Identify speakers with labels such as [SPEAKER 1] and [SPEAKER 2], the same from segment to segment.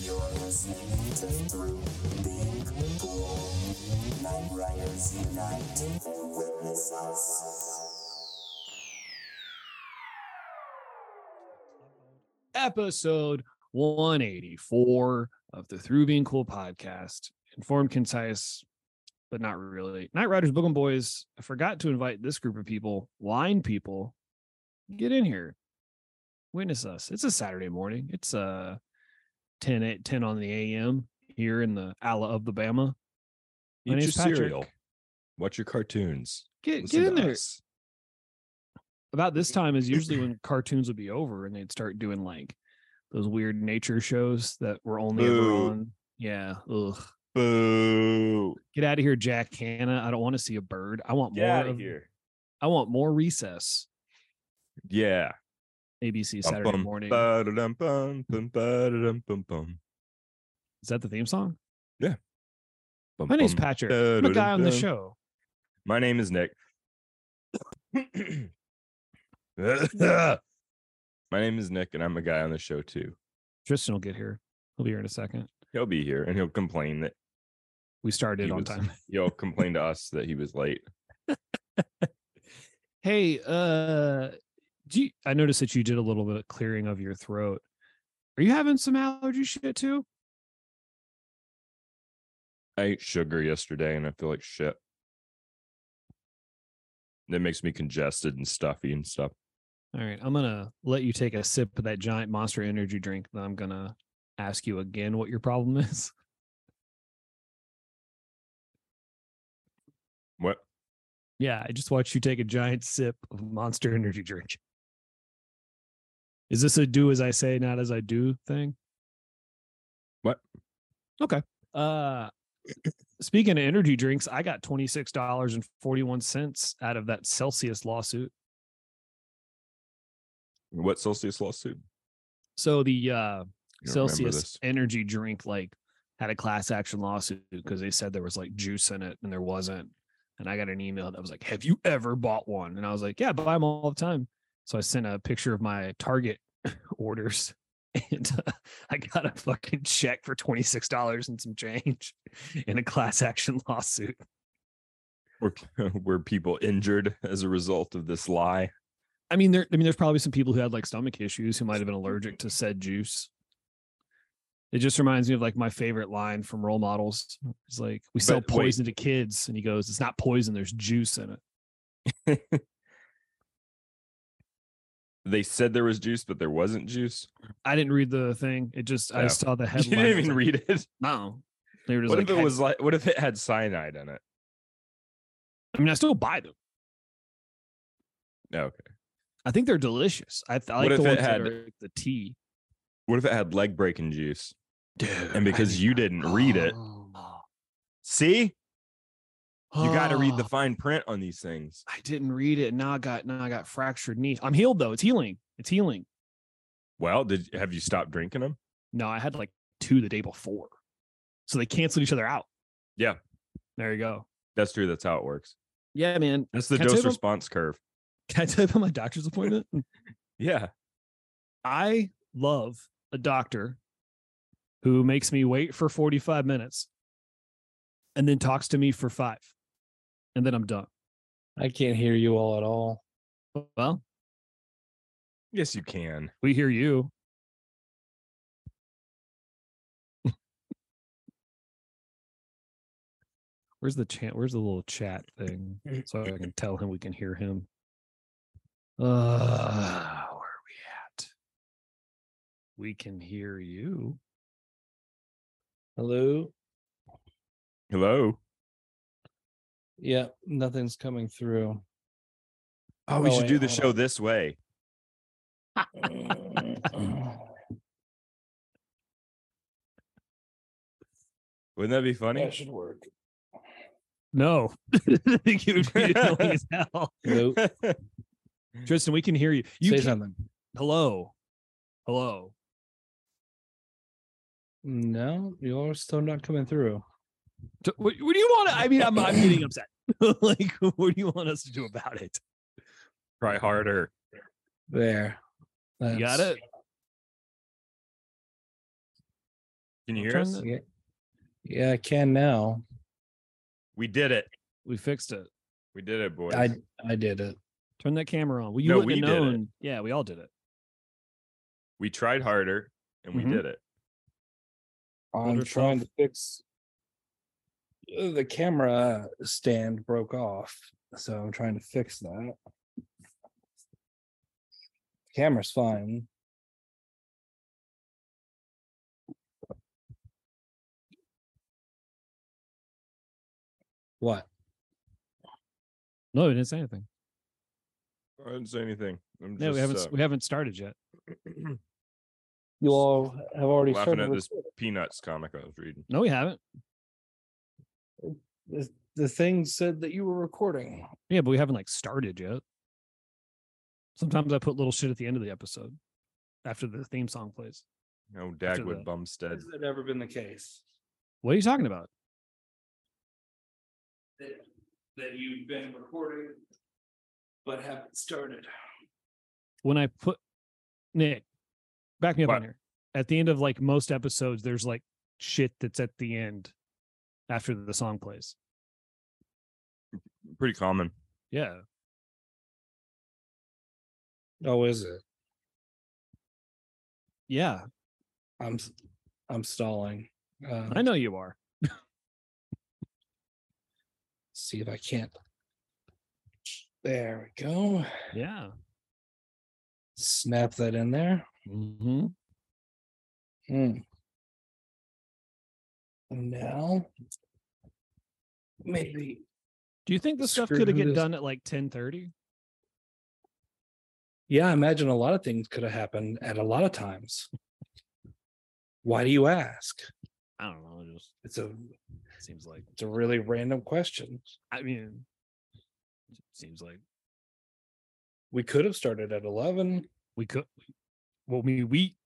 [SPEAKER 1] You're listening to Through Being Cool. Night Riders Unite. Witness us.
[SPEAKER 2] Episode 184 of the Through Being Cool podcast. Informed, concise, but not really. Night Riders Book and Boys. I forgot to invite this group of people, wine people, get in here. Witness us. It's a Saturday morning. It's uh 10 8, 10 on the AM here in the Ala of the Bama.
[SPEAKER 3] Eat your
[SPEAKER 2] name's Patrick.
[SPEAKER 3] cereal. Watch your cartoons.
[SPEAKER 2] Get
[SPEAKER 3] Listen
[SPEAKER 2] get in
[SPEAKER 3] to
[SPEAKER 2] there.
[SPEAKER 3] us.
[SPEAKER 2] About this time is usually when cartoons would be over and they'd start doing like those weird nature shows that were only ever
[SPEAKER 3] Boo.
[SPEAKER 2] on. Yeah. Ugh.
[SPEAKER 3] Boo.
[SPEAKER 2] Get out of here, Jack Canna. I don't want to see a bird. I want more of, I want more recess.
[SPEAKER 3] Yeah.
[SPEAKER 2] ABC Saturday
[SPEAKER 3] Bum, bum,
[SPEAKER 2] morning.
[SPEAKER 3] ba-da-dum, bum, bum, ba-da-dum, bum, bum.
[SPEAKER 2] Is that the theme song?
[SPEAKER 3] Bum,
[SPEAKER 2] My name's
[SPEAKER 3] bum,
[SPEAKER 2] Patrick. I'm a guy on the
[SPEAKER 3] da-da-dum.
[SPEAKER 2] show.
[SPEAKER 3] My name is Nick. My name is Nick, and I'm a guy on the show too.
[SPEAKER 2] Tristan will get here. He'll be here in a second.
[SPEAKER 3] He'll be here, and he'll complain that
[SPEAKER 2] We started
[SPEAKER 3] He
[SPEAKER 2] on
[SPEAKER 3] was-
[SPEAKER 2] time.
[SPEAKER 3] he'll complain to us that he was late.
[SPEAKER 2] Hey, uh, do you, I noticed that you did a little bit of clearing of your throat. Are you having some allergy shit too?
[SPEAKER 3] I ate sugar yesterday, and I feel like shit. That makes me congested and stuffy and stuff.
[SPEAKER 2] All right, I'm gonna let you take a sip of that giant monster energy drink. Then I'm gonna ask you again what your problem is.
[SPEAKER 3] What?
[SPEAKER 2] Yeah, I just watched you take a giant sip of monster energy drink. Is this a do as I say, not as I do thing?
[SPEAKER 3] What?
[SPEAKER 2] Okay. Uh speaking of energy drinks, I got $26.41 out of that Celsius lawsuit.
[SPEAKER 3] What Celsius lawsuit?
[SPEAKER 2] So the uh
[SPEAKER 3] I don't remember
[SPEAKER 2] Celsius
[SPEAKER 3] this.
[SPEAKER 2] energy drink like had a class action lawsuit because they said there was like juice in it and there wasn't. And I got an email that was like, "Have you ever bought one?" And I was like, "Yeah, I buy them all the time." So I sent a picture of my Target orders, and uh, I got a fucking check for twenty six dollars and some change in a class action lawsuit.
[SPEAKER 3] Were, were people injured as a result of this lie?
[SPEAKER 2] I mean, there. I mean, there's probably some people who had like stomach issues who might have been allergic to said juice. It just reminds me of like my favorite line from Role Models. It's like we sell
[SPEAKER 3] But wait.
[SPEAKER 2] poison to kids, and he goes, "It's not poison. There's juice in it."
[SPEAKER 3] They said there was juice, but there wasn't juice.
[SPEAKER 2] I didn't read the thing. It just I
[SPEAKER 3] Yeah.
[SPEAKER 2] saw the
[SPEAKER 3] You
[SPEAKER 2] headline.
[SPEAKER 3] didn't
[SPEAKER 2] I was
[SPEAKER 3] even
[SPEAKER 2] like,
[SPEAKER 3] read it.
[SPEAKER 2] No, they were just
[SPEAKER 3] What
[SPEAKER 2] like.
[SPEAKER 3] if it
[SPEAKER 2] "Heck-"
[SPEAKER 3] was like? What if it had cyanide in it?
[SPEAKER 2] I mean, I still buy them.
[SPEAKER 3] No. Oh, Okay.
[SPEAKER 2] I think they're delicious. I, I like
[SPEAKER 3] What
[SPEAKER 2] the
[SPEAKER 3] if it
[SPEAKER 2] ones that
[SPEAKER 3] had-
[SPEAKER 2] are the tea.
[SPEAKER 3] What if it had leg breaking juice?
[SPEAKER 2] Dude,
[SPEAKER 3] And because you didn't read it, see, you got to read
[SPEAKER 2] Oh.
[SPEAKER 3] the fine print on these things.
[SPEAKER 2] I didn't read it. and Now I got now I got fractured knee. I'm healed though. It's healing. It's healing.
[SPEAKER 3] Well, did have you stopped drinking them?
[SPEAKER 2] No, I had like two the day before. So they canceled each other out.
[SPEAKER 3] Yeah.
[SPEAKER 2] There you go.
[SPEAKER 3] That's true. That's how it works.
[SPEAKER 2] Yeah, man.
[SPEAKER 3] That's the
[SPEAKER 2] Can I tell you
[SPEAKER 3] dose
[SPEAKER 2] about-
[SPEAKER 3] response curve.
[SPEAKER 2] Can I tell you about my doctor's appointment?
[SPEAKER 3] Yeah.
[SPEAKER 2] I love a doctor who makes me wait for 45 minutes and then talks to me for five. And then I'm done.
[SPEAKER 4] I can't hear you all at all.
[SPEAKER 2] Well,
[SPEAKER 3] Yes, you can.
[SPEAKER 2] we hear you. Where's the chat? Where's the little chat thing so I can tell him we can hear him? Uh, where are we at? We can hear you.
[SPEAKER 4] Hello?
[SPEAKER 3] Hello.
[SPEAKER 4] Yeah, nothing's coming through.
[SPEAKER 3] Oh, we
[SPEAKER 4] Oh,
[SPEAKER 3] should
[SPEAKER 4] wait,
[SPEAKER 3] do the
[SPEAKER 4] hold
[SPEAKER 3] show
[SPEAKER 4] on.
[SPEAKER 3] this way. Wouldn't that be funny?
[SPEAKER 4] should work.
[SPEAKER 2] No, I think you would be annoying as hell.
[SPEAKER 4] Hello?
[SPEAKER 2] Tristan, we can hear you. You
[SPEAKER 4] Say
[SPEAKER 2] can-
[SPEAKER 4] something.
[SPEAKER 2] hello, hello.
[SPEAKER 4] No, you're still not coming through.
[SPEAKER 2] T- What, what do you want? I mean, I'm, I'm getting upset. like, what do you want us to do about it?
[SPEAKER 3] Try harder.
[SPEAKER 4] There.
[SPEAKER 2] You got
[SPEAKER 4] That's-
[SPEAKER 2] it?
[SPEAKER 3] Can you
[SPEAKER 2] I'm
[SPEAKER 3] hear
[SPEAKER 2] trying
[SPEAKER 3] us?
[SPEAKER 2] to-
[SPEAKER 5] Yeah. Yeah, I can now.
[SPEAKER 3] We did it.
[SPEAKER 2] We fixed it.
[SPEAKER 3] We did it, boys.
[SPEAKER 5] I I did it.
[SPEAKER 2] Turn that camera on. Well, you
[SPEAKER 3] No,
[SPEAKER 2] wouldn't have
[SPEAKER 3] we did it.
[SPEAKER 2] known. Yeah, we all did it.
[SPEAKER 3] we tried harder and we
[SPEAKER 2] Mhm.
[SPEAKER 3] did it.
[SPEAKER 5] I'm
[SPEAKER 2] yourself.
[SPEAKER 5] trying to fix Uh, the camera stand broke off, so I'm trying to fix that. Camera's fine. What?
[SPEAKER 2] No, we didn't say anything.
[SPEAKER 3] I didn't say anything. I'm
[SPEAKER 2] No, we
[SPEAKER 3] just,
[SPEAKER 2] haven't. s-
[SPEAKER 3] uh,
[SPEAKER 2] We haven't started yet.
[SPEAKER 5] You all have already
[SPEAKER 3] Laughing
[SPEAKER 5] started
[SPEAKER 3] at
[SPEAKER 5] this.
[SPEAKER 3] Peanuts comic I was reading.
[SPEAKER 2] No, we haven't.
[SPEAKER 5] The, the thing said that you were recording.
[SPEAKER 2] Yeah, but we haven't like started yet. Sometimes I put little shit at the end of the episode after the theme song plays.
[SPEAKER 3] No
[SPEAKER 2] After
[SPEAKER 3] Dagwood
[SPEAKER 2] that.
[SPEAKER 3] Bumstead.
[SPEAKER 5] that ever been the case?
[SPEAKER 2] What are you talking about?
[SPEAKER 5] that, that you've been recording but haven't started.
[SPEAKER 2] When I put Nick, back me up on
[SPEAKER 3] What?
[SPEAKER 2] here. At the end of like most episodes, there's like shit that's at the end after the song plays.
[SPEAKER 3] Pretty common.
[SPEAKER 2] Yeah.
[SPEAKER 5] Oh, is it?
[SPEAKER 2] Yeah.
[SPEAKER 5] I'm s- I'm stalling. Uh,
[SPEAKER 2] I know you are.
[SPEAKER 5] see if I can't. There we go.
[SPEAKER 2] Yeah.
[SPEAKER 5] Snap that in there.
[SPEAKER 2] Mm-hmm.
[SPEAKER 5] Hmm. And Now, maybe
[SPEAKER 2] Do you think this stuff
[SPEAKER 5] Screw
[SPEAKER 2] could have get
[SPEAKER 5] this.
[SPEAKER 2] done at like 10:30?
[SPEAKER 5] yeah. I imagine a lot of things could have happened at a lot of times. Why do you ask?
[SPEAKER 2] I don't know. It just
[SPEAKER 5] It's a
[SPEAKER 2] seems like
[SPEAKER 5] it's a really random question.
[SPEAKER 2] I mean it seems like
[SPEAKER 5] We could have started at eleven.
[SPEAKER 2] we could well I mean we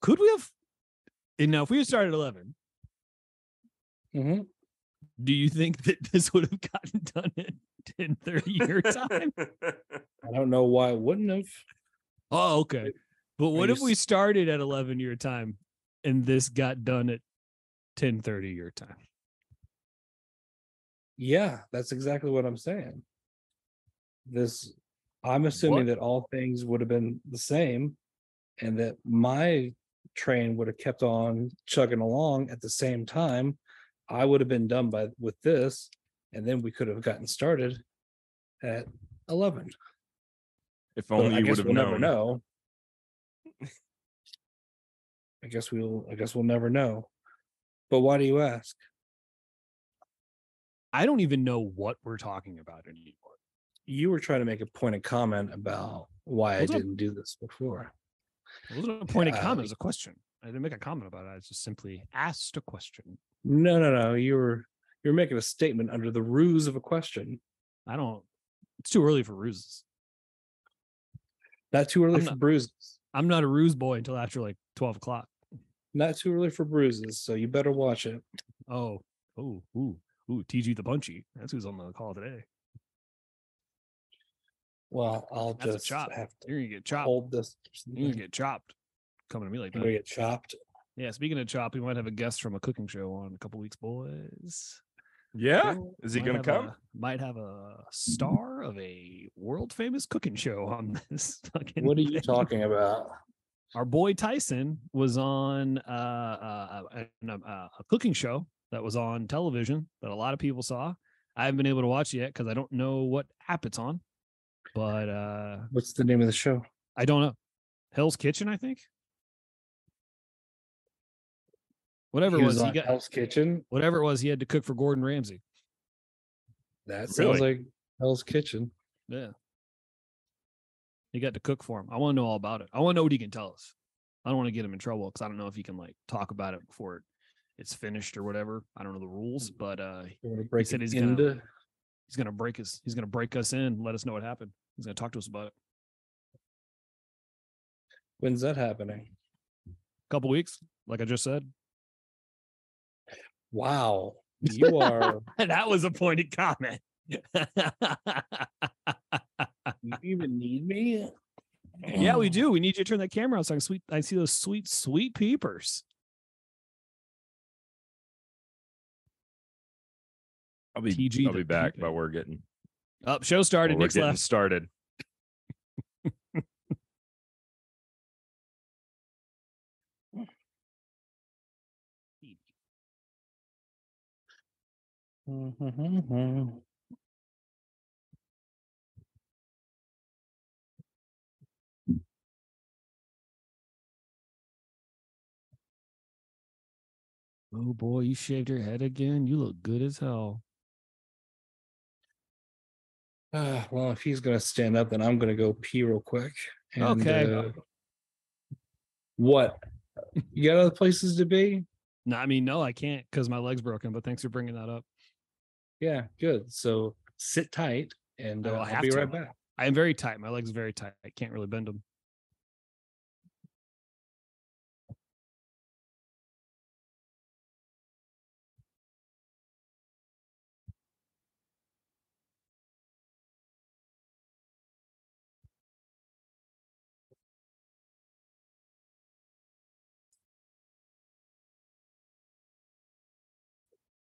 [SPEAKER 2] could we have and now if we had started at 11
[SPEAKER 5] Mm-hmm.
[SPEAKER 2] do you think that this would have gotten done at 10 30 your time
[SPEAKER 5] I don't know why it wouldn't have.
[SPEAKER 2] oh okay but what
[SPEAKER 5] you
[SPEAKER 2] if we
[SPEAKER 5] s-
[SPEAKER 2] started at 11 your time and this got done at 10 30 your time
[SPEAKER 5] Yeah, that's exactly what I'm saying. This, I'm
[SPEAKER 2] What?
[SPEAKER 5] assuming that all things would have been the same and that my train would have kept on chugging along at the same time. I would have been done by with this, and then we could have gotten started at 11.
[SPEAKER 3] If
[SPEAKER 5] But
[SPEAKER 3] only
[SPEAKER 5] I
[SPEAKER 3] you would
[SPEAKER 5] guess
[SPEAKER 3] have
[SPEAKER 5] we'll never
[SPEAKER 3] known.
[SPEAKER 5] know. I guess we'll, I guess we'll never know. But why do you ask?
[SPEAKER 2] i don't even know what we're talking about anymore
[SPEAKER 5] you were trying to make a point of comment about why I
[SPEAKER 2] Hold on.
[SPEAKER 5] didn't do this before.
[SPEAKER 2] it wasn't a point of
[SPEAKER 5] Yeah,
[SPEAKER 2] comment it
[SPEAKER 5] like-
[SPEAKER 2] was a question i didn't make a comment about it i just simply asked a question
[SPEAKER 5] No, no, no. You were you were making a statement under the ruse of a question.
[SPEAKER 2] i don't it's too early for ruses
[SPEAKER 5] Not too
[SPEAKER 2] I'm
[SPEAKER 5] early for
[SPEAKER 2] not-
[SPEAKER 5] bruises.
[SPEAKER 2] i'm not a ruse boy until after like 12 o'clock
[SPEAKER 5] Not too early for bruises. So you better watch it.
[SPEAKER 2] Oh, oh, ooh, ooh, TG the Punchy. That's who's on the call today.
[SPEAKER 5] Well, I'll
[SPEAKER 2] That's a
[SPEAKER 5] just
[SPEAKER 2] chop.
[SPEAKER 5] have to
[SPEAKER 2] You're gonna get chopped.
[SPEAKER 5] hold this.
[SPEAKER 2] You're
[SPEAKER 3] Mm.
[SPEAKER 2] gonna get chopped. Coming to me like
[SPEAKER 5] I'm gonna
[SPEAKER 2] that.
[SPEAKER 5] get chopped.
[SPEAKER 2] Yeah. Speaking of chop, we might have a guest from a cooking show on in a couple weeks, boys.
[SPEAKER 3] Yeah.
[SPEAKER 2] Ooh,
[SPEAKER 3] Is he
[SPEAKER 2] might
[SPEAKER 3] gonna
[SPEAKER 2] have uh,
[SPEAKER 3] come?
[SPEAKER 2] a- might have a star of a world famous cooking show on this. Fucking
[SPEAKER 5] What are you
[SPEAKER 2] thing.
[SPEAKER 5] talking about?
[SPEAKER 2] Our boy Tyson was on uh, uh, uh, an, um, uh, a cooking show that was on television that a lot of people saw. I haven't been able to watch it yet because I don't know what app it's on. But uh,
[SPEAKER 5] What's the name of the show?
[SPEAKER 2] I don't know. Hell's Kitchen, I think. Whatever it was, he
[SPEAKER 5] on
[SPEAKER 2] got
[SPEAKER 5] Hell's Kitchen.
[SPEAKER 2] whatever it was he had to cook for Gordon Ramsay.
[SPEAKER 5] That
[SPEAKER 3] Really?
[SPEAKER 5] sounds like Hell's Kitchen.
[SPEAKER 2] Yeah. He got to cook for him. I want to know all about it. I want to know what he can tell us. I don't want to get him in trouble because I don't know if he can like talk about it before it's finished or whatever. I don't know the rules,
[SPEAKER 5] Mm-hmm.
[SPEAKER 2] but uh
[SPEAKER 5] You want to break
[SPEAKER 2] said
[SPEAKER 5] it
[SPEAKER 2] he's gonna-
[SPEAKER 5] into?
[SPEAKER 2] he's gonna break us. He's gonna break us in. Let us know what happened. He's gonna talk to us about it.
[SPEAKER 5] When's that happening?
[SPEAKER 2] couple weeks, like I just said.
[SPEAKER 5] Wow, you are.
[SPEAKER 2] that was a pointed comment.
[SPEAKER 5] you even need me?
[SPEAKER 2] yeah, we do. We need you to turn that camera on so I can sweet I see those sweet, sweet peepers.
[SPEAKER 3] I'll be
[SPEAKER 2] TG
[SPEAKER 3] I'll
[SPEAKER 2] the
[SPEAKER 3] be back,
[SPEAKER 2] Cupid.
[SPEAKER 3] but we're getting
[SPEAKER 2] Up, show started.
[SPEAKER 3] well, we're
[SPEAKER 2] Nick's
[SPEAKER 3] getting
[SPEAKER 2] left.
[SPEAKER 3] started.
[SPEAKER 2] Oh boy, you shaved your head again. You look good as hell.
[SPEAKER 5] Ah, well, if he's gonna stand up, then I'm gonna go pee real quick. and,
[SPEAKER 2] Okay.
[SPEAKER 5] uh, what? You got other places to be?
[SPEAKER 2] No, I mean, no, I can't because my leg's broken. But thanks for bringing that up.
[SPEAKER 5] Yeah, good. So sit tight, and
[SPEAKER 2] I
[SPEAKER 5] uh,
[SPEAKER 2] will
[SPEAKER 5] I'll
[SPEAKER 2] have
[SPEAKER 5] be
[SPEAKER 2] to.
[SPEAKER 5] right back.
[SPEAKER 2] I am very tight. My leg's very tight. I can't really bend them.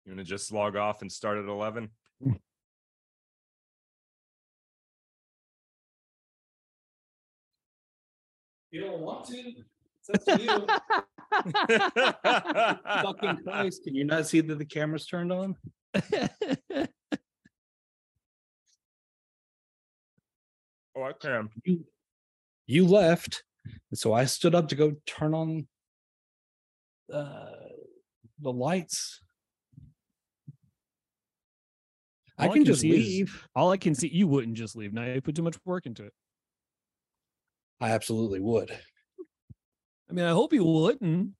[SPEAKER 3] You want to just log off and start at 11?
[SPEAKER 5] You don't want to. It's up to you. Fucking Christ! Can you not see that the camera's turned on?
[SPEAKER 3] oh, I can.
[SPEAKER 5] You, you left, and so I stood up to go turn on uh, the lights.
[SPEAKER 2] All
[SPEAKER 5] I
[SPEAKER 2] I
[SPEAKER 5] can
[SPEAKER 2] can
[SPEAKER 5] just
[SPEAKER 2] see is-
[SPEAKER 5] leave.
[SPEAKER 2] All I can see, you wouldn't just leave. Now you put too much work into it.
[SPEAKER 5] I absolutely would.
[SPEAKER 2] I mean, I hope you wouldn't.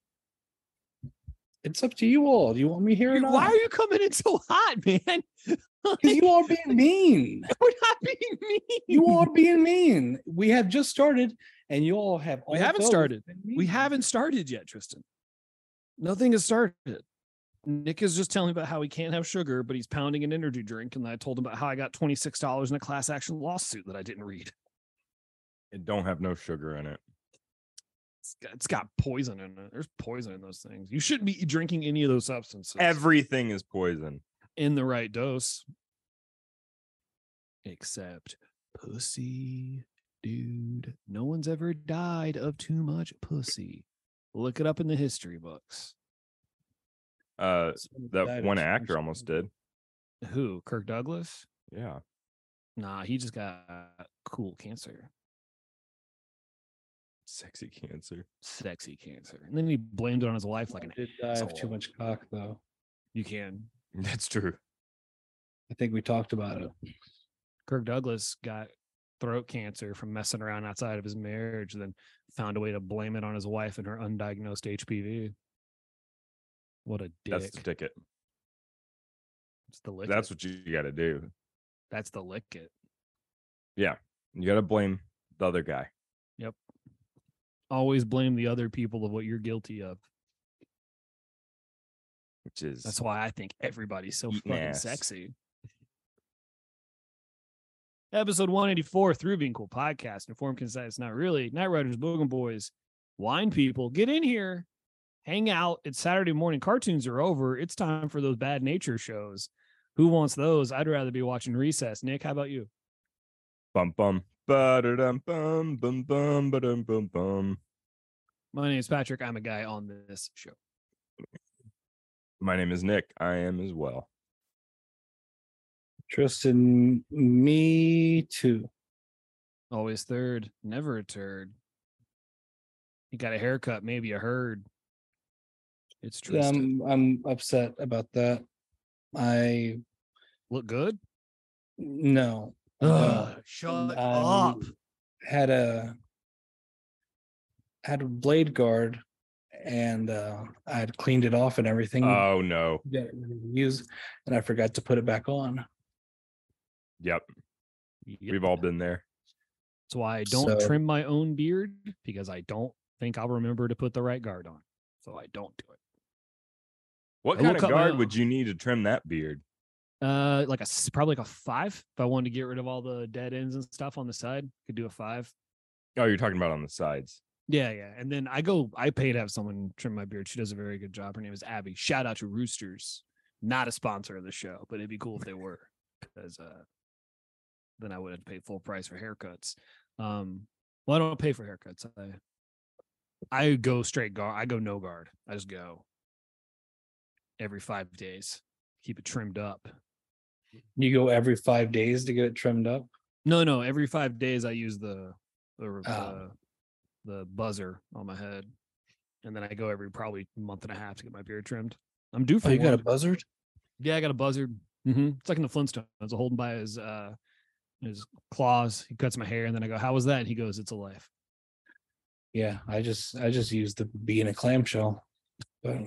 [SPEAKER 5] It's up to you all. Do you want me here or not?
[SPEAKER 2] Why are you coming in so hot, man?
[SPEAKER 5] Because you are being mean.
[SPEAKER 2] We're not being mean.
[SPEAKER 5] You are being mean. We have just started, and you all have.
[SPEAKER 2] We
[SPEAKER 5] all
[SPEAKER 2] haven't
[SPEAKER 5] felt
[SPEAKER 2] started.
[SPEAKER 5] been
[SPEAKER 2] We
[SPEAKER 5] mean.
[SPEAKER 2] haven't started yet, Tristan. Nothing has started. Nick is just telling me about how he can't have sugar, but he's pounding an energy drink. And I told him about how I got $26 in a class action lawsuit that I didn't read.
[SPEAKER 3] It don't have no sugar in it.
[SPEAKER 2] It's got, it's got poison in it. There's poison in those things. You shouldn't be drinking any of those substances
[SPEAKER 3] Everything is poison.
[SPEAKER 2] in the right dose, except pussy, dude. No one's ever died of too much pussy. Look it up in the history books.
[SPEAKER 3] Uh,
[SPEAKER 5] Someone died
[SPEAKER 3] that
[SPEAKER 5] of
[SPEAKER 3] one
[SPEAKER 5] too much
[SPEAKER 3] actor almost
[SPEAKER 5] sugar.
[SPEAKER 3] did.
[SPEAKER 2] Who? Kirk Douglas?
[SPEAKER 3] Yeah.
[SPEAKER 2] Nah, he just got cool cancer,
[SPEAKER 3] Sexy cancer.
[SPEAKER 2] sexy cancer. And then he blamed it on his wife like an
[SPEAKER 5] Did die of too
[SPEAKER 2] asshole.
[SPEAKER 5] much cock, though.
[SPEAKER 2] you can.
[SPEAKER 3] That's true.
[SPEAKER 5] I think we talked about it.
[SPEAKER 2] Kirk Douglas got throat cancer from messing around outside of his marriage, and then found a way to blame it on his wife and her undiagnosed HPV. What a dick.
[SPEAKER 3] That's the ticket.
[SPEAKER 2] It's the lick.
[SPEAKER 3] That's
[SPEAKER 2] it.
[SPEAKER 3] what you got to do.
[SPEAKER 2] that's the lick it.
[SPEAKER 3] You got to blame the other guy.
[SPEAKER 2] Always blame the other people of what you're guilty of.
[SPEAKER 3] which is
[SPEAKER 2] That's why I think everybody's so
[SPEAKER 3] Eating
[SPEAKER 2] fucking
[SPEAKER 3] ass.
[SPEAKER 2] sexy. Episode 184, Through Being Cool Podcast, Informed Concise, Not Really, Night Riders, Bogan Boys, Wine People. Get in here, hang out. It's Saturday morning. Cartoons are over. It's time for those bad nature shows. Who wants those? I'd rather be watching Recess. Nick, how about you?
[SPEAKER 3] bum bum ba-da-dum, bum bum bum ba-dum, bum bum.
[SPEAKER 2] My name is Patrick. I'm a guy on this show.
[SPEAKER 3] My name is Nick. I am as well.
[SPEAKER 5] Tristan, Mm, me too.
[SPEAKER 2] Always third, never a turd. You got a haircut, maybe a herd. It's true.
[SPEAKER 5] Um, I'm upset about that. I
[SPEAKER 2] Look good?
[SPEAKER 5] no. I don't.
[SPEAKER 2] Ugh, shut up.
[SPEAKER 5] Um, Had a had a blade guard, and uh, I had cleaned it off and everything.
[SPEAKER 3] Oh no.
[SPEAKER 5] that we didn't use, and I forgot to put it back on.
[SPEAKER 3] Yep.
[SPEAKER 2] Yep.
[SPEAKER 3] We've all been there.
[SPEAKER 2] That's why I don't
[SPEAKER 5] So-
[SPEAKER 2] trim my own beard because I don't think I'll remember to put the right guard on. So I don't do it.
[SPEAKER 3] What
[SPEAKER 2] I will
[SPEAKER 3] kind of
[SPEAKER 2] cut my
[SPEAKER 3] guard
[SPEAKER 2] own.
[SPEAKER 3] would you need to trim that beard?
[SPEAKER 2] Uh, like a s- probably like a five. If I wanted to get rid of all the dead ends and stuff on the side, could do a five.
[SPEAKER 3] Oh, you're talking about on the sides.
[SPEAKER 2] Yeah, yeah. And then I go, I pay to have someone trim my beard. She does a very good job. Her name is Abby. Shout out to Roosters. Not a sponsor of the show, but it'd be cool if they were, because uh, then I would have to pay full price for haircuts. Um, well, I don't pay for haircuts. I I go straight guard. I go no guard. I just go every five days. Keep it trimmed up.
[SPEAKER 5] You go every five days to get it trimmed up.
[SPEAKER 2] No, no. Every five days, I use the the re-
[SPEAKER 5] Oh.
[SPEAKER 2] the, the buzzer on my head, and then I go every probably month and a half to get my beard trimmed. I'm due for
[SPEAKER 5] Oh, you got a
[SPEAKER 2] one.
[SPEAKER 5] buzzard?
[SPEAKER 2] yeah, I got a buzzard. hmm It's like in the Flintstones. I holding by his uh his claws. He cuts my hair, and then I go, "How was that?" And he goes, "It's a life."
[SPEAKER 5] Yeah, I just I just used the bee in a clamshell. But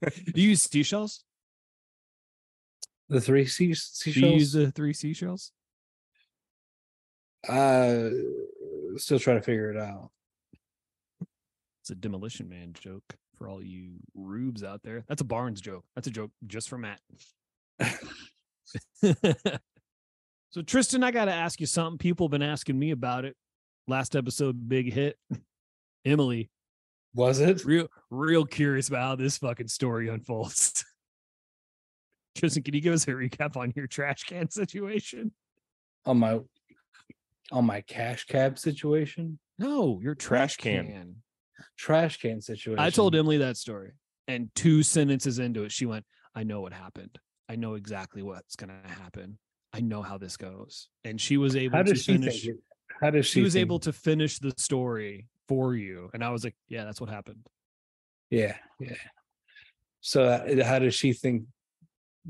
[SPEAKER 2] Do you use seashells?
[SPEAKER 5] the three
[SPEAKER 2] Do
[SPEAKER 5] sea
[SPEAKER 2] you use
[SPEAKER 5] seashells.
[SPEAKER 2] the three seashells?
[SPEAKER 5] Uh, still trying to figure it out.
[SPEAKER 2] It's a demolition man joke for all you rubes out there. That's a Barnes joke. That's a joke just for Matt. so Tristan, I gotta ask you something. People have been asking me about it. Last episode, big hit. Emily,
[SPEAKER 5] Was it?
[SPEAKER 2] real real curious about how this fucking story unfolds. Tristan, can you give us a recap on your trash can situation?
[SPEAKER 5] on my on my cash cab situation,
[SPEAKER 2] No, your
[SPEAKER 3] Trash
[SPEAKER 2] trash,
[SPEAKER 3] can.
[SPEAKER 2] can.
[SPEAKER 5] trash can situation.
[SPEAKER 2] I told Emily that story, and two sentences into it, she went, "I know what happened. I know exactly what's going to happen. I know how this goes." And she was able
[SPEAKER 5] How
[SPEAKER 2] to
[SPEAKER 5] does she
[SPEAKER 2] finish.
[SPEAKER 5] think? It, how does she?
[SPEAKER 2] she was
[SPEAKER 5] think-
[SPEAKER 2] able to finish the story for you, and I was like, "Yeah, that's what happened."
[SPEAKER 5] Yeah, yeah. So uh, how does she think?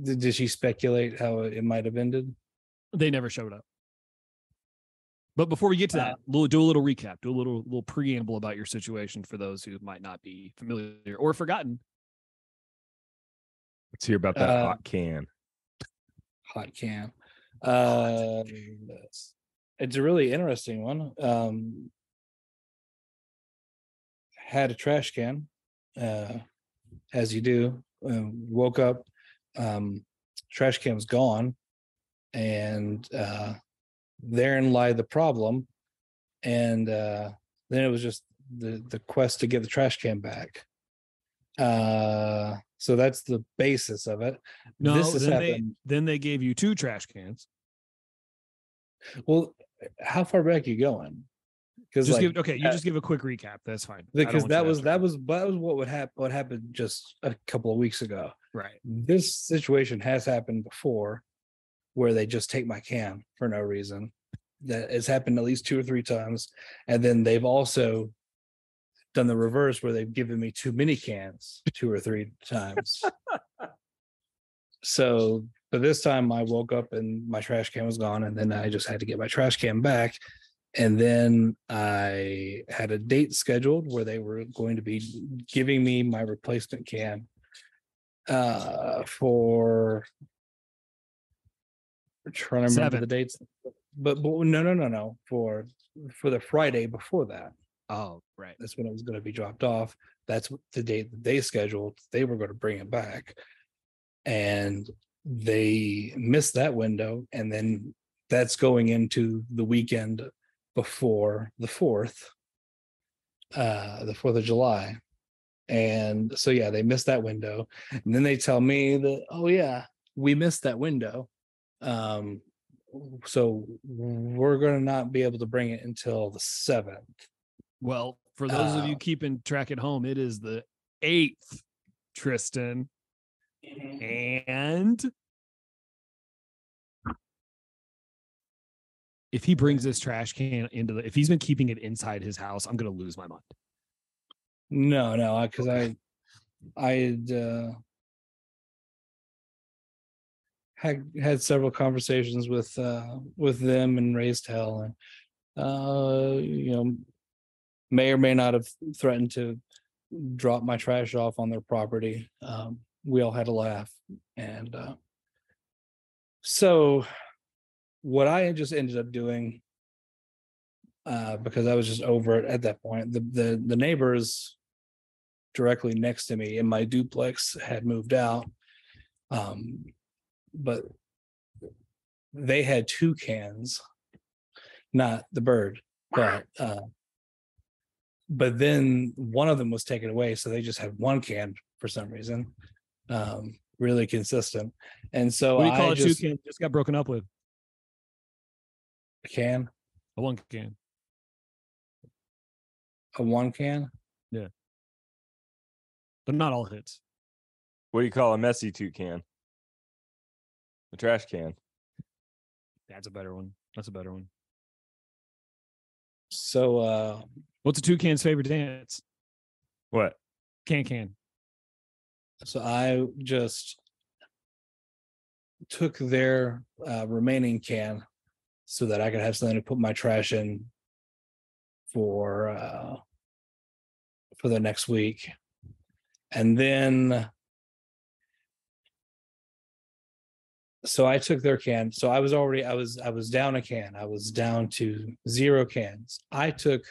[SPEAKER 5] Did, did she speculate how it might have ended?
[SPEAKER 2] They never showed up. But before we get to that,
[SPEAKER 5] Uh,
[SPEAKER 2] we'll do a little recap, do a little little preamble about your situation for those who might not be familiar or forgotten.
[SPEAKER 3] Let's hear about that
[SPEAKER 5] Uh,
[SPEAKER 3] hot can.
[SPEAKER 5] Hot cam. Uh, it's a really interesting one. Um, had a trash can,
[SPEAKER 2] Mm-hmm.
[SPEAKER 5] uh, as you do. Um, woke up, um, trash can was gone, and uh, therein lie the problem. And uh, then it was just the the quest to get the trash can back. Uh, so that's the basis of it.
[SPEAKER 2] No,
[SPEAKER 5] this has
[SPEAKER 2] then they
[SPEAKER 5] happened.
[SPEAKER 2] then they gave you two trash cans.
[SPEAKER 5] Well, how far back you going? Because
[SPEAKER 2] Just give okay, you just give a quick recap. That's fine. I don't
[SPEAKER 5] because
[SPEAKER 2] want you
[SPEAKER 5] that
[SPEAKER 2] to
[SPEAKER 5] was
[SPEAKER 2] have to-
[SPEAKER 5] that was that was what would happen what happened just a couple of weeks ago
[SPEAKER 2] right.
[SPEAKER 5] this situation has happened before where they just take my can for no reason that has happened at least two or three times and then they've also done the reverse where they've given me too many cans two or three times so but this time i woke up and my trash can was gone and then i just had to get my trash can back and then i had a date scheduled where they were going to be giving me my replacement can uh for I'm trying to remember
[SPEAKER 2] Seven.
[SPEAKER 5] the dates but, but no no no no for for the friday before that
[SPEAKER 2] Oh, right.
[SPEAKER 5] that's when it was going to be dropped off that's wh- the date that they scheduled they were going to bring it back and they missed that window and then that's going into the weekend before the fourth uh the fourth of july and so yeah they missed that window and then they tell me that oh yeah we missed that window um so we're going to not be able to bring it until the seventh
[SPEAKER 2] Well, for those of you
[SPEAKER 5] Uh,
[SPEAKER 2] keeping track at home, it is the eighth, Tristan.
[SPEAKER 5] Mm-hmm.
[SPEAKER 2] And if he brings this trash can into the, if he's been keeping it inside his house, I'm going to lose my mind.
[SPEAKER 5] No, no, because I, I had uh, had had several conversations with uh, with them and raised hell, and uh, you know, may or may not have threatened to drop my trash off on their property. Um, we all had a laugh, and uh, so what I just ended up doing. Uh, because I was just over it at that point. The the the neighbors directly next to me in my duplex had moved out. Um, but they had two cans, not the bird, but uh, but then one of them was taken away, so they just had one can for some reason. Um, really consistent. And so
[SPEAKER 2] what do you call
[SPEAKER 5] Oh, I
[SPEAKER 2] it?
[SPEAKER 5] just
[SPEAKER 2] Two can just got broken up with.
[SPEAKER 5] a can,
[SPEAKER 2] A one can.
[SPEAKER 5] a one can,
[SPEAKER 2] They're not all hits.
[SPEAKER 3] What do you call a messy two can? A trash can.
[SPEAKER 2] That's a better one. That's a better one.
[SPEAKER 5] So uh
[SPEAKER 2] What's a two can's favorite dance?
[SPEAKER 3] What?
[SPEAKER 2] Can can.
[SPEAKER 5] so I just took their uh, remaining can so that I could have something to put my trash in for uh for the next week. And then so I took their can. So I was already I was I was down a can. I was down to zero cans. I took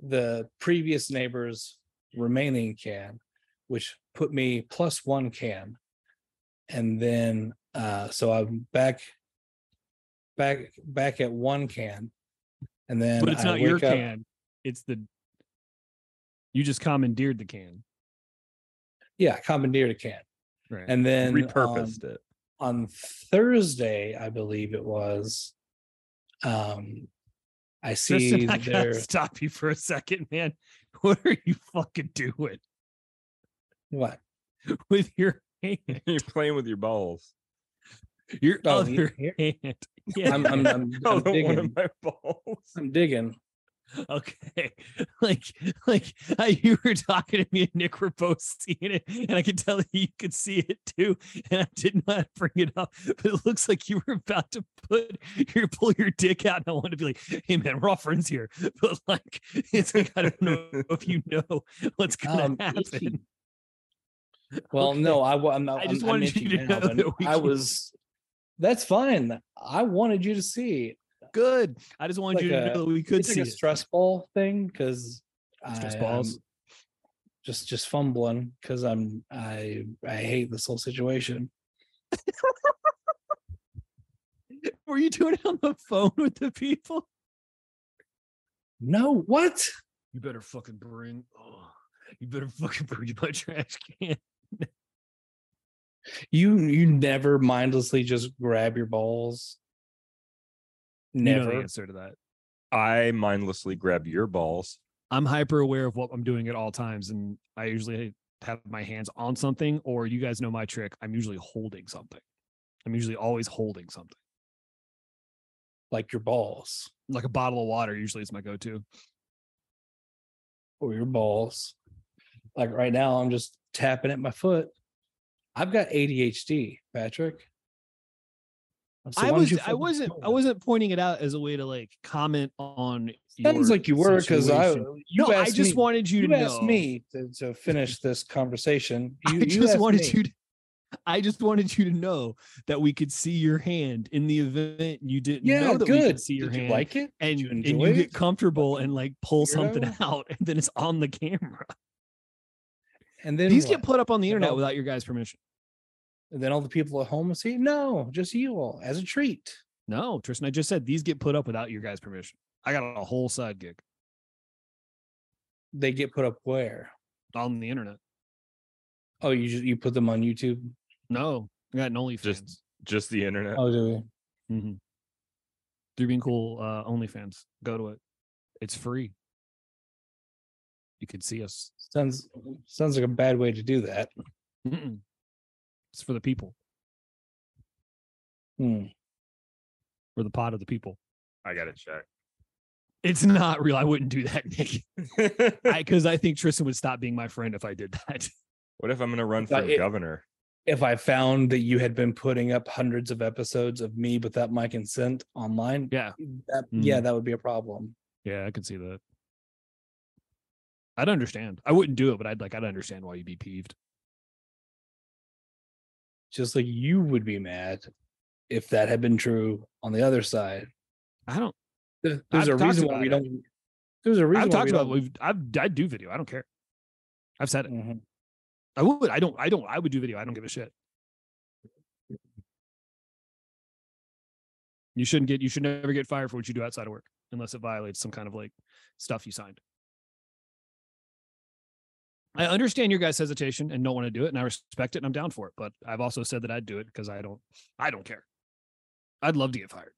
[SPEAKER 5] the previous neighbor's remaining can which put me plus one can. And then uh so I'm back back back at one can. And then
[SPEAKER 2] but it's
[SPEAKER 5] I
[SPEAKER 2] not your
[SPEAKER 5] wake up-
[SPEAKER 2] can. It's the you just commandeered the can.
[SPEAKER 5] Yeah, commandeered a can.
[SPEAKER 2] Right.
[SPEAKER 5] And um, then on-
[SPEAKER 3] Repurposed it.
[SPEAKER 5] on Thursday, I believe it was. Um I see
[SPEAKER 2] Tristan, I
[SPEAKER 5] their
[SPEAKER 2] gotta stop you for a second, man. What are you fucking doing
[SPEAKER 5] what?
[SPEAKER 2] with your hand?
[SPEAKER 3] You're playing with your balls.
[SPEAKER 2] Your
[SPEAKER 5] Oh, he-
[SPEAKER 2] other
[SPEAKER 5] here.
[SPEAKER 2] hand. Yeah.
[SPEAKER 5] I'm I'm, I'm,
[SPEAKER 3] Oh,
[SPEAKER 5] I'm
[SPEAKER 3] the one
[SPEAKER 5] digging.
[SPEAKER 3] of my balls.
[SPEAKER 5] I'm digging.
[SPEAKER 2] okay. Like, like how you were talking to me and Nick were both seeing it, and I could tell that you could see it too. And I did not bring it up, but it looks like you were about to put your pull your dick out. And I wanted to be like, hey man, we're all friends here. But like it's like I don't know if you know what's gonna
[SPEAKER 5] Um,
[SPEAKER 2] happen.
[SPEAKER 5] itchy. Well, no, I, wa- I'm not.
[SPEAKER 2] I just
[SPEAKER 5] I'm- I'm
[SPEAKER 2] wanted you
[SPEAKER 5] itchy
[SPEAKER 2] to
[SPEAKER 5] now,
[SPEAKER 2] know
[SPEAKER 5] but
[SPEAKER 2] that we
[SPEAKER 5] I
[SPEAKER 2] can-
[SPEAKER 5] was. That's fine. I wanted you to see.
[SPEAKER 2] Good. I just wanted
[SPEAKER 5] like
[SPEAKER 2] you to
[SPEAKER 5] a-
[SPEAKER 2] know that we could
[SPEAKER 5] It's like
[SPEAKER 2] see
[SPEAKER 5] a
[SPEAKER 2] it.
[SPEAKER 5] stress ball thing because
[SPEAKER 2] Stress balls.
[SPEAKER 5] Just just fumbling because I'm I I hate this whole situation.
[SPEAKER 2] Were you doing it on the phone with the people?
[SPEAKER 5] No, what?
[SPEAKER 2] You better fucking bring. Oh, you better fucking bring my trash can.
[SPEAKER 5] You you never mindlessly just grab your balls.
[SPEAKER 2] You know
[SPEAKER 5] Never.
[SPEAKER 2] the answer to that.
[SPEAKER 3] I mindlessly grab your balls.
[SPEAKER 2] I'm hyper aware of what I'm doing at all times, and I usually have my hands on something. Or you guys know my trick. I'm usually holding something. I'm usually always holding something,
[SPEAKER 5] like your balls
[SPEAKER 2] like a bottle of water. Usually is my go-to.
[SPEAKER 5] or Oh, your balls. Like right now, I'm just tapping at my foot. I've got ADHD, Patrick. So
[SPEAKER 2] I
[SPEAKER 5] why don't
[SPEAKER 2] was.
[SPEAKER 5] you
[SPEAKER 2] I
[SPEAKER 5] fucking
[SPEAKER 2] wasn't.
[SPEAKER 5] tell
[SPEAKER 2] I
[SPEAKER 5] me?
[SPEAKER 2] wasn't pointing it out as a way to like comment on.
[SPEAKER 5] Sounds
[SPEAKER 2] your
[SPEAKER 5] like you were because I.
[SPEAKER 2] situation.
[SPEAKER 5] You
[SPEAKER 2] no, I
[SPEAKER 5] asked
[SPEAKER 2] just
[SPEAKER 5] me-
[SPEAKER 2] wanted you,
[SPEAKER 5] you,
[SPEAKER 2] to
[SPEAKER 5] asked
[SPEAKER 2] know.
[SPEAKER 5] me to, to finish this conversation. You,
[SPEAKER 2] I
[SPEAKER 5] you
[SPEAKER 2] just
[SPEAKER 5] asked
[SPEAKER 2] wanted
[SPEAKER 5] me.
[SPEAKER 2] you to, I just wanted you to know that we could see your hand in the event you didn't
[SPEAKER 5] Yeah,
[SPEAKER 2] know that we
[SPEAKER 5] good.
[SPEAKER 2] could see your
[SPEAKER 5] Did you
[SPEAKER 2] hand.
[SPEAKER 5] like it? Did
[SPEAKER 2] and
[SPEAKER 5] you
[SPEAKER 2] and
[SPEAKER 5] enjoy
[SPEAKER 2] you get
[SPEAKER 5] it?
[SPEAKER 2] comfortable and like pull something
[SPEAKER 5] weirdo.
[SPEAKER 2] out and then it's on the camera.
[SPEAKER 5] And then
[SPEAKER 2] These
[SPEAKER 5] what?
[SPEAKER 2] get put up on the
[SPEAKER 5] Then
[SPEAKER 2] internet
[SPEAKER 5] I'll-
[SPEAKER 2] without your guys' permission.
[SPEAKER 5] And then all the people at home will see. No, just you all as a treat.
[SPEAKER 2] No, Tristan, I just said these get put up without your guys' permission. I got a whole side gig
[SPEAKER 5] They get put up where?
[SPEAKER 2] on the internet.
[SPEAKER 5] Oh, you just, you put them on YouTube.
[SPEAKER 2] No, I got an OnlyFans.
[SPEAKER 3] Just- Just the internet.
[SPEAKER 5] Oh, do we?
[SPEAKER 2] mm-hmm. Through being cool, uh, OnlyFans. Go to it. It's free. You can see us.
[SPEAKER 5] sounds sounds like a bad way to do that.
[SPEAKER 2] Mm-mm. It's for the people,
[SPEAKER 5] Hmm.
[SPEAKER 2] for the pot of the people.
[SPEAKER 3] I gotta check.
[SPEAKER 2] It's not real. I wouldn't do that, Nick. Because I, think Tristan would stop being my friend if I did that.
[SPEAKER 3] what if I'm gonna run for
[SPEAKER 5] Uh, it-
[SPEAKER 3] governor?
[SPEAKER 5] If I found that you had been putting up hundreds of episodes of me without my consent online,
[SPEAKER 2] Yeah. Hmm.
[SPEAKER 5] that, yeah, that would be a problem.
[SPEAKER 2] Yeah, I could see that. I'd understand. I wouldn't do it, but I'd like, I'd understand why you'd be peeved.
[SPEAKER 5] Just like you would be mad if that had been true on the other side.
[SPEAKER 2] I don't,
[SPEAKER 5] There- There's
[SPEAKER 2] I've
[SPEAKER 5] a
[SPEAKER 2] talked
[SPEAKER 5] reason why
[SPEAKER 2] about
[SPEAKER 5] we
[SPEAKER 2] it.
[SPEAKER 5] don't. There's a reason
[SPEAKER 2] I've
[SPEAKER 5] why
[SPEAKER 2] talked
[SPEAKER 5] we
[SPEAKER 2] about,
[SPEAKER 5] don't-
[SPEAKER 2] we've, I've, I do video. I don't care. I've said it.
[SPEAKER 5] Mhm.
[SPEAKER 2] I would, I don't, I don't, I would do video. I don't give a shit. You shouldn't get, you should never get fired for what you do outside of work unless it violates some kind of like stuff you signed. I understand your guys' hesitation and don't want to do it, and I respect it, and I'm down for it. But I've also said that I'd do it because I don't, I don't care. I'd love to get fired.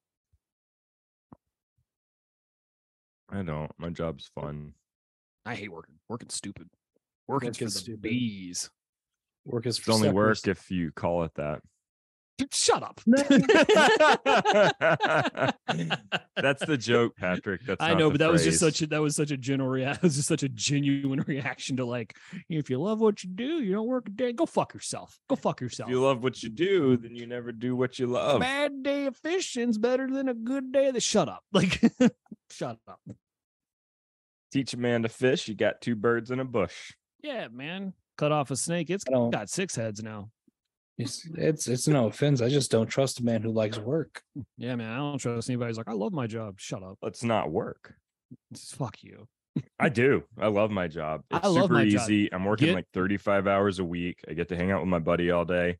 [SPEAKER 3] I don't. My job's fun.
[SPEAKER 2] I hate working. Working's stupid. Working's
[SPEAKER 5] Work
[SPEAKER 2] for the
[SPEAKER 5] is stupid.
[SPEAKER 2] bees.
[SPEAKER 5] Work is
[SPEAKER 3] It's
[SPEAKER 5] for
[SPEAKER 3] only
[SPEAKER 5] suckers.
[SPEAKER 3] work if you call it that.
[SPEAKER 2] Shut up.
[SPEAKER 3] That's the joke, Patrick. That's
[SPEAKER 2] I
[SPEAKER 3] not
[SPEAKER 2] know,
[SPEAKER 3] the
[SPEAKER 2] but that was just
[SPEAKER 3] phrase.
[SPEAKER 2] such a that was such a general reaction. was just such a genuine reaction to like, if you love what you do, you don't work a day. Go fuck yourself. Go fuck yourself.
[SPEAKER 3] If you love what you do, then you never do what you
[SPEAKER 2] a
[SPEAKER 3] love.
[SPEAKER 2] bad day of fishing's better than a good day of the shut up. Like, shut up.
[SPEAKER 3] Teach a man to fish, you got two birds in a bush.
[SPEAKER 2] Yeah, man. Cut off a snake. It's
[SPEAKER 5] I don't.
[SPEAKER 2] got six heads now.
[SPEAKER 5] It's, it's it's no offense. I just don't trust a man who likes work.
[SPEAKER 2] Yeah, man. I don't trust anybody. who's like, I love my job. Shut up.
[SPEAKER 3] Let's not work.
[SPEAKER 2] Just fuck you.
[SPEAKER 3] I do. I love my job.
[SPEAKER 2] I
[SPEAKER 3] It's
[SPEAKER 2] love
[SPEAKER 3] super
[SPEAKER 2] my job.
[SPEAKER 3] easy. I'm working
[SPEAKER 2] Get-
[SPEAKER 3] like 35 hours a week. I get to hang out with my buddy all day.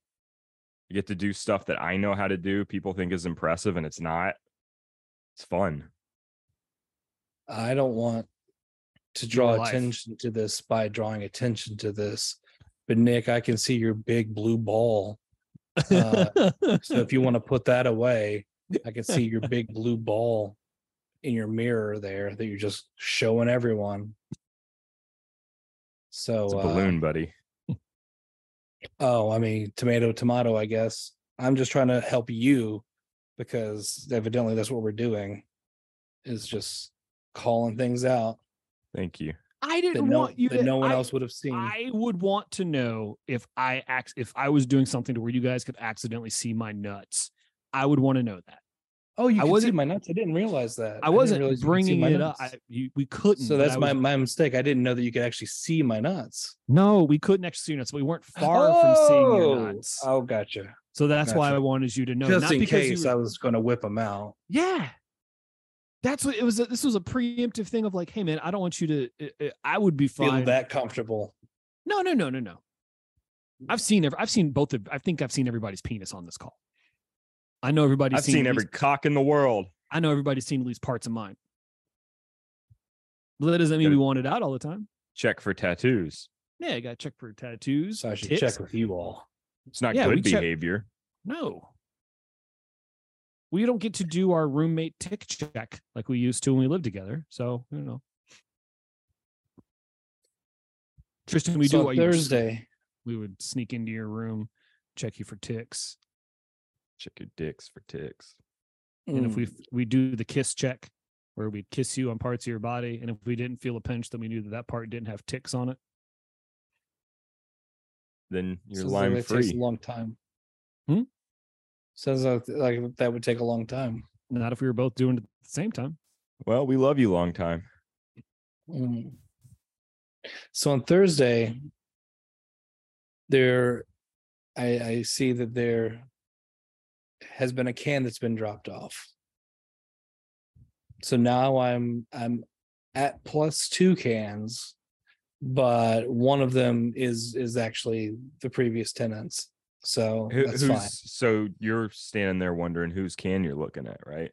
[SPEAKER 3] I get to do stuff that I know how to do. People think is impressive, and it's not. It's fun.
[SPEAKER 5] I don't want to
[SPEAKER 2] Your
[SPEAKER 5] draw
[SPEAKER 2] life.
[SPEAKER 5] attention to this by drawing attention to this. But Nick, I can see your big blue ball. Uh, So if you want to put that away, I can see your big blue ball in your mirror there that you're just showing everyone. So
[SPEAKER 3] It's a
[SPEAKER 5] uh,
[SPEAKER 3] balloon, buddy.
[SPEAKER 5] Oh, I mean, tomato, tomato, I guess. I'm just trying to help you because evidently that's what we're doing is just calling things out
[SPEAKER 3] Thank you.
[SPEAKER 2] I
[SPEAKER 5] that
[SPEAKER 2] didn't
[SPEAKER 5] no,
[SPEAKER 2] want you
[SPEAKER 5] that
[SPEAKER 2] to.
[SPEAKER 5] no one
[SPEAKER 2] I-
[SPEAKER 5] else would have seen.
[SPEAKER 2] I would want to know if I ac- if I was doing something to where you guys could accidentally see my nuts. I would want to know that.
[SPEAKER 5] oh, you
[SPEAKER 2] I
[SPEAKER 5] I could see
[SPEAKER 2] wasn't-
[SPEAKER 5] my nuts. I didn't realize that.
[SPEAKER 2] I
[SPEAKER 5] didn't
[SPEAKER 2] wasn't
[SPEAKER 5] realize you could see
[SPEAKER 2] bringing
[SPEAKER 5] my
[SPEAKER 2] it up.
[SPEAKER 5] nuts.
[SPEAKER 2] I, you, we couldn't.
[SPEAKER 5] so
[SPEAKER 2] but
[SPEAKER 5] that's
[SPEAKER 2] I
[SPEAKER 5] my,
[SPEAKER 2] was-
[SPEAKER 5] my mistake. I didn't know that you could actually see my nuts.
[SPEAKER 2] no. We couldn't actually see your nuts. We weren't far from seeing your
[SPEAKER 5] Oh,
[SPEAKER 2] nuts.
[SPEAKER 5] Oh, gotcha.
[SPEAKER 2] So that's why I
[SPEAKER 5] gotcha.
[SPEAKER 2] wanted you to know.
[SPEAKER 5] Just
[SPEAKER 2] not
[SPEAKER 5] in
[SPEAKER 2] because you
[SPEAKER 5] case
[SPEAKER 2] were-
[SPEAKER 5] I was going to whip them out.
[SPEAKER 2] Yeah. That's what it was. A, this was a preemptive thing of like, hey man, I don't want you to. uh, uh, I would be
[SPEAKER 5] Feel
[SPEAKER 2] fine.
[SPEAKER 5] that comfortable.
[SPEAKER 2] No, no, no, no, no. I've seen. Every, I've seen both of. I think I've seen everybody's penis on this call. I know everybody's
[SPEAKER 3] I've seen
[SPEAKER 2] at least
[SPEAKER 3] every cock in the world.
[SPEAKER 2] I know everybody's seen at least parts of mine. But that doesn't mean
[SPEAKER 3] Gotta-
[SPEAKER 2] we want it out all the time.
[SPEAKER 3] Check for tattoos.
[SPEAKER 2] Yeah, you got to check for tattoos.
[SPEAKER 5] So I should
[SPEAKER 2] tits.
[SPEAKER 5] check with you all.
[SPEAKER 3] It's not
[SPEAKER 2] Yeah, we
[SPEAKER 3] good
[SPEAKER 2] check-
[SPEAKER 3] behavior.
[SPEAKER 2] No. We don't get to do our roommate tick check like we used to when we lived together. So, you know. Tristan, we
[SPEAKER 5] So
[SPEAKER 2] do. while you were asleep.
[SPEAKER 5] Thursday.
[SPEAKER 2] We would sneak into your room, check you for ticks.
[SPEAKER 3] Check your dicks for ticks.
[SPEAKER 2] And if
[SPEAKER 5] Mm.
[SPEAKER 2] we we do the kiss check, where we'd kiss you on parts of your body, and if we didn't feel a pinch, then we knew that that part didn't have ticks on it.
[SPEAKER 3] Then you're
[SPEAKER 5] Sounds like
[SPEAKER 3] lime
[SPEAKER 5] that Takes a
[SPEAKER 3] free.
[SPEAKER 5] long time.
[SPEAKER 2] Hmm?
[SPEAKER 5] Sounds like, like that would take a long time.
[SPEAKER 2] Not if we were both doing it at the same time.
[SPEAKER 3] Well, we love you long time.
[SPEAKER 5] Mm. So on Thursday, there, I, I see that there has been a can that's been dropped off. So now I'm I'm at plus two cans, but one of them is is actually the previous tenants. So
[SPEAKER 3] Who,
[SPEAKER 5] that's
[SPEAKER 3] who's
[SPEAKER 5] fine.
[SPEAKER 3] so you're standing there wondering whose can you're looking at, right?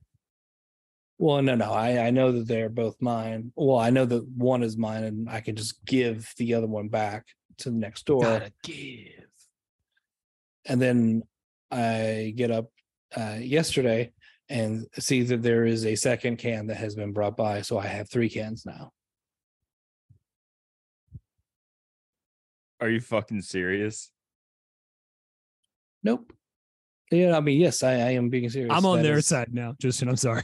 [SPEAKER 5] Well, no, no. I I know that they're both mine. Well, I know that one is mine, and I can just give the other one back to the next door.
[SPEAKER 2] give.
[SPEAKER 5] And then I get up uh, yesterday and see that there is a second can that has been brought by, so I have three cans now.
[SPEAKER 3] Are you fucking serious?
[SPEAKER 5] Nope. Yeah, I mean, yes, I, I am being serious.
[SPEAKER 2] I'm on
[SPEAKER 5] That
[SPEAKER 2] their
[SPEAKER 5] is-
[SPEAKER 2] side now, Justin. I'm sorry.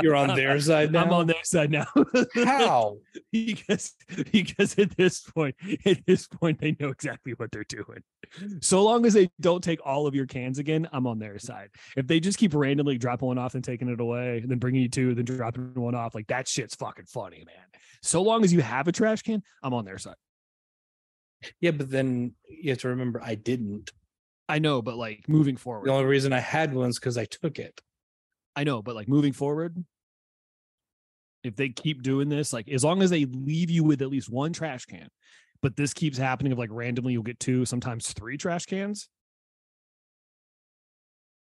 [SPEAKER 5] You're on their side now.
[SPEAKER 2] I'm on their side now.
[SPEAKER 5] How?
[SPEAKER 2] because because at this point, at this point, they know exactly what they're doing. So long as they don't take all of your cans again, I'm on their side. If they just keep randomly dropping one off and taking it away, and then bringing you two, then dropping one off, like that shit's fucking funny, man. So long as you have a trash can, I'm on their side.
[SPEAKER 5] Yeah, but then you have to remember I didn't.
[SPEAKER 2] I know, but like moving
[SPEAKER 5] The
[SPEAKER 2] forward,
[SPEAKER 5] only reason I had one is because I took it.
[SPEAKER 2] I know, but like moving forward, if they keep doing this, like as long as they leave you with at least one trash can, but this keeps happening of like randomly you'll get two, sometimes three trash cans.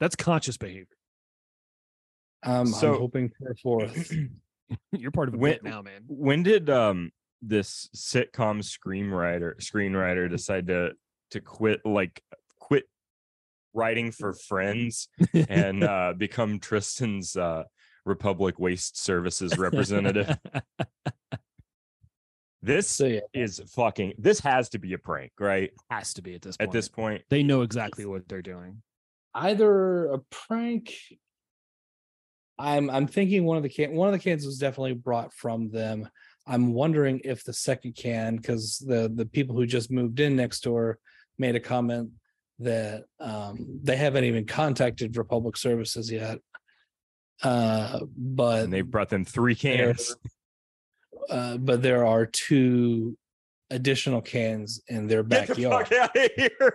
[SPEAKER 2] That's conscious behavior.
[SPEAKER 5] Um,
[SPEAKER 3] So-
[SPEAKER 5] I'm hoping for a fourth.
[SPEAKER 2] You're part of a
[SPEAKER 3] When-
[SPEAKER 2] bit now, man.
[SPEAKER 3] when did um this sitcom screenwriter screenwriter decide to to quit like quit writing for friends and uh become tristan's uh republic waste services representative this
[SPEAKER 5] So yeah,
[SPEAKER 3] is fucking this has to be a prank right
[SPEAKER 2] Has to be at this point.
[SPEAKER 3] at this point
[SPEAKER 2] they know exactly what they're doing.
[SPEAKER 5] either a prank. I'm I'm thinking one of the can one of the cans was definitely brought from them. I'm wondering if the second can because the the people who just moved in next door made a comment that um, they haven't even contacted Republic Services yet. Uh, but
[SPEAKER 3] and they've brought them three
[SPEAKER 5] there-
[SPEAKER 3] cans
[SPEAKER 5] uh, but there are two additional cans in their
[SPEAKER 3] get
[SPEAKER 5] backyard
[SPEAKER 3] the fuck out of here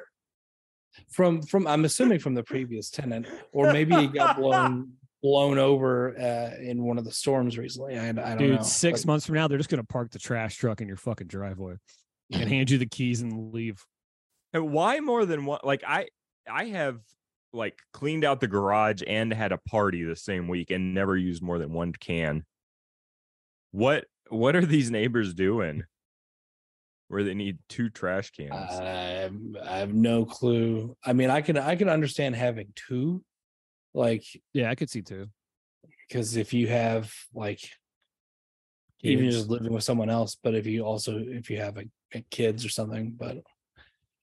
[SPEAKER 5] from from I'm assuming from the previous tenant, or maybe it got blown blown over uh, in one of the storms recently. I, I don't
[SPEAKER 2] Dude,
[SPEAKER 5] know.
[SPEAKER 2] six
[SPEAKER 5] But
[SPEAKER 2] months from now, they're just gonna park the trash truck in your fucking driveway and hand you the keys and leave.
[SPEAKER 3] And why more than one? Like I, I have like cleaned out the garage and had a party the same week and never used more than one can. What What are these neighbors doing? Where they need two trash cans?
[SPEAKER 2] Uh,
[SPEAKER 5] I, I have no clue. I mean, I can I can understand having two, like
[SPEAKER 2] Yeah, I could see too.
[SPEAKER 5] because if you have like even
[SPEAKER 3] Kids.
[SPEAKER 5] just living with someone else, but if you also if you have like, like, kids or something, but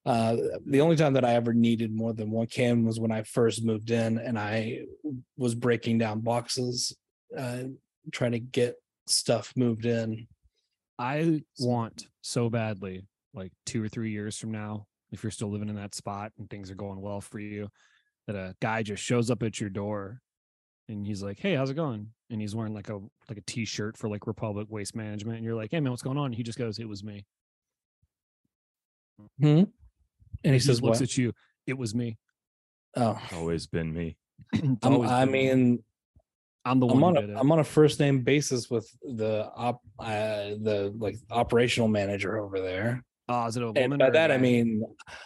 [SPEAKER 5] uh the only time that I ever needed more than one can was when I first moved in and I was breaking down boxes, uh trying to get stuff moved in.
[SPEAKER 2] I want so badly, like two or three years from now, if you're still living in that spot and things are going well for you, that a guy just shows up at your door and he's like, Hey, how's it going? And he's wearing like a like a t-shirt for like Republic Waste Management. And you're like, Hey man, what's going on? And he just goes, It was me.
[SPEAKER 5] And Hmm? he
[SPEAKER 2] He
[SPEAKER 5] says,
[SPEAKER 2] looks
[SPEAKER 5] "What?"
[SPEAKER 2] at you, it was me.
[SPEAKER 5] Oh,
[SPEAKER 3] It's always been me.
[SPEAKER 2] It's
[SPEAKER 5] I'm-
[SPEAKER 2] always
[SPEAKER 5] I
[SPEAKER 2] been me.
[SPEAKER 5] mean,
[SPEAKER 2] I'm the
[SPEAKER 5] I'm
[SPEAKER 2] one
[SPEAKER 5] on
[SPEAKER 2] who did
[SPEAKER 5] a
[SPEAKER 2] it.
[SPEAKER 5] I'm on a first name basis with the op uh, the like operational manager over there.
[SPEAKER 2] oh, is it a
[SPEAKER 5] And
[SPEAKER 2] woman? or
[SPEAKER 5] by
[SPEAKER 2] a
[SPEAKER 5] that I
[SPEAKER 2] guy?
[SPEAKER 5] mean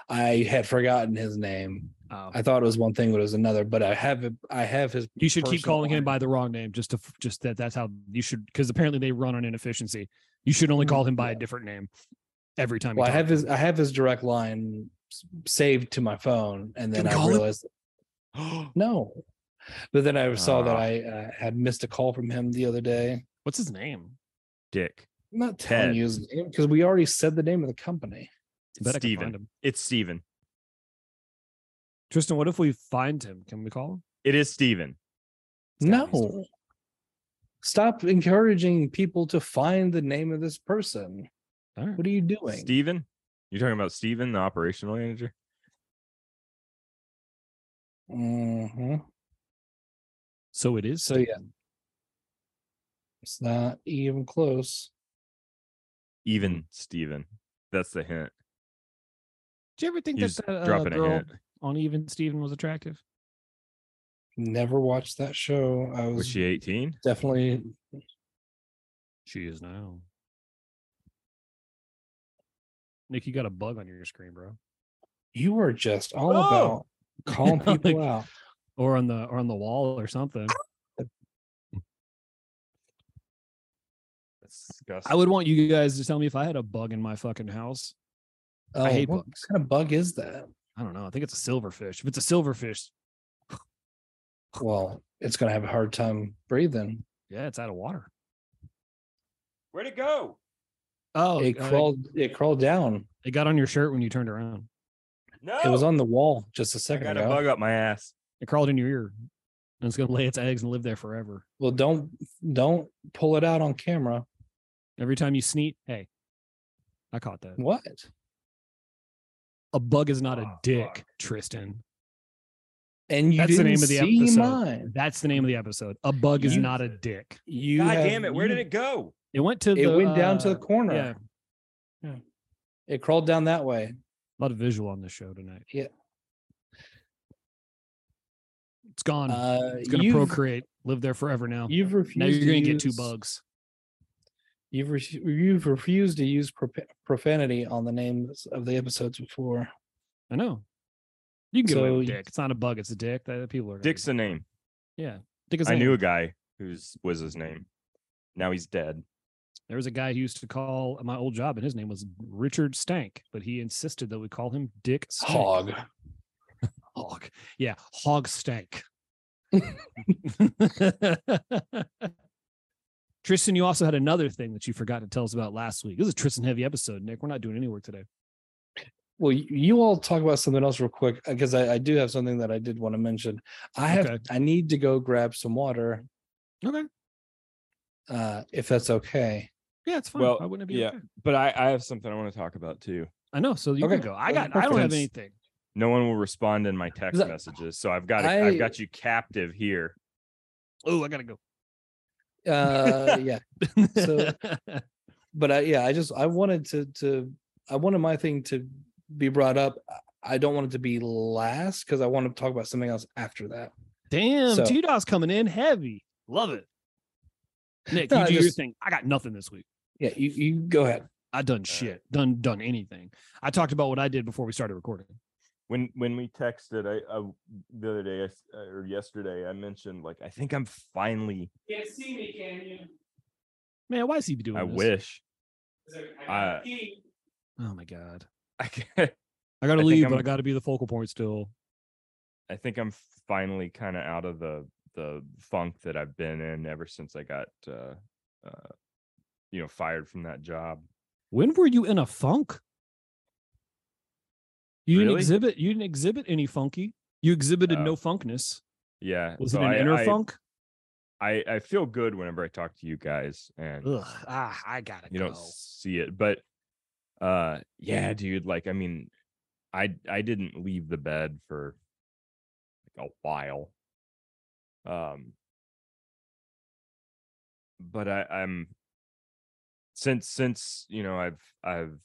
[SPEAKER 5] I had forgotten his name.
[SPEAKER 2] Oh.
[SPEAKER 5] I thought it was one thing, but it was another. But I have it- I have his.
[SPEAKER 2] you should keep
[SPEAKER 5] personal
[SPEAKER 2] calling him
[SPEAKER 5] line.
[SPEAKER 2] by the wrong name just to f- just that that's how you should because apparently they run on inefficiency. You should only call him by a
[SPEAKER 5] Yeah.
[SPEAKER 2] different name every time. you
[SPEAKER 5] Well, I
[SPEAKER 2] talk
[SPEAKER 5] have
[SPEAKER 2] to him.
[SPEAKER 5] his I have his direct line s- saved to my phone, and then
[SPEAKER 2] we
[SPEAKER 5] I
[SPEAKER 2] call him?
[SPEAKER 5] realized no. But then I saw that
[SPEAKER 3] Ah.
[SPEAKER 5] I uh, had missed a call from him the other day.
[SPEAKER 2] What's his name?
[SPEAKER 3] Dick.
[SPEAKER 5] I'm not telling
[SPEAKER 3] Ted.
[SPEAKER 5] you his name because we already said the name of the company.
[SPEAKER 2] I bet I can find
[SPEAKER 3] Steven.
[SPEAKER 2] him.
[SPEAKER 3] It's Steven.
[SPEAKER 2] Tristan, what if we find him? Can we call him?
[SPEAKER 3] It is Steven.
[SPEAKER 2] It's gotta be
[SPEAKER 5] No. Stop encouraging people to find the name of this person.
[SPEAKER 2] All right.
[SPEAKER 5] What are you doing?
[SPEAKER 3] Steven? You're talking about Steven, the operational manager?
[SPEAKER 5] Mhm.
[SPEAKER 2] So it is.
[SPEAKER 5] So yeah, it's not even close.
[SPEAKER 3] Even Steven. That's the hint.
[SPEAKER 2] Do you ever think
[SPEAKER 3] He's
[SPEAKER 2] that that uh,
[SPEAKER 3] dropping a
[SPEAKER 2] girl
[SPEAKER 3] hint.
[SPEAKER 2] on Even Steven was attractive?
[SPEAKER 5] Never watched that show. I was
[SPEAKER 3] Was she 18?
[SPEAKER 5] definitely
[SPEAKER 2] She is now. Nick, you got a bug on your screen, bro.
[SPEAKER 5] you are just all
[SPEAKER 3] Oh!
[SPEAKER 5] about calling
[SPEAKER 2] Like-
[SPEAKER 5] people out.
[SPEAKER 2] Or on the or on the wall or something.
[SPEAKER 3] That's disgusting.
[SPEAKER 2] I would want you guys to tell me if I had a bug in my fucking house.
[SPEAKER 5] Oh,
[SPEAKER 2] hate
[SPEAKER 5] what kind of bug is that?
[SPEAKER 2] I don't know. I think it's a silverfish. If it's a silverfish,
[SPEAKER 5] Well, it's gonna have a hard time breathing.
[SPEAKER 2] yeah, it's out of water.
[SPEAKER 3] Where'd it go?
[SPEAKER 2] Oh,
[SPEAKER 5] uh, it crawled. It crawled down.
[SPEAKER 2] it got on your shirt when you turned around.
[SPEAKER 3] No.
[SPEAKER 5] It was on the wall just
[SPEAKER 3] Oh!
[SPEAKER 5] a
[SPEAKER 3] I
[SPEAKER 5] second
[SPEAKER 3] got
[SPEAKER 5] ago.
[SPEAKER 3] a bug up my ass.
[SPEAKER 2] It crawled in your ear, and it's gonna lay its eggs and live there forever.
[SPEAKER 5] Well, don't don't pull it out on camera.
[SPEAKER 2] Every time you sneeze, hey, I caught that. Ah,
[SPEAKER 5] What?
[SPEAKER 2] A bug is not a
[SPEAKER 3] Oh,
[SPEAKER 2] dick,
[SPEAKER 3] fuck.
[SPEAKER 2] Tristan.
[SPEAKER 5] And you
[SPEAKER 2] That's the
[SPEAKER 5] didn't
[SPEAKER 2] name of the
[SPEAKER 5] see
[SPEAKER 2] episode.
[SPEAKER 5] mine.
[SPEAKER 2] That's the name of the episode. A bug is
[SPEAKER 5] You-
[SPEAKER 2] not a dick.
[SPEAKER 5] You
[SPEAKER 3] God
[SPEAKER 5] have-
[SPEAKER 3] damn it! Where
[SPEAKER 5] you-
[SPEAKER 3] did it go?
[SPEAKER 2] It went to
[SPEAKER 5] It
[SPEAKER 2] the,
[SPEAKER 5] went down to the
[SPEAKER 2] uh,
[SPEAKER 5] corner.
[SPEAKER 2] Yeah, a
[SPEAKER 5] It crawled down that way.
[SPEAKER 2] lot of visual on this show tonight.
[SPEAKER 5] Yeah.
[SPEAKER 2] it's gone.
[SPEAKER 5] Uh,
[SPEAKER 2] it's gonna
[SPEAKER 5] you've-
[SPEAKER 2] procreate, live there forever now.
[SPEAKER 5] You've refused.
[SPEAKER 2] Now you're
[SPEAKER 5] to
[SPEAKER 2] gonna get two
[SPEAKER 5] use-
[SPEAKER 2] bugs.
[SPEAKER 5] You've re- you've refused to use propa- profanity on the names of the episodes before.
[SPEAKER 2] I know. You can get away with
[SPEAKER 5] So-
[SPEAKER 2] dick. It's not a bug. It's a dick. That people are gonna-
[SPEAKER 3] Dick's the name.
[SPEAKER 2] Yeah, dick is.
[SPEAKER 3] I
[SPEAKER 2] the
[SPEAKER 3] knew
[SPEAKER 2] name.
[SPEAKER 3] a guy whose was his name. Now he's dead.
[SPEAKER 2] There was a guy who used to call at my old job, and his name was Richard Stank, but he insisted that we call him Dick Stank.
[SPEAKER 5] Hog.
[SPEAKER 2] Hog. Yeah, Hog Stank. Tristan, you also had another thing that you forgot to tell us about last week. This is a Tristan heavy episode, Nick. We're not doing any work today.
[SPEAKER 4] Well, y- you all talk about something else real quick because I, I do have something that I did want to mention. I have
[SPEAKER 2] Okay.
[SPEAKER 4] I need to go grab some water,
[SPEAKER 2] Okay.
[SPEAKER 4] uh, if that's okay.
[SPEAKER 2] Yeah, it's fine.
[SPEAKER 3] Well,
[SPEAKER 2] Why wouldn't it be
[SPEAKER 3] yeah.
[SPEAKER 2] okay?
[SPEAKER 3] But I, I have something I want to talk about too.
[SPEAKER 2] I know. So you
[SPEAKER 4] Okay.
[SPEAKER 2] can go. I
[SPEAKER 4] Okay,
[SPEAKER 2] got. I don't
[SPEAKER 4] perfect.
[SPEAKER 2] have anything.
[SPEAKER 3] No one will respond in my text
[SPEAKER 4] Th-
[SPEAKER 3] messages, so I've got I,
[SPEAKER 4] I-
[SPEAKER 3] I've got you captive here.
[SPEAKER 2] Oh, I gotta go.
[SPEAKER 4] Uh, yeah, So-
[SPEAKER 2] okay.
[SPEAKER 4] but I, yeah, I just I wanted to to I wanted my thing to be brought up. I- I don't want it to be last because I want to talk about something else after that.
[SPEAKER 2] Damn,
[SPEAKER 4] So-
[SPEAKER 2] T Dot's coming in heavy. Love it. Nick,
[SPEAKER 4] No,
[SPEAKER 2] you
[SPEAKER 4] I
[SPEAKER 2] do your
[SPEAKER 4] just-
[SPEAKER 2] thing. I got nothing this week.
[SPEAKER 4] Yeah, you, you go ahead.
[SPEAKER 2] I done shit. Done done anything. I talked about what I did before we started recording.
[SPEAKER 3] When when we texted, I, I the other day I s or yesterday, I mentioned like I think I'm finally.
[SPEAKER 1] Can't see me, can you?
[SPEAKER 2] Man, why is he doing
[SPEAKER 3] I
[SPEAKER 2] this?
[SPEAKER 3] wish Uh,
[SPEAKER 2] Oh my god.
[SPEAKER 3] I can
[SPEAKER 2] I gotta
[SPEAKER 3] I think
[SPEAKER 2] leave, but
[SPEAKER 3] I'm-
[SPEAKER 2] I gotta be the focal point still.
[SPEAKER 3] I think I'm finally kind of out of the the funk that I've been in ever since I got uh, uh, you know fired from that job.
[SPEAKER 2] When were you in a funk? You didn't
[SPEAKER 3] Really?
[SPEAKER 2] exhibit you didn't exhibit any funky. You exhibited
[SPEAKER 3] Oh.
[SPEAKER 2] no funkness.
[SPEAKER 3] Yeah,
[SPEAKER 2] Was
[SPEAKER 3] so
[SPEAKER 2] it an
[SPEAKER 3] I,
[SPEAKER 2] inner
[SPEAKER 3] I,
[SPEAKER 2] funk?
[SPEAKER 3] I I feel good whenever I talk to you guys, and
[SPEAKER 2] Ugh, ah, I gotta
[SPEAKER 3] you
[SPEAKER 2] go. Mm.
[SPEAKER 3] don't see it, but uh, yeah, dude. Like, I mean, I I didn't leave the bed for like a while, um, but I I'm since since you know I've I've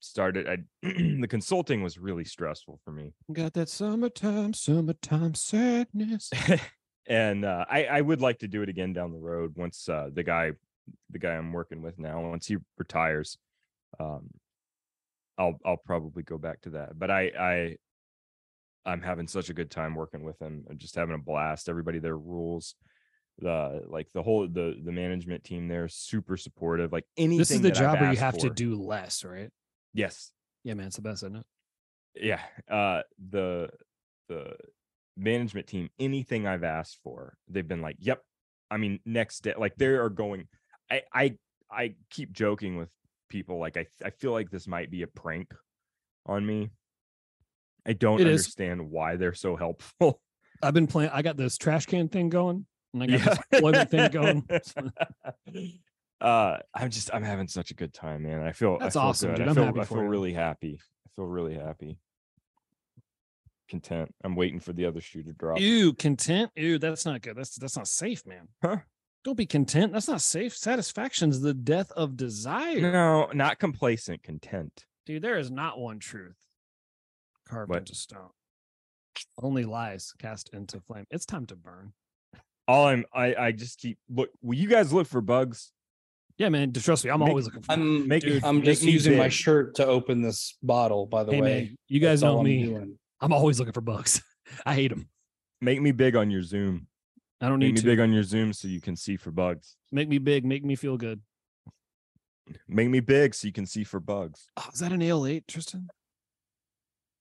[SPEAKER 3] started I the consulting was really stressful for me.
[SPEAKER 2] Got that summertime, summertime sadness.
[SPEAKER 3] and uh, I, I would like to do it again down the road once uh, the guy the guy I'm working with now once he retires um I'll I'll probably go back to that but I I I'm having such a good time working with him I'm just having a blast everybody there rules the like the whole the the management team there is super supportive like anything
[SPEAKER 2] This is the
[SPEAKER 3] that I've
[SPEAKER 2] job where you
[SPEAKER 3] asked
[SPEAKER 2] have to
[SPEAKER 3] for-
[SPEAKER 2] do less, right?
[SPEAKER 3] yes
[SPEAKER 2] Yeah, man, it's the best, isn't it?
[SPEAKER 3] yeah uh the the management team anything i've asked for they've been like yep i mean next day like they are going i i i keep joking with people like i i feel like this might be a prank on me i don't
[SPEAKER 2] It is.
[SPEAKER 3] understand why they're so helpful
[SPEAKER 2] I've been playing. I got this trash can thing going, and I got
[SPEAKER 3] Yeah.
[SPEAKER 2] this employment thing going.
[SPEAKER 3] uh i'm just i'm having such a good time man i feel I
[SPEAKER 2] That's
[SPEAKER 3] feel
[SPEAKER 2] awesome,
[SPEAKER 3] good.
[SPEAKER 2] dude.
[SPEAKER 3] i
[SPEAKER 2] I'm
[SPEAKER 3] feel,
[SPEAKER 2] happy
[SPEAKER 3] I
[SPEAKER 2] for
[SPEAKER 3] feel
[SPEAKER 2] you.
[SPEAKER 3] really happy i feel really happy content i'm waiting for the other shoe to drop
[SPEAKER 2] Ew, content. Ew, that's not good. That's that's not safe, man.
[SPEAKER 3] Huh?
[SPEAKER 2] Don't be content. That's not safe. Satisfaction's the death of desire,
[SPEAKER 3] No, not complacent, content.
[SPEAKER 2] dude. There is not one truth carved
[SPEAKER 3] What?
[SPEAKER 2] into stone. Only lies cast into flame. It's time to burn.
[SPEAKER 3] All I'm, I, I just keep look. Will you guys look for bugs?
[SPEAKER 2] Yeah, man. Trust me. I'm
[SPEAKER 3] Make-
[SPEAKER 2] always looking for.
[SPEAKER 4] I'm
[SPEAKER 3] Make,
[SPEAKER 2] Dude,
[SPEAKER 4] I'm
[SPEAKER 3] make
[SPEAKER 4] just
[SPEAKER 3] me
[SPEAKER 4] using my
[SPEAKER 3] big.
[SPEAKER 4] shirt to open this bottle. By the
[SPEAKER 2] Hey,
[SPEAKER 4] way,
[SPEAKER 2] man. You guys
[SPEAKER 4] That's all
[SPEAKER 2] know
[SPEAKER 4] I'm
[SPEAKER 2] me.
[SPEAKER 4] doing.
[SPEAKER 2] I'm always looking for bugs. I hate them.
[SPEAKER 3] Make me big on your Zoom.
[SPEAKER 2] I don't
[SPEAKER 3] Make
[SPEAKER 2] need
[SPEAKER 3] me
[SPEAKER 2] to
[SPEAKER 3] big on your Zoom so you can see for bugs.
[SPEAKER 2] make me big, make me feel good.
[SPEAKER 3] Make me big so you can see for bugs.
[SPEAKER 2] Oh, is that an AL8, Tristan?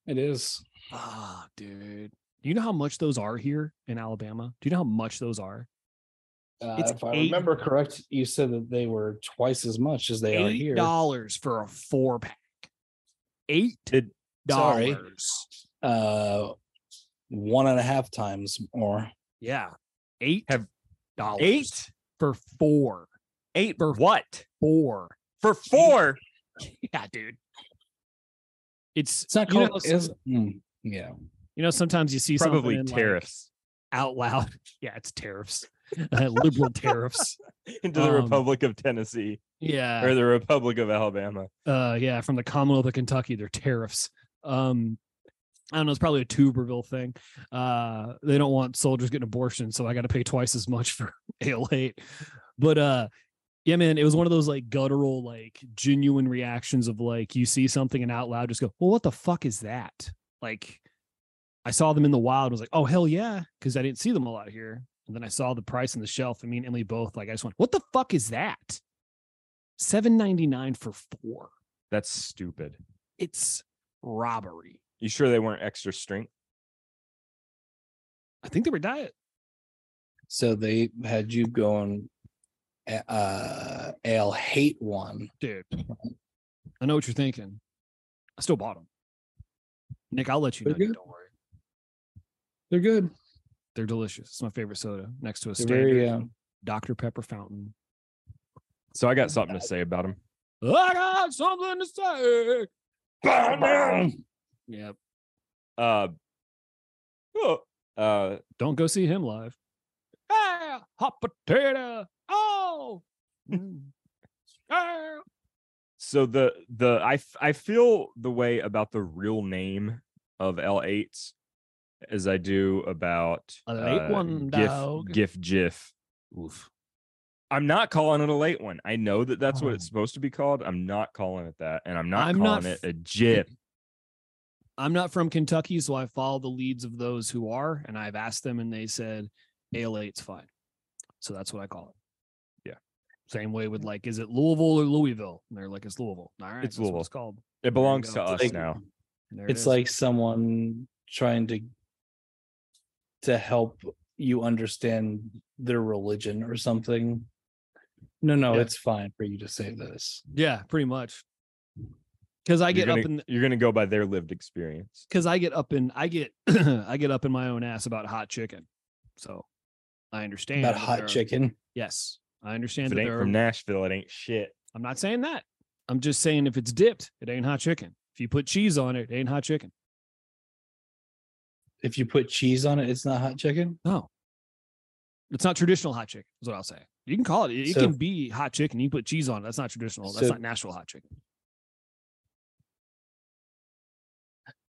[SPEAKER 4] It is.
[SPEAKER 2] Ah, dude. Do you know how much those are here in Alabama? Do you know how much those are?
[SPEAKER 4] Uh,
[SPEAKER 2] It's
[SPEAKER 4] if I
[SPEAKER 2] eight-
[SPEAKER 4] remember correct, you said that they were twice as much as they are
[SPEAKER 2] Eight
[SPEAKER 4] here.
[SPEAKER 2] dollars for a four pack. Eight
[SPEAKER 3] Did-
[SPEAKER 4] Sorry.
[SPEAKER 2] dollars.
[SPEAKER 4] Uh, one and a half times more.
[SPEAKER 2] Yeah. Eight
[SPEAKER 3] Have-
[SPEAKER 2] dollars
[SPEAKER 3] Eight,
[SPEAKER 2] for four.
[SPEAKER 3] eight
[SPEAKER 2] For-
[SPEAKER 3] what?
[SPEAKER 2] Four.
[SPEAKER 3] For four?
[SPEAKER 2] Yeah, dude. It's
[SPEAKER 4] It's not
[SPEAKER 2] you know,
[SPEAKER 4] called.
[SPEAKER 2] s-
[SPEAKER 4] is, mm, yeah.
[SPEAKER 2] you know, sometimes you see something
[SPEAKER 3] Probably
[SPEAKER 2] in, like,
[SPEAKER 3] tariffs
[SPEAKER 2] out loud. Yeah, it's tariffs. Uh, liberal tariffs.
[SPEAKER 3] into the
[SPEAKER 2] um,
[SPEAKER 3] Republic of Tennessee
[SPEAKER 2] Yeah.
[SPEAKER 3] or the Republic of Alabama.
[SPEAKER 2] uh yeah from the commonwealth of kentucky they're tariffs um i don't know it's probably a tuberville thing uh they don't want soldiers getting abortions so i got to pay twice as much for al8 but uh yeah man it was one of those like guttural like genuine reactions of like you see something and out loud just go well what the fuck is that like i saw them in the wild and was like oh hell yeah because i didn't see them a lot here And then I saw the price on the shelf, and me and Emily both like, I just went, "What the fuck is that?" Seven ninety nine for four.
[SPEAKER 3] That's stupid.
[SPEAKER 2] It's robbery.
[SPEAKER 3] You sure they weren't extra strength?
[SPEAKER 2] I think they were diet.
[SPEAKER 5] So they had you going uh ale hate one.
[SPEAKER 2] dude. I know what you're thinking. I still bought them. Nick, I'll let you know.
[SPEAKER 4] They're
[SPEAKER 2] dude,
[SPEAKER 4] good.
[SPEAKER 2] Don't worry.
[SPEAKER 4] They're good.
[SPEAKER 2] They're delicious. It's my favorite soda next to a
[SPEAKER 5] They're
[SPEAKER 2] standard
[SPEAKER 5] very, uh,
[SPEAKER 2] Dr. Pepper fountain.
[SPEAKER 3] So I got something to say about them.
[SPEAKER 2] I got something to say. Yep.
[SPEAKER 3] Uh, oh, uh,
[SPEAKER 2] Don't go see him live. Ah, hot potato. Oh. Mm. Ah.
[SPEAKER 3] so the the I f- I feel the way about the real name of L8s as I do about
[SPEAKER 2] A
[SPEAKER 3] uh,
[SPEAKER 2] late one,
[SPEAKER 3] GIF,
[SPEAKER 2] dog.
[SPEAKER 3] GIF GIF. Oof. I'm not calling it a late one. I know that that's what it's
[SPEAKER 2] Oh.
[SPEAKER 3] supposed to be called. I'm not calling it that, and I'm not
[SPEAKER 2] I'm not
[SPEAKER 3] calling it
[SPEAKER 2] f-
[SPEAKER 3] a jip.
[SPEAKER 2] I'm not from Kentucky, so I follow the leads of those who are, and I've asked them, and they said ale eight's fine. So that's what I call it.
[SPEAKER 3] Yeah.
[SPEAKER 2] Same way with like, is it Louisville or Louisville? And they're like, it's Louisville. All right,
[SPEAKER 3] It's
[SPEAKER 2] that's what
[SPEAKER 3] Louisville.
[SPEAKER 2] it's called.
[SPEAKER 3] It belongs to
[SPEAKER 2] go.
[SPEAKER 3] us
[SPEAKER 2] Like-
[SPEAKER 3] now.
[SPEAKER 2] There it
[SPEAKER 5] It's
[SPEAKER 2] is.
[SPEAKER 5] like someone trying to to help you understand their religion or something. No, no,
[SPEAKER 2] Yeah.
[SPEAKER 5] it's fine for you to say this.
[SPEAKER 2] yeah, pretty much. Because I
[SPEAKER 3] You're
[SPEAKER 2] get
[SPEAKER 3] gonna,
[SPEAKER 2] up in
[SPEAKER 3] you're gonna go by their lived experience.
[SPEAKER 2] because I get up in I get I get up in my own ass about hot chicken, so I understand
[SPEAKER 5] About
[SPEAKER 2] that there
[SPEAKER 5] hot
[SPEAKER 2] are-
[SPEAKER 5] chicken.
[SPEAKER 2] Yes, I understand
[SPEAKER 3] If it
[SPEAKER 2] that
[SPEAKER 3] ain't
[SPEAKER 2] there
[SPEAKER 3] from
[SPEAKER 2] are
[SPEAKER 3] Nashville, it ain't shit.
[SPEAKER 2] I'm not saying that. I'm just saying if it's dipped, it ain't hot chicken. If you put cheese on it, it ain't hot chicken.
[SPEAKER 5] If you put cheese on it, it's not hot chicken.
[SPEAKER 2] No. It's not traditional hot chicken, is what I'll say. You can call it. It it
[SPEAKER 5] So-
[SPEAKER 2] can be hot chicken. You put cheese on it. That's not traditional. That's
[SPEAKER 5] So-
[SPEAKER 2] not Nashville hot chicken.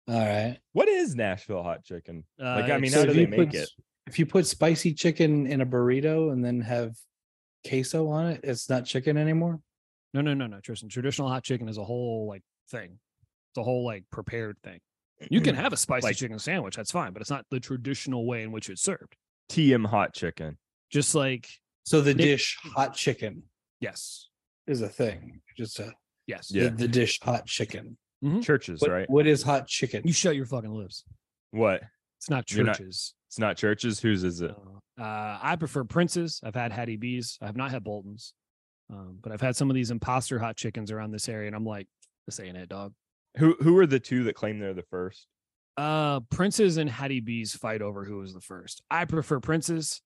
[SPEAKER 5] All right.
[SPEAKER 3] What is Nashville hot chicken?
[SPEAKER 2] Uh,
[SPEAKER 3] Like, I mean,
[SPEAKER 2] it's-
[SPEAKER 3] how
[SPEAKER 5] So
[SPEAKER 3] do
[SPEAKER 5] if
[SPEAKER 3] they
[SPEAKER 5] you
[SPEAKER 3] make
[SPEAKER 5] put-
[SPEAKER 3] it?
[SPEAKER 5] If you put spicy chicken in a burrito and then have queso on it, it's not chicken anymore.
[SPEAKER 2] no, no, no, no, Tristan. Traditional hot chicken is a whole like thing. It's a whole like prepared thing. You can have a spicy
[SPEAKER 3] Mm-hmm. Like-
[SPEAKER 2] chicken sandwich. That's fine, but it's not the traditional way in which it's served.
[SPEAKER 3] TM hot chicken.
[SPEAKER 2] Just like
[SPEAKER 5] So the
[SPEAKER 2] Nick-
[SPEAKER 5] dish hot chicken
[SPEAKER 2] yes,
[SPEAKER 5] is a thing. Just a
[SPEAKER 2] yes.
[SPEAKER 3] Yeah.
[SPEAKER 5] the, the dish hot chicken.
[SPEAKER 3] Churches,
[SPEAKER 5] What-
[SPEAKER 3] right?
[SPEAKER 5] What is hot chicken?
[SPEAKER 2] You shut your fucking lips.
[SPEAKER 3] What?
[SPEAKER 2] It's not
[SPEAKER 3] You're not-
[SPEAKER 2] churches.
[SPEAKER 3] It's not churches. Whose is it?
[SPEAKER 2] Uh, uh, I prefer Prince's. I've had Hattie B's. I have not had Bolton's, um, but I've had some of these imposter hot chickens around this area, and I'm like, this ain't it, dog.
[SPEAKER 3] Who Who are the two that claim they're the first?
[SPEAKER 2] Uh, Prince's and Hattie B's fight over who was the first. I prefer Prince's.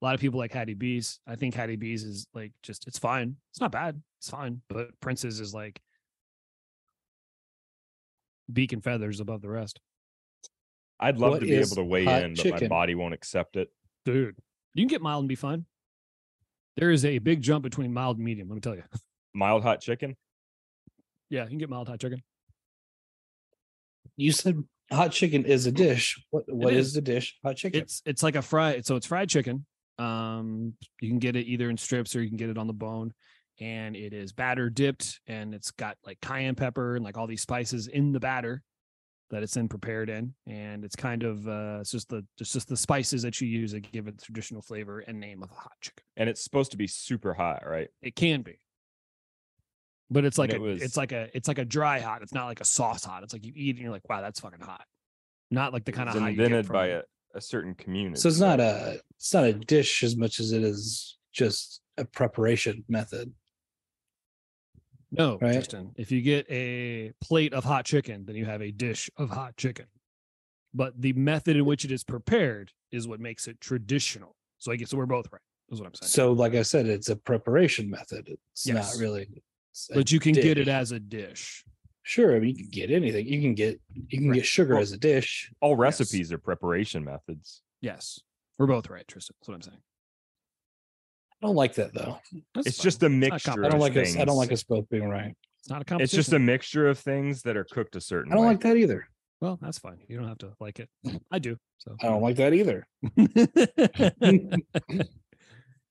[SPEAKER 2] A lot of people like Hattie B's. I think Hattie B's is like just it's fine. It's not bad. It's fine, but Prince's is like beak and feathers above the rest.
[SPEAKER 3] I'd love
[SPEAKER 5] What
[SPEAKER 3] to be
[SPEAKER 5] is
[SPEAKER 3] able to weigh
[SPEAKER 5] hot
[SPEAKER 3] in, but my
[SPEAKER 5] chicken?
[SPEAKER 3] body won't accept it.
[SPEAKER 2] Dude, you can get mild and be fine. There is a big jump between mild and medium. Let me tell you.
[SPEAKER 3] Mild hot chicken.
[SPEAKER 2] Yeah, you can get mild hot chicken.
[SPEAKER 5] You said hot chicken is a dish. What what
[SPEAKER 2] It
[SPEAKER 5] is.
[SPEAKER 2] is.
[SPEAKER 5] the dish? Hot chicken.
[SPEAKER 2] it's it's like a fry so it's fried chicken um you can get it either in strips or you can get it on the bone and it is batter dipped and it's got like cayenne pepper and like all these spices in the batter that it's then prepared in and it's kind of uh it's just the it's just the spices that you use that give it the traditional flavor and name of a hot chicken
[SPEAKER 3] And it's supposed to be super hot, right?
[SPEAKER 2] it can be but it's
[SPEAKER 3] And
[SPEAKER 2] like
[SPEAKER 3] it
[SPEAKER 2] a,
[SPEAKER 3] was-
[SPEAKER 2] it's like a it's like a dry hot it's not like a sauce hot it's like you eat and you're like wow that's fucking hot not like the kind of
[SPEAKER 3] it's
[SPEAKER 2] hot you get
[SPEAKER 3] invented
[SPEAKER 2] from-
[SPEAKER 3] by a, a certain community.
[SPEAKER 5] so it's not a it's not a dish as much as it is just a preparation method.
[SPEAKER 2] No,
[SPEAKER 5] right?
[SPEAKER 2] Tristan. If you get a plate of hot chicken, then you have a dish of hot chicken. But the method in which it is prepared is what makes it traditional. So I guess we're both right. Is what I'm saying.
[SPEAKER 5] So like I said, it's a preparation method. It's
[SPEAKER 2] Yes.
[SPEAKER 5] not really. it's a-
[SPEAKER 2] but you can get it
[SPEAKER 5] dish.
[SPEAKER 2] as a dish.
[SPEAKER 5] sure, I mean, you can get anything. You can get you can
[SPEAKER 3] Right.
[SPEAKER 5] get sugar
[SPEAKER 3] Well-
[SPEAKER 5] as a dish.
[SPEAKER 3] All
[SPEAKER 2] Yes.
[SPEAKER 3] recipes are preparation methods.
[SPEAKER 2] Yes, we're both right, Tristan. That's what I'm saying.
[SPEAKER 5] I don't like that though.
[SPEAKER 2] That's
[SPEAKER 3] It's
[SPEAKER 2] fine.
[SPEAKER 3] just a
[SPEAKER 2] not
[SPEAKER 3] mixture.
[SPEAKER 2] complicated.
[SPEAKER 5] I don't
[SPEAKER 3] of
[SPEAKER 5] like us. I don't
[SPEAKER 3] things.
[SPEAKER 5] like us both being right.
[SPEAKER 2] it's not a
[SPEAKER 3] It's
[SPEAKER 2] competition.
[SPEAKER 3] just a mixture of things that are cooked a certain.
[SPEAKER 5] I don't
[SPEAKER 3] way.
[SPEAKER 5] like that either.
[SPEAKER 2] well. That's fine. You don't have to like it. I do. So
[SPEAKER 5] I don't like that either.
[SPEAKER 3] Oh.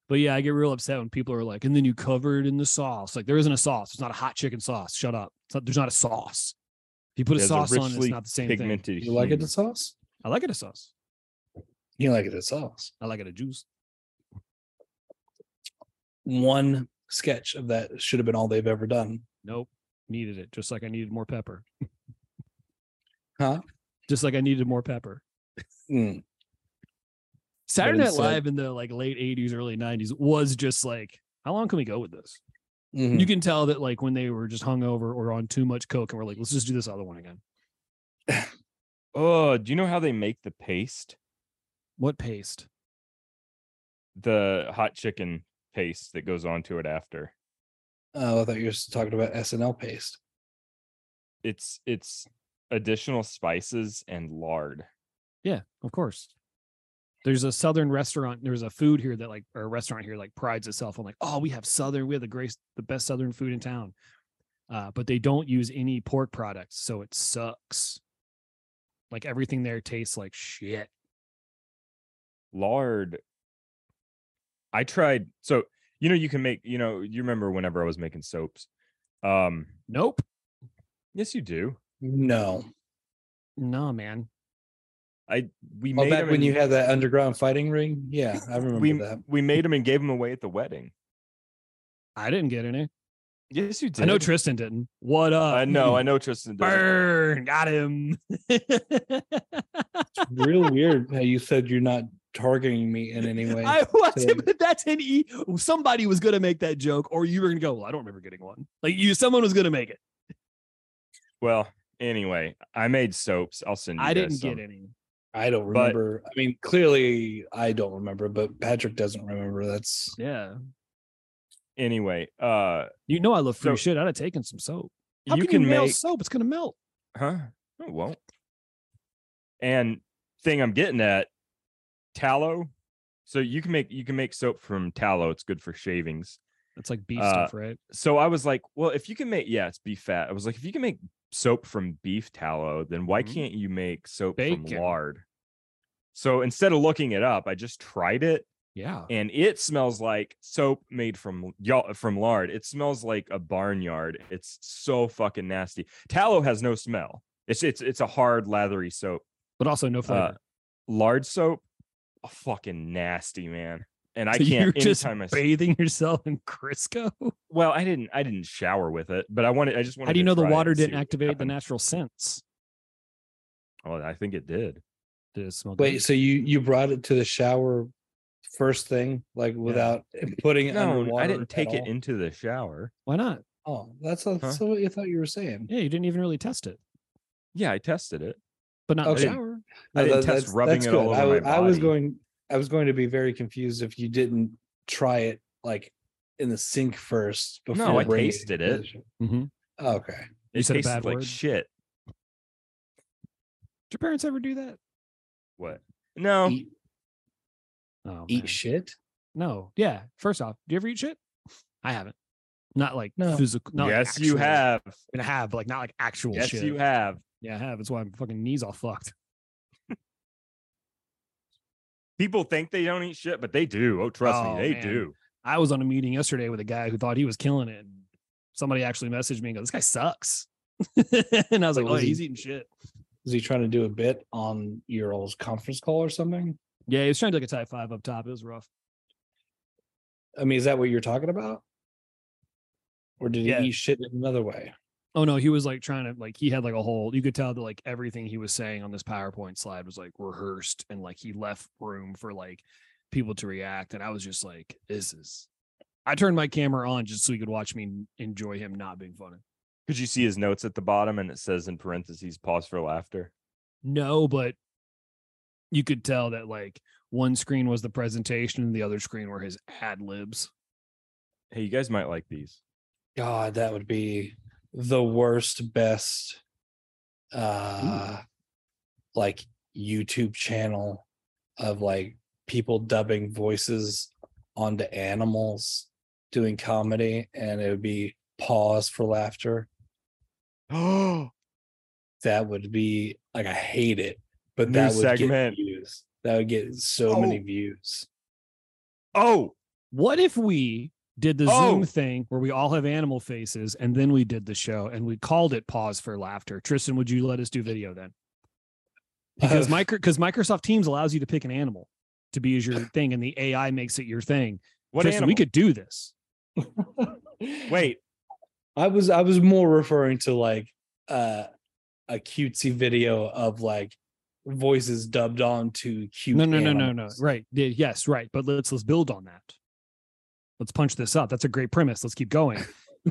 [SPEAKER 2] but yeah, I get real upset when people are like, and then you cover it in the sauce. Like there isn't a sauce. It's not a hot chicken sauce. Shut up. It's not, there's not a sauce. If you put a
[SPEAKER 3] There's
[SPEAKER 2] sauce on, it's
[SPEAKER 3] richly
[SPEAKER 2] not the same thing.
[SPEAKER 3] pigmented
[SPEAKER 5] You like
[SPEAKER 3] hue.
[SPEAKER 5] it the sauce?
[SPEAKER 2] I like it a sauce.
[SPEAKER 5] You like it the sauce?
[SPEAKER 2] I like it a juice.
[SPEAKER 5] one sketch of that should have been all they've ever done.
[SPEAKER 2] Nope. Needed it. Just like I needed more pepper.
[SPEAKER 5] Huh?
[SPEAKER 2] Just like I needed more pepper.
[SPEAKER 5] Mm.
[SPEAKER 2] Saturday
[SPEAKER 5] But
[SPEAKER 2] Night
[SPEAKER 5] instead-
[SPEAKER 2] Live in the like late 80s, early 90s was just like, how long can we go with this?
[SPEAKER 5] Mhm.
[SPEAKER 2] You can tell that like when they were just hungover or on too much coke and we're like, let's just do this other one again.
[SPEAKER 3] Oh, do you know how they make the paste?
[SPEAKER 2] What paste?
[SPEAKER 3] The hot chicken paste that goes onto it after.
[SPEAKER 5] Oh, I thought you were talking about SNL paste.
[SPEAKER 3] It's it's additional spices and lard.
[SPEAKER 2] Yeah, of course. There's a southern restaurant. There's a food here that like or a restaurant here like prides itself on like, oh, we have southern, we have the greatest, the best southern food in town. Uh, but they don't use any pork products, so it sucks. Like everything there tastes like shit.
[SPEAKER 3] lard i tried so you know you can make you know you remember whenever i was making soaps um
[SPEAKER 2] Nope.
[SPEAKER 3] yes you do
[SPEAKER 5] No.
[SPEAKER 2] No, man.
[SPEAKER 3] i we
[SPEAKER 5] Oh,
[SPEAKER 3] made
[SPEAKER 5] back
[SPEAKER 3] 'em
[SPEAKER 5] when you
[SPEAKER 3] and-
[SPEAKER 5] had that underground fighting ring? Yeah, I remember
[SPEAKER 3] we
[SPEAKER 5] that.
[SPEAKER 3] we made them and gave them away at the wedding
[SPEAKER 2] I didn't get any.
[SPEAKER 3] yes you did
[SPEAKER 2] I know Tristan didn't. What up?
[SPEAKER 3] i know i know tristan doesn't.
[SPEAKER 2] Burn. Got him.
[SPEAKER 5] It's real weird how you said you're not targeting me in any way.
[SPEAKER 2] I
[SPEAKER 5] Same.
[SPEAKER 2] wasn't, but that's an e. Somebody was gonna make that joke, or you were gonna go. Well, I don't remember getting one. Like you, someone was gonna make it.
[SPEAKER 3] well anyway i made soaps i'll send you
[SPEAKER 2] I
[SPEAKER 3] guys
[SPEAKER 2] didn't
[SPEAKER 3] some.
[SPEAKER 2] get any.
[SPEAKER 5] I don't
[SPEAKER 3] But-
[SPEAKER 5] remember. I mean, clearly I don't remember, but Patrick doesn't remember. That's
[SPEAKER 2] Yeah,
[SPEAKER 3] anyway uh
[SPEAKER 2] you know I love free
[SPEAKER 3] So-
[SPEAKER 2] shit. I'd have taken some soap. How
[SPEAKER 3] you
[SPEAKER 2] can, you mail
[SPEAKER 3] make
[SPEAKER 2] soap? It's gonna melt.
[SPEAKER 3] huh it won't and thing i'm getting at tallow so you can make you can make soap from tallow it's good for shavings
[SPEAKER 2] It's like beef
[SPEAKER 3] Uh,
[SPEAKER 2] stuff, right?
[SPEAKER 3] so I was like, well, if you can make yeah, it's beef fat. I was like, if you can make soap from beef tallow, then why
[SPEAKER 2] Mhm.
[SPEAKER 3] can't you make soap
[SPEAKER 2] Bacon.
[SPEAKER 3] from lard? So instead of looking it up, I just tried it,
[SPEAKER 2] Yeah.
[SPEAKER 3] and it smells like soap made from y'all from lard. It smells like a barnyard. It's so fucking nasty. Tallow has no smell. It's it's it's a hard lathery soap.
[SPEAKER 2] But also no flavor.
[SPEAKER 3] Uh, lard soap, Oh, fucking nasty man. And I
[SPEAKER 2] So you're
[SPEAKER 3] can't.
[SPEAKER 2] just
[SPEAKER 3] anytime I s-
[SPEAKER 2] Bathing yourself in Crisco.
[SPEAKER 3] well, I didn't. I didn't shower with it, but I wanted. I just wanted.
[SPEAKER 2] How do you
[SPEAKER 3] to
[SPEAKER 2] know the
[SPEAKER 3] try it
[SPEAKER 2] water
[SPEAKER 3] and see
[SPEAKER 2] didn't
[SPEAKER 3] what
[SPEAKER 2] activate the
[SPEAKER 3] happened.
[SPEAKER 2] natural sense?
[SPEAKER 3] Oh, I think it did.
[SPEAKER 2] Did it smell?
[SPEAKER 5] wait.
[SPEAKER 2] good?
[SPEAKER 5] So you you brought it to the shower first thing, like without putting it
[SPEAKER 3] No,
[SPEAKER 5] underwater.
[SPEAKER 3] I didn't take
[SPEAKER 5] at
[SPEAKER 3] it
[SPEAKER 5] all?
[SPEAKER 3] into the shower.
[SPEAKER 2] Why not?
[SPEAKER 5] Oh, that's that's
[SPEAKER 3] Huh?
[SPEAKER 5] what you thought you were saying.
[SPEAKER 2] Yeah, you didn't even really test it,
[SPEAKER 3] Yeah, I tested it.
[SPEAKER 2] but not in the
[SPEAKER 5] Okay.
[SPEAKER 2] shower.
[SPEAKER 3] I
[SPEAKER 5] No,
[SPEAKER 3] didn't
[SPEAKER 5] that-
[SPEAKER 3] test
[SPEAKER 5] that's-
[SPEAKER 3] rubbing
[SPEAKER 5] that's
[SPEAKER 3] it all
[SPEAKER 5] good.
[SPEAKER 3] over my
[SPEAKER 5] I, w- I was
[SPEAKER 3] body.
[SPEAKER 5] going. I was going to be very confused if you didn't try it like in the sink first.
[SPEAKER 3] No,
[SPEAKER 5] Before
[SPEAKER 3] I
[SPEAKER 5] bringing
[SPEAKER 3] tasted
[SPEAKER 5] to the
[SPEAKER 3] it.
[SPEAKER 5] shower.
[SPEAKER 2] Mm-hmm. Did
[SPEAKER 5] Oh, okay.
[SPEAKER 2] You
[SPEAKER 3] it
[SPEAKER 2] said a
[SPEAKER 3] tasted
[SPEAKER 2] bad
[SPEAKER 3] like
[SPEAKER 2] word.
[SPEAKER 3] shit.
[SPEAKER 2] your parents ever do that?
[SPEAKER 3] What? No,
[SPEAKER 5] Eat,
[SPEAKER 2] Oh, man.
[SPEAKER 5] eat shit.
[SPEAKER 2] No. Yeah. First off, do you ever eat shit? I haven't. Not like
[SPEAKER 5] No.
[SPEAKER 2] physical. Not like
[SPEAKER 3] yes, you
[SPEAKER 2] actual-
[SPEAKER 3] have.
[SPEAKER 2] I mean, I have, but, like not like actual
[SPEAKER 3] Yes,
[SPEAKER 2] shit.
[SPEAKER 3] you have.
[SPEAKER 2] Yeah, I have. That's why my fucking knees all fucked.
[SPEAKER 3] People think they don't eat shit, but they do. Oh, trust
[SPEAKER 2] Oh,
[SPEAKER 3] me, they
[SPEAKER 2] man.
[SPEAKER 3] do.
[SPEAKER 2] I was on a meeting yesterday with a guy who thought he was killing it. And somebody actually messaged me and goes, "This guy sucks," and I was like,
[SPEAKER 5] What
[SPEAKER 2] "Oh,
[SPEAKER 5] was he-
[SPEAKER 2] he's eating shit."
[SPEAKER 5] Is he trying to do a bit on your old conference call or something?
[SPEAKER 2] Yeah, he was trying to do like a type five up top. It was rough.
[SPEAKER 5] I mean, is that what you're talking about? Or did
[SPEAKER 2] Yeah.
[SPEAKER 5] he eat shit in another way?
[SPEAKER 2] Oh no, he was like trying to like he had like a whole. You could tell that like everything he was saying on this PowerPoint slide was like rehearsed and like he left room for like people to react. And I was just like, "This is." I turned my camera on just so you could watch me n- enjoy him not being funny.
[SPEAKER 3] Could you see his notes at the bottom and it says in parentheses, pause for laughter?
[SPEAKER 2] No, but you could tell that like one screen was the presentation and the other screen were his ad libs.
[SPEAKER 3] Hey, you guys might like these.
[SPEAKER 5] God, that would be the worst, best, uh, like YouTube channel of like people dubbing voices onto animals doing comedy, and it would be pause for laughter.
[SPEAKER 3] Oh,
[SPEAKER 5] That would be like I hate it, but
[SPEAKER 3] New
[SPEAKER 5] that would
[SPEAKER 3] segment.
[SPEAKER 5] get views. That would get so many views.
[SPEAKER 3] oh,
[SPEAKER 2] What if we did the
[SPEAKER 3] Oh.
[SPEAKER 2] Zoom thing where we all have animal faces and then we did the show and we called it pause for laughter? Tristan, would you let us do video then?
[SPEAKER 3] Uh,
[SPEAKER 2] Because micro because Microsoft Teams allows you to pick an animal to be as your thing and the AI makes it your thing.
[SPEAKER 3] what
[SPEAKER 2] Tristan, we
[SPEAKER 3] animal?
[SPEAKER 2] could do this.
[SPEAKER 3] Wait,
[SPEAKER 5] I was I was more referring to like uh a cutesy video of like voices dubbed on to cute.
[SPEAKER 2] No, no, no, no, no.
[SPEAKER 5] animals.
[SPEAKER 2] Right. Yeah, Yes, right. But let's let's build on that. Let's punch this up. That's a great premise. Let's keep going.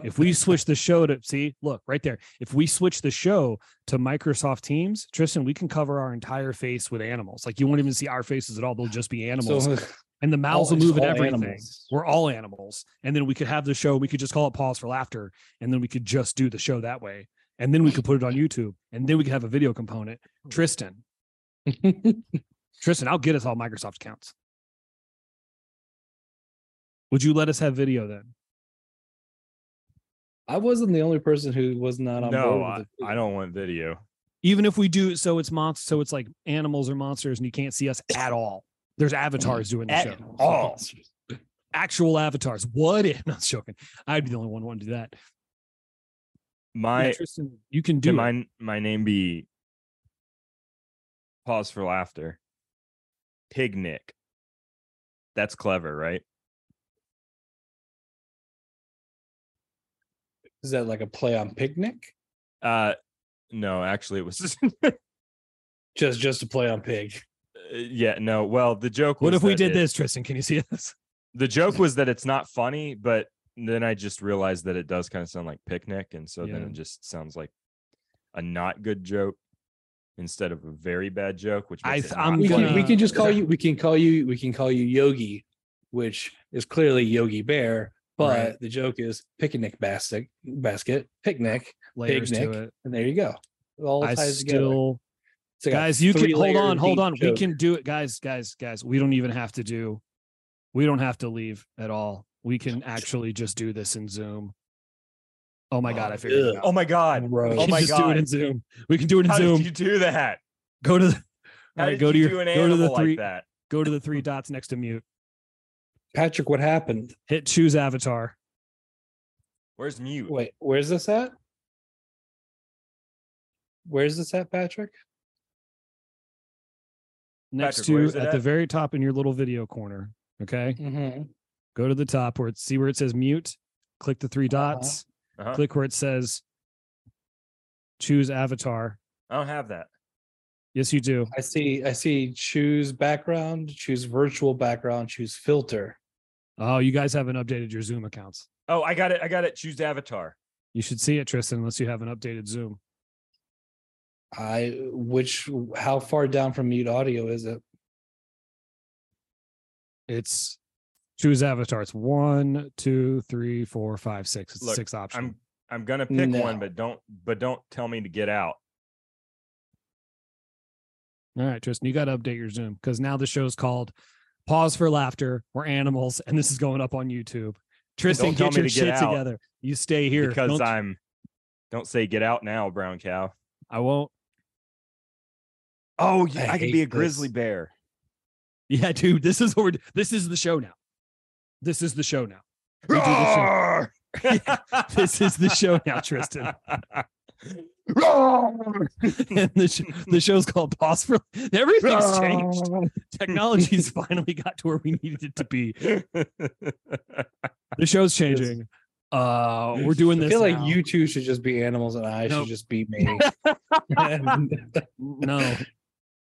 [SPEAKER 2] if we switch the show to see, look right there. If we switch the show to Microsoft Teams, Tristan, we can cover our entire face with animals. Like you won't even see our faces at all. They'll just be animals,
[SPEAKER 5] So,
[SPEAKER 2] and the mouths
[SPEAKER 5] all-
[SPEAKER 2] will move and
[SPEAKER 5] all
[SPEAKER 2] everything.
[SPEAKER 5] animals.
[SPEAKER 2] We're all animals, and then we could have the show. We could just call it Pause for Laughter, and then we could just do the show that way. And then we could put it on YouTube, and then we could have a video component. Tristan, Tristan, I'll get us all Microsoft accounts. Would you let us have video then?
[SPEAKER 5] I wasn't the only person who was not on
[SPEAKER 3] no,
[SPEAKER 5] board.
[SPEAKER 3] I,
[SPEAKER 5] with the-
[SPEAKER 3] I don't want video.
[SPEAKER 2] Even if we do it so it's monsters, so it's like animals or monsters, and you can't see us at all. There's avatars doing the show.
[SPEAKER 5] Mm, all.
[SPEAKER 2] Actual avatars. What if? Not joking. I'd be the only one wanting to do that. Yeah,
[SPEAKER 3] My
[SPEAKER 2] Tristan, you can do
[SPEAKER 3] can
[SPEAKER 2] it.
[SPEAKER 3] my my name be pause for laughter. Pig Nick. That's clever, right?
[SPEAKER 5] Is that like a play on picnic?
[SPEAKER 3] Uh no, actually it was uh,
[SPEAKER 5] Just just to play on pig.
[SPEAKER 3] yeah, no. Well, the joke was
[SPEAKER 2] What if we
[SPEAKER 3] that
[SPEAKER 2] did
[SPEAKER 3] it-
[SPEAKER 2] this, Tristan? Can you see us?
[SPEAKER 3] The joke was that it's not funny, but then I just realized that it does kind of sound like picnic and so then
[SPEAKER 2] Yeah.
[SPEAKER 3] it just sounds like a not good joke instead of a very bad joke, which
[SPEAKER 2] I
[SPEAKER 3] makes
[SPEAKER 2] th-
[SPEAKER 3] it not
[SPEAKER 2] I'm
[SPEAKER 5] We
[SPEAKER 3] funny.
[SPEAKER 5] can, we
[SPEAKER 2] gonna-
[SPEAKER 5] can just call
[SPEAKER 2] Okay.
[SPEAKER 5] you we can call you we can call you Yogi, which is clearly Yogi Bear, but
[SPEAKER 2] Right.
[SPEAKER 5] the joke is picnic basket basket, picnic,
[SPEAKER 2] Layers to
[SPEAKER 5] Nick.
[SPEAKER 2] it.
[SPEAKER 5] and there you go. It all
[SPEAKER 2] I
[SPEAKER 5] ties together.
[SPEAKER 2] still
[SPEAKER 5] It's like a
[SPEAKER 2] guys you can hold
[SPEAKER 5] three-layer
[SPEAKER 2] on hold
[SPEAKER 5] deep
[SPEAKER 2] on we
[SPEAKER 5] joke.
[SPEAKER 2] can do it guys guys guys we don't even have to do we don't have to leave at all we can actually just do this in zoom oh my god i figured it out.
[SPEAKER 3] Oh my god.
[SPEAKER 5] Gross.
[SPEAKER 2] we
[SPEAKER 3] oh
[SPEAKER 2] can
[SPEAKER 3] my
[SPEAKER 2] just do it
[SPEAKER 3] God.
[SPEAKER 2] in zoom we can do it in
[SPEAKER 3] How
[SPEAKER 2] zoom
[SPEAKER 3] did you do that?
[SPEAKER 2] go to the
[SPEAKER 3] How
[SPEAKER 2] All right,
[SPEAKER 3] did
[SPEAKER 2] go to
[SPEAKER 3] you
[SPEAKER 2] your-
[SPEAKER 3] do an
[SPEAKER 2] go to the
[SPEAKER 3] animal like
[SPEAKER 2] three-
[SPEAKER 3] that?
[SPEAKER 2] go to the three dots next to mute
[SPEAKER 5] Patrick, what happened?
[SPEAKER 2] hit choose avatar
[SPEAKER 3] Where's mute?
[SPEAKER 5] Wait, where's this at? Where's this at, Patrick?
[SPEAKER 2] next
[SPEAKER 3] Patrick, where is
[SPEAKER 2] to
[SPEAKER 3] it
[SPEAKER 2] at the
[SPEAKER 3] at?
[SPEAKER 2] very top in your little video corner okay
[SPEAKER 5] Mm-hmm.
[SPEAKER 2] go to the top where it see where it says mute click the three
[SPEAKER 5] Uh-huh.
[SPEAKER 2] dots
[SPEAKER 3] Uh-huh.
[SPEAKER 2] click where it says choose avatar
[SPEAKER 3] I don't have that.
[SPEAKER 2] yes you do
[SPEAKER 5] I see. I see. Choose background. Choose virtual background. Choose filter.
[SPEAKER 2] oh you guys haven't updated your zoom accounts
[SPEAKER 3] Oh, I got it. I got it. Choose avatar.
[SPEAKER 2] You should see it, Tristan, unless you have an updated Zoom.
[SPEAKER 5] I which how far down from mute audio is it?
[SPEAKER 2] It's choose avatar. It's one, two, three, four, five, six. It's a
[SPEAKER 3] Look,
[SPEAKER 2] six option.
[SPEAKER 3] I'm I'm gonna pick one,
[SPEAKER 5] No.
[SPEAKER 3] but don't but don't tell me to get out.
[SPEAKER 2] All right, Tristan, you got to update your Zoom because now the show's called Pause for Laughter. We're animals, and this is going up on YouTube. Tristan,
[SPEAKER 3] tell
[SPEAKER 2] get
[SPEAKER 3] me
[SPEAKER 2] your
[SPEAKER 3] to get
[SPEAKER 2] shit
[SPEAKER 3] out
[SPEAKER 2] together. You stay here
[SPEAKER 3] because
[SPEAKER 2] Don't-
[SPEAKER 3] I'm don't say get out now, brown cow.
[SPEAKER 2] I won't.
[SPEAKER 3] Oh,
[SPEAKER 5] I
[SPEAKER 3] yeah, I, can
[SPEAKER 5] hate
[SPEAKER 3] be a grizzly
[SPEAKER 5] this.
[SPEAKER 3] bear.
[SPEAKER 2] Yeah, dude, this is what we're, this is the show now. This is the show now. We do the show.
[SPEAKER 3] Roar!
[SPEAKER 2] This is the show now, Tristan.
[SPEAKER 3] Roar!
[SPEAKER 2] and the, sh- the show's called Pause for.
[SPEAKER 5] Ah.
[SPEAKER 2] Everything's changed. Technology's finally got to where we needed it to be. the show's changing. Uh, we're doing
[SPEAKER 5] I
[SPEAKER 2] this.
[SPEAKER 5] feel like
[SPEAKER 2] now.
[SPEAKER 5] you two should just be animals, and I
[SPEAKER 2] Nope.
[SPEAKER 5] should just be me.
[SPEAKER 2] no,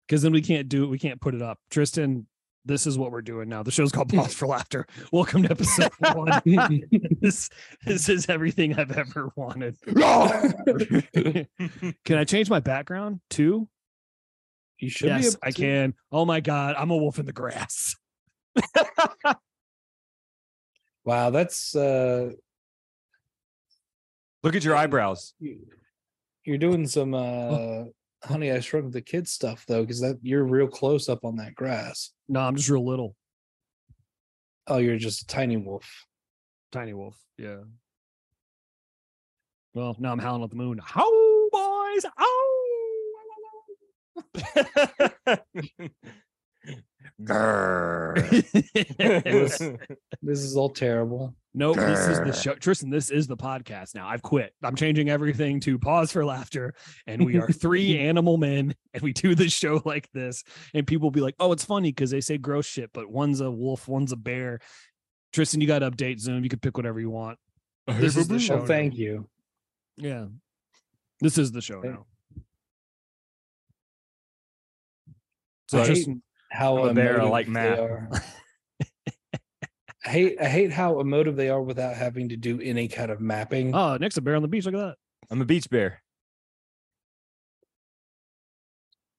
[SPEAKER 2] because then we can't do it. We can't put it up. Tristan, this is what we're doing now. The show's called Pause for Laughter. Welcome to episode one. this this is everything I've ever wanted.
[SPEAKER 5] Ah!
[SPEAKER 2] can I change my background too?
[SPEAKER 5] you should. be
[SPEAKER 2] yes,
[SPEAKER 5] able
[SPEAKER 2] I
[SPEAKER 5] to.
[SPEAKER 2] can. Oh my god, I'm a wolf in the grass.
[SPEAKER 5] Wow, that's uh,
[SPEAKER 3] Look at your eyebrows.
[SPEAKER 5] you- you're doing some uh, honey. I shrunk the kids stuff though, because that you're real close up on that grass.
[SPEAKER 2] No, I'm just real little,
[SPEAKER 5] Oh, you're just a tiny wolf.
[SPEAKER 2] tiny wolf. Yeah. Well, now I'm howling at the moon. How boys? Oh.
[SPEAKER 3] Grrr.
[SPEAKER 5] This is all terrible.
[SPEAKER 2] Nope, this is the
[SPEAKER 3] Grr.
[SPEAKER 2] show. Tristan, this is the podcast now. I've quit. I'm changing everything to pause for laughter. And we are three animal men and we do this show like this. And people will be like, oh, it's funny because they say gross shit, but one's a wolf, one's a bear. Tristan, you got to update Zoom. You can pick whatever you want. This is the show.
[SPEAKER 5] Well, thank you.
[SPEAKER 2] Yeah. This is the show
[SPEAKER 5] Hey.
[SPEAKER 2] now. So
[SPEAKER 5] I hate-
[SPEAKER 2] Tristan,
[SPEAKER 5] How
[SPEAKER 2] Oh,
[SPEAKER 3] I'm a bear, I
[SPEAKER 5] emotive
[SPEAKER 3] like
[SPEAKER 5] they
[SPEAKER 3] math.
[SPEAKER 5] are. I hate I hate how emotive they are without having to do any kind of mapping.
[SPEAKER 2] oh, next to Bear on the Beach. Look at that.
[SPEAKER 3] I'm a beach bear.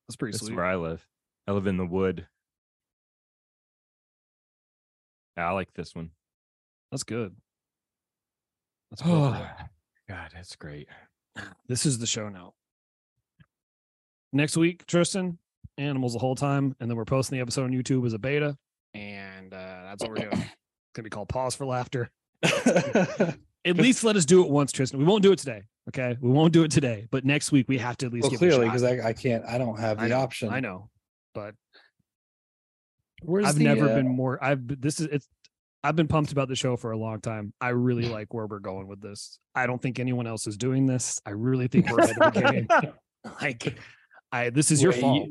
[SPEAKER 2] That's pretty
[SPEAKER 3] That's
[SPEAKER 2] sweet.
[SPEAKER 3] where I live. I live in the wood. Yeah, I like this one.
[SPEAKER 2] That's good. That's
[SPEAKER 3] Oh,
[SPEAKER 2] appropriate.
[SPEAKER 3] God, that's great.
[SPEAKER 2] this is the show now. Next week, Tristan, animals the whole time, and then we're posting the episode on YouTube as a beta, and uh, that's what we're doing. It's gonna be called Pause for Laughter. At least let us do it once, Tristan. We won't do it today, okay? We won't do it today, but next week we have to at least
[SPEAKER 5] well,
[SPEAKER 2] give
[SPEAKER 5] clearly,
[SPEAKER 2] it a
[SPEAKER 5] because
[SPEAKER 2] shot.
[SPEAKER 5] I, I can't, I don't have the
[SPEAKER 2] I know,
[SPEAKER 5] option.
[SPEAKER 2] I know, but
[SPEAKER 5] Where's
[SPEAKER 2] I've
[SPEAKER 5] the,
[SPEAKER 2] never
[SPEAKER 5] uh,
[SPEAKER 2] been more. I've b- this is it's. I've been pumped about the show for a long time. I really like where we're going with this. I don't think anyone else is doing this. I really think we're ahead of the game. Like, I this is your
[SPEAKER 5] Wait,
[SPEAKER 2] fault.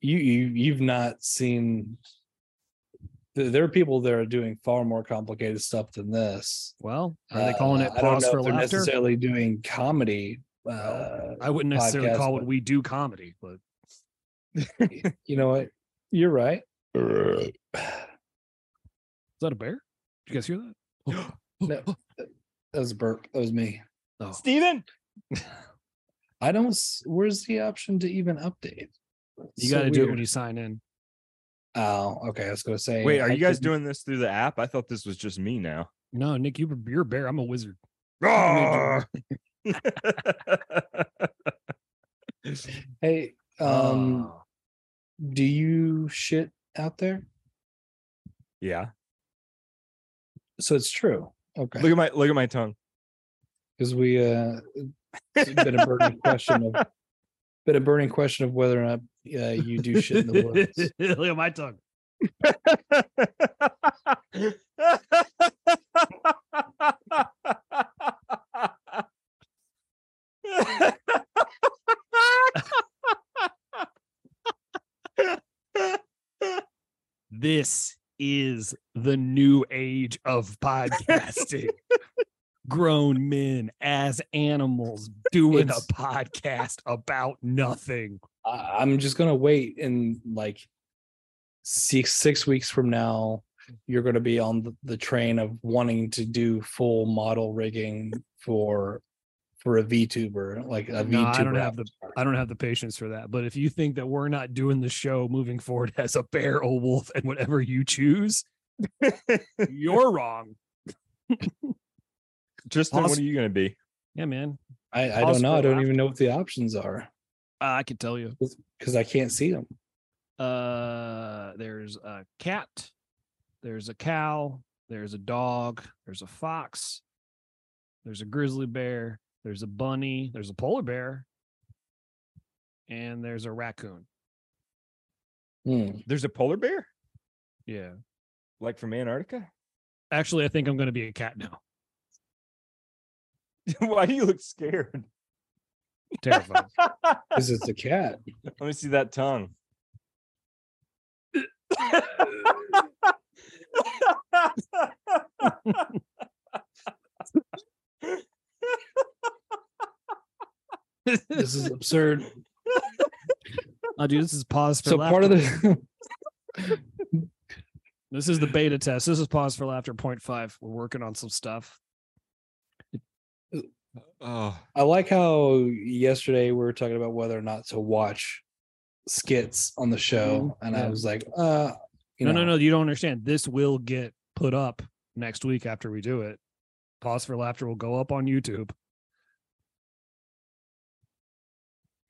[SPEAKER 5] You you you've not seen. th- There are people that are doing far more complicated stuff than this.
[SPEAKER 2] Well, are they
[SPEAKER 5] Uh,
[SPEAKER 2] calling it
[SPEAKER 5] I don't
[SPEAKER 2] pause
[SPEAKER 5] know
[SPEAKER 2] for
[SPEAKER 5] if they're
[SPEAKER 2] laughter? Oh.
[SPEAKER 5] necessarily doing comedy. Uh,
[SPEAKER 2] I wouldn't necessarily
[SPEAKER 5] podcast,
[SPEAKER 2] call what
[SPEAKER 5] but-
[SPEAKER 2] we do comedy, but
[SPEAKER 5] you know what? You're right.
[SPEAKER 2] is that a bear? Did you guys hear that?
[SPEAKER 5] No. That was a burp. That was me.
[SPEAKER 2] Oh.
[SPEAKER 3] Steven,
[SPEAKER 5] I don't. s- Where's the option to even update?
[SPEAKER 2] You got to do it when you sign in.
[SPEAKER 5] Oh, okay. I was gonna say.
[SPEAKER 3] wait, are
[SPEAKER 5] I
[SPEAKER 3] you guys
[SPEAKER 5] didn't-
[SPEAKER 3] doing this through the app? I thought this was just me now.
[SPEAKER 2] No, Nick, you, you're a bear. I'm a wizard.
[SPEAKER 3] Roar!
[SPEAKER 5] Ah! Hey, um,
[SPEAKER 2] Ah.
[SPEAKER 5] do you shit out there?
[SPEAKER 3] yeah,
[SPEAKER 5] So it's true. Okay.
[SPEAKER 3] look at my look at my tongue.
[SPEAKER 5] because we uh it's been a burning question of been a burning question of whether or not uh, you do shit in the woods.
[SPEAKER 2] Look at my tongue. This is the new age of podcasting. Grown men as animals doing
[SPEAKER 5] It's-
[SPEAKER 2] a podcast about nothing.
[SPEAKER 5] I, I'm just gonna wait and like six six weeks from now, you're gonna be on the, the train of wanting to do full model rigging for for a VTuber, like a
[SPEAKER 2] No,
[SPEAKER 5] VTuber.
[SPEAKER 2] I don't have the-
[SPEAKER 5] avatar.
[SPEAKER 2] I don't have the patience for that. But if you think that we're not doing the show moving forward as a bear, a wolf, and whatever you choose, you're wrong.
[SPEAKER 3] Tristan, what
[SPEAKER 2] Awesome.
[SPEAKER 3] are you gonna be?
[SPEAKER 2] Yeah, man.
[SPEAKER 5] I, I
[SPEAKER 2] pause
[SPEAKER 5] don't know.
[SPEAKER 2] for
[SPEAKER 5] I don't
[SPEAKER 2] laughter.
[SPEAKER 5] even know what the options are
[SPEAKER 2] Uh, I could tell you.
[SPEAKER 5] because I can't see them.
[SPEAKER 2] Uh, there's a cat. There's a cow. There's a dog. There's a fox. There's a grizzly bear. There's a bunny. There's a polar bear. And there's a raccoon.
[SPEAKER 5] Hmm.
[SPEAKER 3] There's a polar bear,
[SPEAKER 2] Yeah.
[SPEAKER 3] like from Antarctica.
[SPEAKER 2] Actually, I think I'm going to be a cat now.
[SPEAKER 3] Why do you look scared?
[SPEAKER 2] Terrifying.
[SPEAKER 5] Because it's a cat.
[SPEAKER 3] Let me see that tongue.
[SPEAKER 5] This is absurd.
[SPEAKER 2] oh, dude, this is pause for
[SPEAKER 5] so part of
[SPEAKER 2] laughter.
[SPEAKER 5] the
[SPEAKER 2] This is the beta test. This is pause for laughter point five. We're working on some stuff.
[SPEAKER 3] oh,
[SPEAKER 5] I like how yesterday we were talking about whether or not to watch skits on the show, and I
[SPEAKER 2] Mm-hmm. Yeah.
[SPEAKER 5] was like, uh, you
[SPEAKER 2] no,
[SPEAKER 5] know,
[SPEAKER 2] no, no. You don't understand. This will get put up next week after we do it. Pause for laughter will go up on YouTube.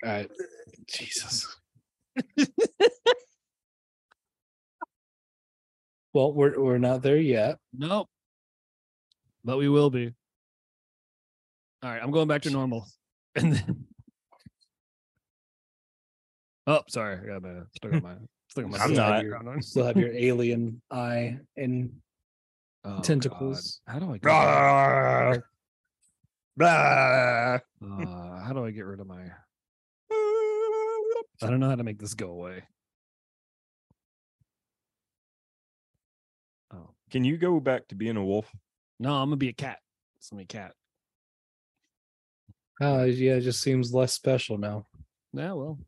[SPEAKER 5] All right. Jesus. well, we're we're not there yet.
[SPEAKER 2] Nope. But we will be. All right. I'm going back to normal. And then Oh, sorry. I got my stuck on my stuck on my
[SPEAKER 3] I'm
[SPEAKER 2] sound
[SPEAKER 3] not.
[SPEAKER 2] background on.
[SPEAKER 5] You still have your alien eye and
[SPEAKER 2] Oh, God.
[SPEAKER 5] Tentacles.
[SPEAKER 2] How do I go back?
[SPEAKER 3] Blah. Blah.
[SPEAKER 2] uh, how do I get rid of my I don't know how to make this go away. Oh,
[SPEAKER 3] Can you go back to being a wolf?
[SPEAKER 2] No, I'm gonna be a cat. It's gonna be a cat.
[SPEAKER 5] Oh, yeah, it just seems less special now.
[SPEAKER 2] Yeah, well,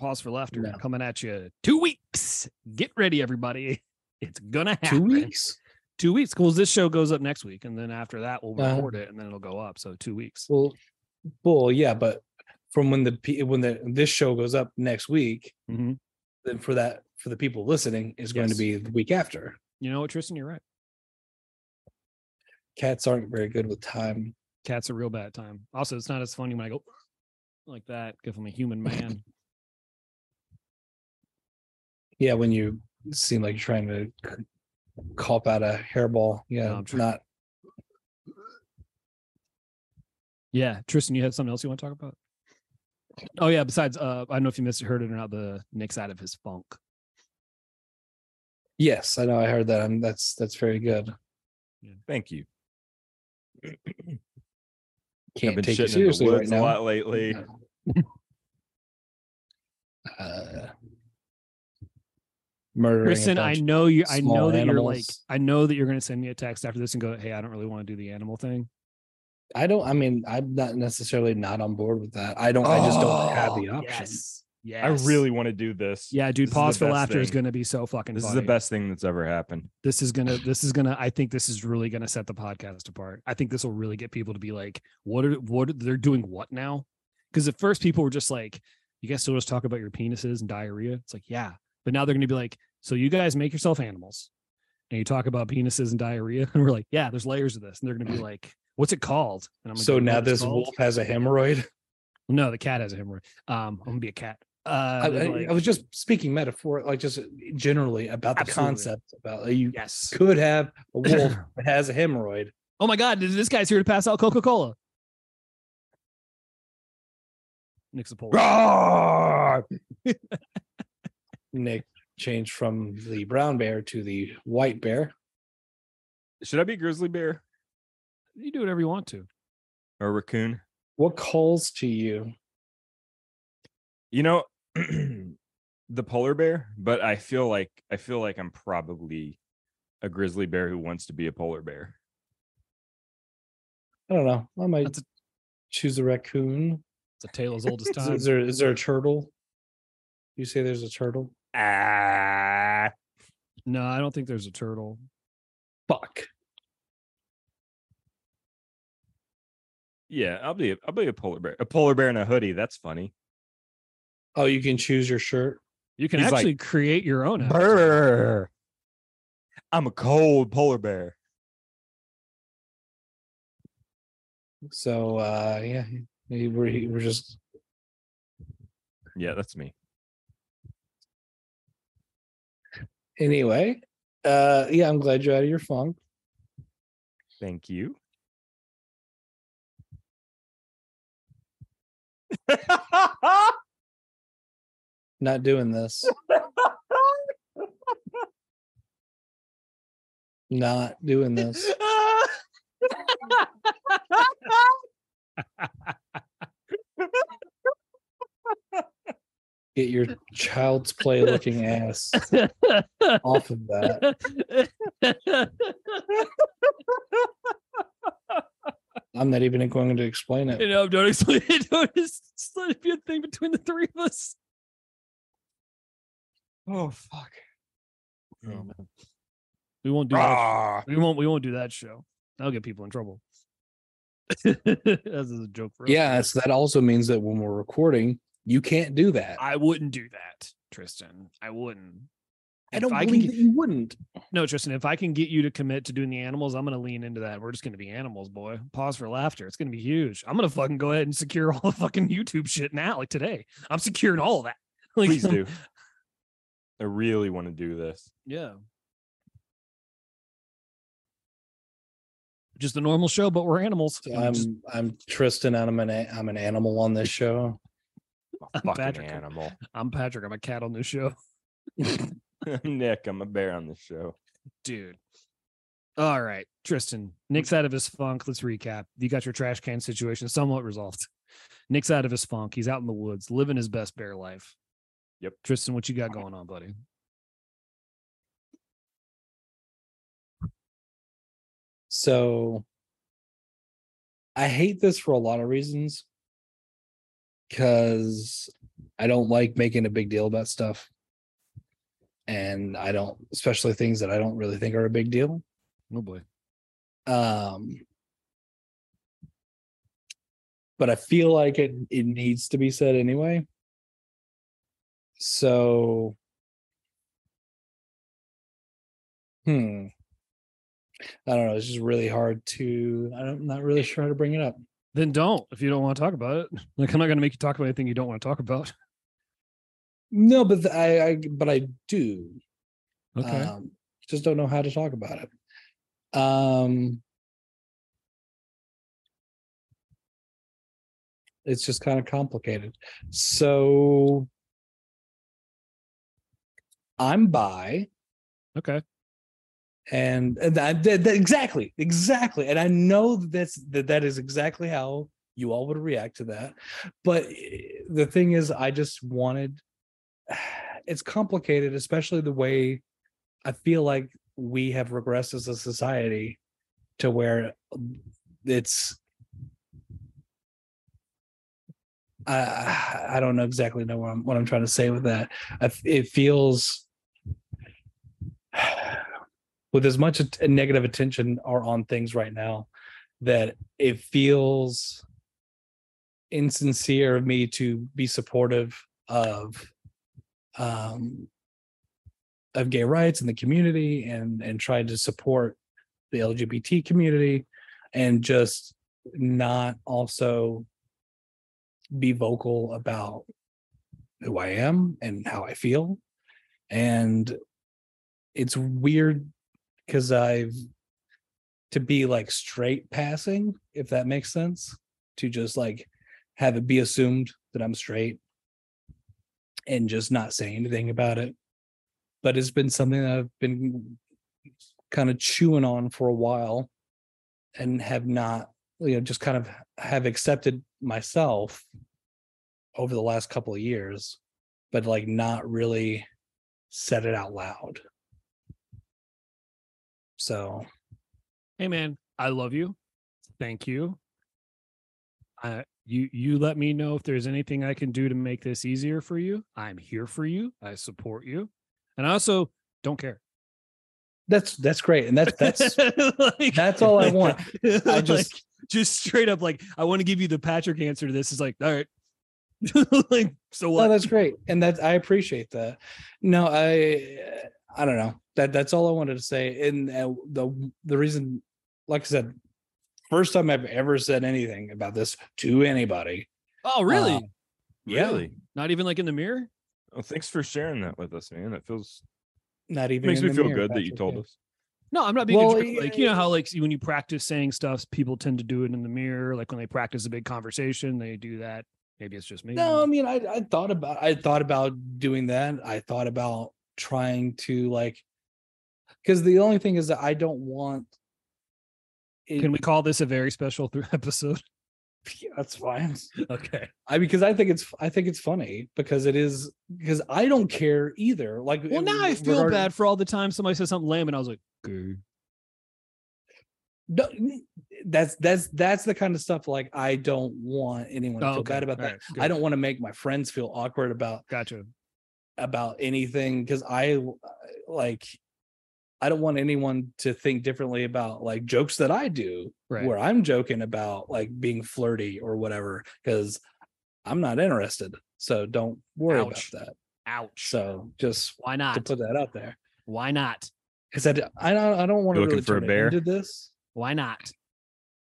[SPEAKER 2] pause for laughter
[SPEAKER 5] No.
[SPEAKER 2] coming at you two weeks. Get ready, everybody. It's gonna happen.
[SPEAKER 5] Two weeks.
[SPEAKER 2] Two weeks. Because this show goes up next week, and then after that, we'll
[SPEAKER 5] Uh-huh.
[SPEAKER 2] record it, and then it'll go up. So two weeks.
[SPEAKER 5] Well, well, yeah, but from when the pe- when the this show goes up next week,
[SPEAKER 2] hmm
[SPEAKER 5] then for that for the people listening is going
[SPEAKER 2] Yes.
[SPEAKER 5] to be the week after.
[SPEAKER 2] You know what, Tristan? You're right.
[SPEAKER 5] Cats aren't very good with time.
[SPEAKER 2] Cats are real bad time. Also, it's not as funny when I go like that because I'm a human man.
[SPEAKER 5] Yeah, when you seem like you're trying to c- cop out a hairball. Yeah,
[SPEAKER 2] No, I'm trying-
[SPEAKER 5] not
[SPEAKER 2] yeah, Tristan, you had something else you want to talk about? Oh yeah. Besides, uh, I don't know if you missed heard it or not. The Nick's out of his funk.
[SPEAKER 5] Yes, I know. I heard that. and that's that's very good.
[SPEAKER 3] Thank you. I've
[SPEAKER 5] Can't
[SPEAKER 3] been
[SPEAKER 5] take you
[SPEAKER 3] shitting in the
[SPEAKER 5] seriously right
[SPEAKER 3] woods a
[SPEAKER 5] now.
[SPEAKER 3] lot lately.
[SPEAKER 5] Uh, murdering. a
[SPEAKER 2] Kristen, I
[SPEAKER 5] bunch-
[SPEAKER 2] know you. I know
[SPEAKER 5] small
[SPEAKER 2] that you're like.
[SPEAKER 5] animals.
[SPEAKER 2] I know that you're going to send me a text after this and go, "Hey, I don't really want to do the animal thing."
[SPEAKER 5] I don't. I mean, I'm not necessarily not on board with that. I don't. I just don't have the
[SPEAKER 2] Oh,
[SPEAKER 5] option.
[SPEAKER 2] Yes. yes.
[SPEAKER 3] I really want to do this.
[SPEAKER 2] Yeah, dude.
[SPEAKER 3] This is the
[SPEAKER 2] pause for
[SPEAKER 3] best
[SPEAKER 2] laughter is
[SPEAKER 3] thing.
[SPEAKER 2] going to be so fucking.
[SPEAKER 3] This is
[SPEAKER 2] funny.
[SPEAKER 3] the best thing that's ever happened.
[SPEAKER 2] This is gonna. This is gonna. I think this is really gonna set the podcast apart. I think this will really get people to be like, "What are what are- they're doing? What now?" Because at first people were just like, "You guys still just talk about your penises and diarrhea." It's like, yeah, but now they're gonna be like, "So you guys make yourself animals, and you talk about penises and diarrhea," and we're like, "Yeah, there's layers of this," and they're gonna be like, "What's it called?" And I'm
[SPEAKER 5] So
[SPEAKER 2] go, "What
[SPEAKER 5] now
[SPEAKER 2] it's
[SPEAKER 5] this
[SPEAKER 2] called?"
[SPEAKER 5] wolf has a hemorrhoid.
[SPEAKER 2] No, the cat has a hemorrhoid. Um, I'm gonna be a cat. Uh,
[SPEAKER 5] I,
[SPEAKER 2] they're
[SPEAKER 5] I-
[SPEAKER 2] like,
[SPEAKER 5] I was just speaking metaphor, like just generally about the
[SPEAKER 2] Absolutely.
[SPEAKER 5] concept about you
[SPEAKER 2] yes.
[SPEAKER 5] could have a wolf that has a hemorrhoid.
[SPEAKER 2] Oh my God, this guy's here to pass out Coca Cola. Nick's a Polaroid.
[SPEAKER 5] Nick changed from the brown bear to the white bear.
[SPEAKER 3] Should I be grizzly bear
[SPEAKER 2] You do whatever you want to.
[SPEAKER 3] or raccoon?
[SPEAKER 5] What calls to you?
[SPEAKER 3] You know, the polar bear, but I feel like I feel like I'm probably a grizzly bear who wants to be a polar bear.
[SPEAKER 5] I don't know. I might
[SPEAKER 2] That's a-
[SPEAKER 5] choose a raccoon.
[SPEAKER 2] It's a tale as old as
[SPEAKER 5] Is,
[SPEAKER 2] time.
[SPEAKER 5] is there is there a turtle? You say there's a turtle?
[SPEAKER 3] Ah,
[SPEAKER 2] no, I don't think there's a turtle.
[SPEAKER 5] Fuck.
[SPEAKER 3] yeah, I'll be a, I'll be a polar bear. A polar bear in a hoodie. That's funny.
[SPEAKER 5] Oh, you can choose your shirt.
[SPEAKER 2] You can
[SPEAKER 3] He's like,
[SPEAKER 2] actually create your own. avatar.
[SPEAKER 3] Brr. I'm a cold polar bear.
[SPEAKER 5] So uh yeah, maybe we're we're just
[SPEAKER 3] Yeah, that's me.
[SPEAKER 5] anyway. Uh yeah, I'm glad you're out of your funk.
[SPEAKER 3] Thank you.
[SPEAKER 5] Not doing this. Not doing this. Get your child's play looking ass off of that. I'm not even going to explain
[SPEAKER 2] you
[SPEAKER 5] it.
[SPEAKER 2] know, don't explain it. Don't just, just let it be a thing between the three of us.
[SPEAKER 3] oh fuck.
[SPEAKER 2] We won't do that. We won't. We won't do that show. That'll get people in trouble. That's a joke for us.
[SPEAKER 5] Yeah, so that also means that when we're recording, you can't do that.
[SPEAKER 2] I wouldn't do that, Tristan. I wouldn't.
[SPEAKER 5] I
[SPEAKER 2] If
[SPEAKER 5] don't
[SPEAKER 2] can
[SPEAKER 5] believe
[SPEAKER 2] get-
[SPEAKER 5] that you wouldn't.
[SPEAKER 2] No, Tristan, if I can get you to commit to doing the animals, I'm going to lean into that. We're just going to be animals, boy. Pause for laughter. It's going to be huge. I'm going to fucking go ahead and secure all the fucking YouTube shit now, like today. I'm securing all of that. Like,
[SPEAKER 3] Please
[SPEAKER 2] I'm-
[SPEAKER 3] do. I really want to do this.
[SPEAKER 2] Yeah. Just a normal show, but we're animals.
[SPEAKER 5] So
[SPEAKER 3] Um,
[SPEAKER 2] I'm
[SPEAKER 5] I'm
[SPEAKER 2] just-
[SPEAKER 5] I'm Tristan. and I'm an a- I'm an animal on this
[SPEAKER 3] I'm
[SPEAKER 5] show.
[SPEAKER 3] a
[SPEAKER 2] I'm
[SPEAKER 3] fucking
[SPEAKER 2] Patrick.
[SPEAKER 3] animal.
[SPEAKER 2] I'm Patrick. I'm a cat on this show.
[SPEAKER 3] I'm Nick, I'm a bear on this show.
[SPEAKER 2] dude. All right, Tristan. Nick's out of his funk. Let's recap. You got your trash can situation somewhat resolved. Nick's out of his funk. He's out in the woods, living his best bear life.
[SPEAKER 3] Yep.
[SPEAKER 2] Tristan, what you got going on, buddy?
[SPEAKER 5] So I hate this for a lot of reasons because I don't like making a big deal about stuff. And I don't, especially things that I don't really think are a big deal.
[SPEAKER 2] Oh boy.
[SPEAKER 5] Um, but I feel like it, it needs to be said anyway. So, hmm. I don't know. It's just really hard to, I don't- I'm not really sure how to bring it up.
[SPEAKER 2] Then don't if you don't want to talk about it. Like I'm not going to make you talk about anything you don't want to talk about.
[SPEAKER 5] No, but th- I, I, but I do.
[SPEAKER 2] Okay.
[SPEAKER 5] Um, just don't know how to talk about it. Um, it's just kind of complicated. So I'm by,
[SPEAKER 2] okay.
[SPEAKER 5] and, and I, that, that- exactly, exactly. And I know that that's that that is exactly how you all would react to that. But eh, the thing is, I just wanted. It's complicated, especially the way I feel like we have regressed as a society to where um, it's I I don't know exactly know what I'm what I'm trying to say with that. I, f- it feels with as much at- negative attention are on things right now that it feels insincere of me to be supportive of um of gay rights and the community and and tried to support the LGBT community and just not also be vocal about who I am and how I feel. And it's weird because I've to be like straight passing, if that makes sense, to just like have it be assumed that I'm straight and just not say anything about it but it's been something that I've been kind of chewing on for a while and have not, you know, just kind of have accepted myself over the last couple of years, but like not really said it out loud. So
[SPEAKER 2] Hey man, I love you. Thank you. I you you let me know if there's anything I can do to make this easier for you. I'm here for you. I support you. And I also don't care.
[SPEAKER 5] that's that's great. And that's that's
[SPEAKER 2] Like-
[SPEAKER 5] that's all I want. I just
[SPEAKER 2] Like, just straight up like I want to give you the Patrick answer to this. It's like, all right. like so
[SPEAKER 5] Oh,
[SPEAKER 2] what?
[SPEAKER 5] that's great, and that I appreciate that. No, I I don't know that that's all I wanted to say. And uh, the the reason, like I said, first time I've ever said anything about this to anybody.
[SPEAKER 2] oh, really?
[SPEAKER 5] Uh, yeah,
[SPEAKER 3] Really?
[SPEAKER 2] Not even like in the mirror?
[SPEAKER 3] Well, thanks for sharing that with us, man. That feels
[SPEAKER 5] not even
[SPEAKER 3] makes
[SPEAKER 5] in
[SPEAKER 3] me
[SPEAKER 5] the
[SPEAKER 3] feel
[SPEAKER 5] mirror,
[SPEAKER 3] good that you
[SPEAKER 5] Patrick,
[SPEAKER 3] told
[SPEAKER 5] yeah.
[SPEAKER 3] us.
[SPEAKER 2] No, I'm not being
[SPEAKER 5] Well,
[SPEAKER 2] a jerk. like you
[SPEAKER 5] yeah.
[SPEAKER 2] know how like when you practice saying stuff, people tend to do it in the mirror. Like when they practice a big conversation, they do that. Maybe it's just me.
[SPEAKER 5] No, I mean, I, I thought about I thought about doing that. I thought about trying to like, because the only thing is that I don't want. It,
[SPEAKER 2] Can we call this a very special th- episode?
[SPEAKER 5] That's fine.
[SPEAKER 2] Okay.
[SPEAKER 5] I because I think it's I think it's funny because it is because I don't care either. Like,
[SPEAKER 2] Well,
[SPEAKER 5] it-
[SPEAKER 2] now I feel
[SPEAKER 5] regard-
[SPEAKER 2] bad for all the time somebody says something lame, and I was like, "Okay."
[SPEAKER 5] No, n- that's that's that's the kind of stuff like I don't want anyone to
[SPEAKER 2] Oh,
[SPEAKER 5] feel
[SPEAKER 2] okay.
[SPEAKER 5] bad about
[SPEAKER 2] All
[SPEAKER 5] that.
[SPEAKER 2] right, good.
[SPEAKER 5] I don't want to make my friends feel awkward about
[SPEAKER 2] Gotcha.
[SPEAKER 5] about anything because I like I don't want anyone to think differently about like jokes that I do
[SPEAKER 2] Right.
[SPEAKER 5] where I'm joking about like being flirty or whatever because I'm not interested. So don't worry
[SPEAKER 2] Ouch.
[SPEAKER 5] about that.
[SPEAKER 2] Ouch.
[SPEAKER 5] So just
[SPEAKER 2] Why
[SPEAKER 5] to
[SPEAKER 2] not?
[SPEAKER 5] put that out there.
[SPEAKER 2] Why not?
[SPEAKER 5] because I, d- I don't I don't want to
[SPEAKER 3] You're looking
[SPEAKER 5] really
[SPEAKER 3] for a
[SPEAKER 5] turn it
[SPEAKER 3] bear?
[SPEAKER 5] into this.
[SPEAKER 2] Why not? Is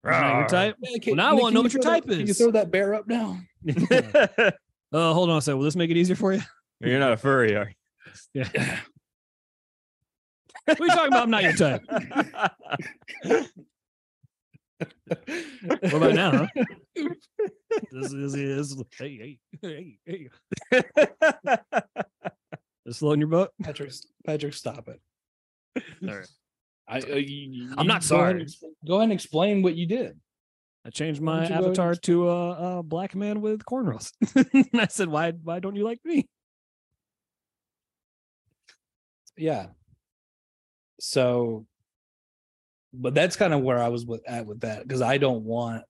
[SPEAKER 2] that your
[SPEAKER 3] Rawr.
[SPEAKER 2] type?
[SPEAKER 5] Yeah, can-
[SPEAKER 2] now I
[SPEAKER 5] Nick,
[SPEAKER 2] wanna
[SPEAKER 5] can
[SPEAKER 2] know
[SPEAKER 5] you
[SPEAKER 2] what your
[SPEAKER 5] throw that-
[SPEAKER 2] type
[SPEAKER 5] Can you
[SPEAKER 2] is.
[SPEAKER 5] throw that bear up now?
[SPEAKER 2] uh, hold on a second. Will this make it easier for you?
[SPEAKER 3] You're not a furry, are
[SPEAKER 2] What are you talking about? I'm not your type.
[SPEAKER 3] you?
[SPEAKER 2] What about now? Huh? this is this is hey hey hey hey. This low in your butt.
[SPEAKER 5] Patrick, Patrick, stop it.
[SPEAKER 2] All right.
[SPEAKER 5] I, uh, you-
[SPEAKER 2] I'm not
[SPEAKER 5] you go ahead
[SPEAKER 2] sorry.
[SPEAKER 5] and ex- Go ahead and explain what you did.
[SPEAKER 2] I changed
[SPEAKER 5] Why
[SPEAKER 2] my
[SPEAKER 5] don't you go
[SPEAKER 2] avatar
[SPEAKER 5] next?
[SPEAKER 2] to a, a black man with cornrows. and I said, "Why why don't you like me?"
[SPEAKER 5] Yeah. So but that's kind of where I was with at with that because I don't want.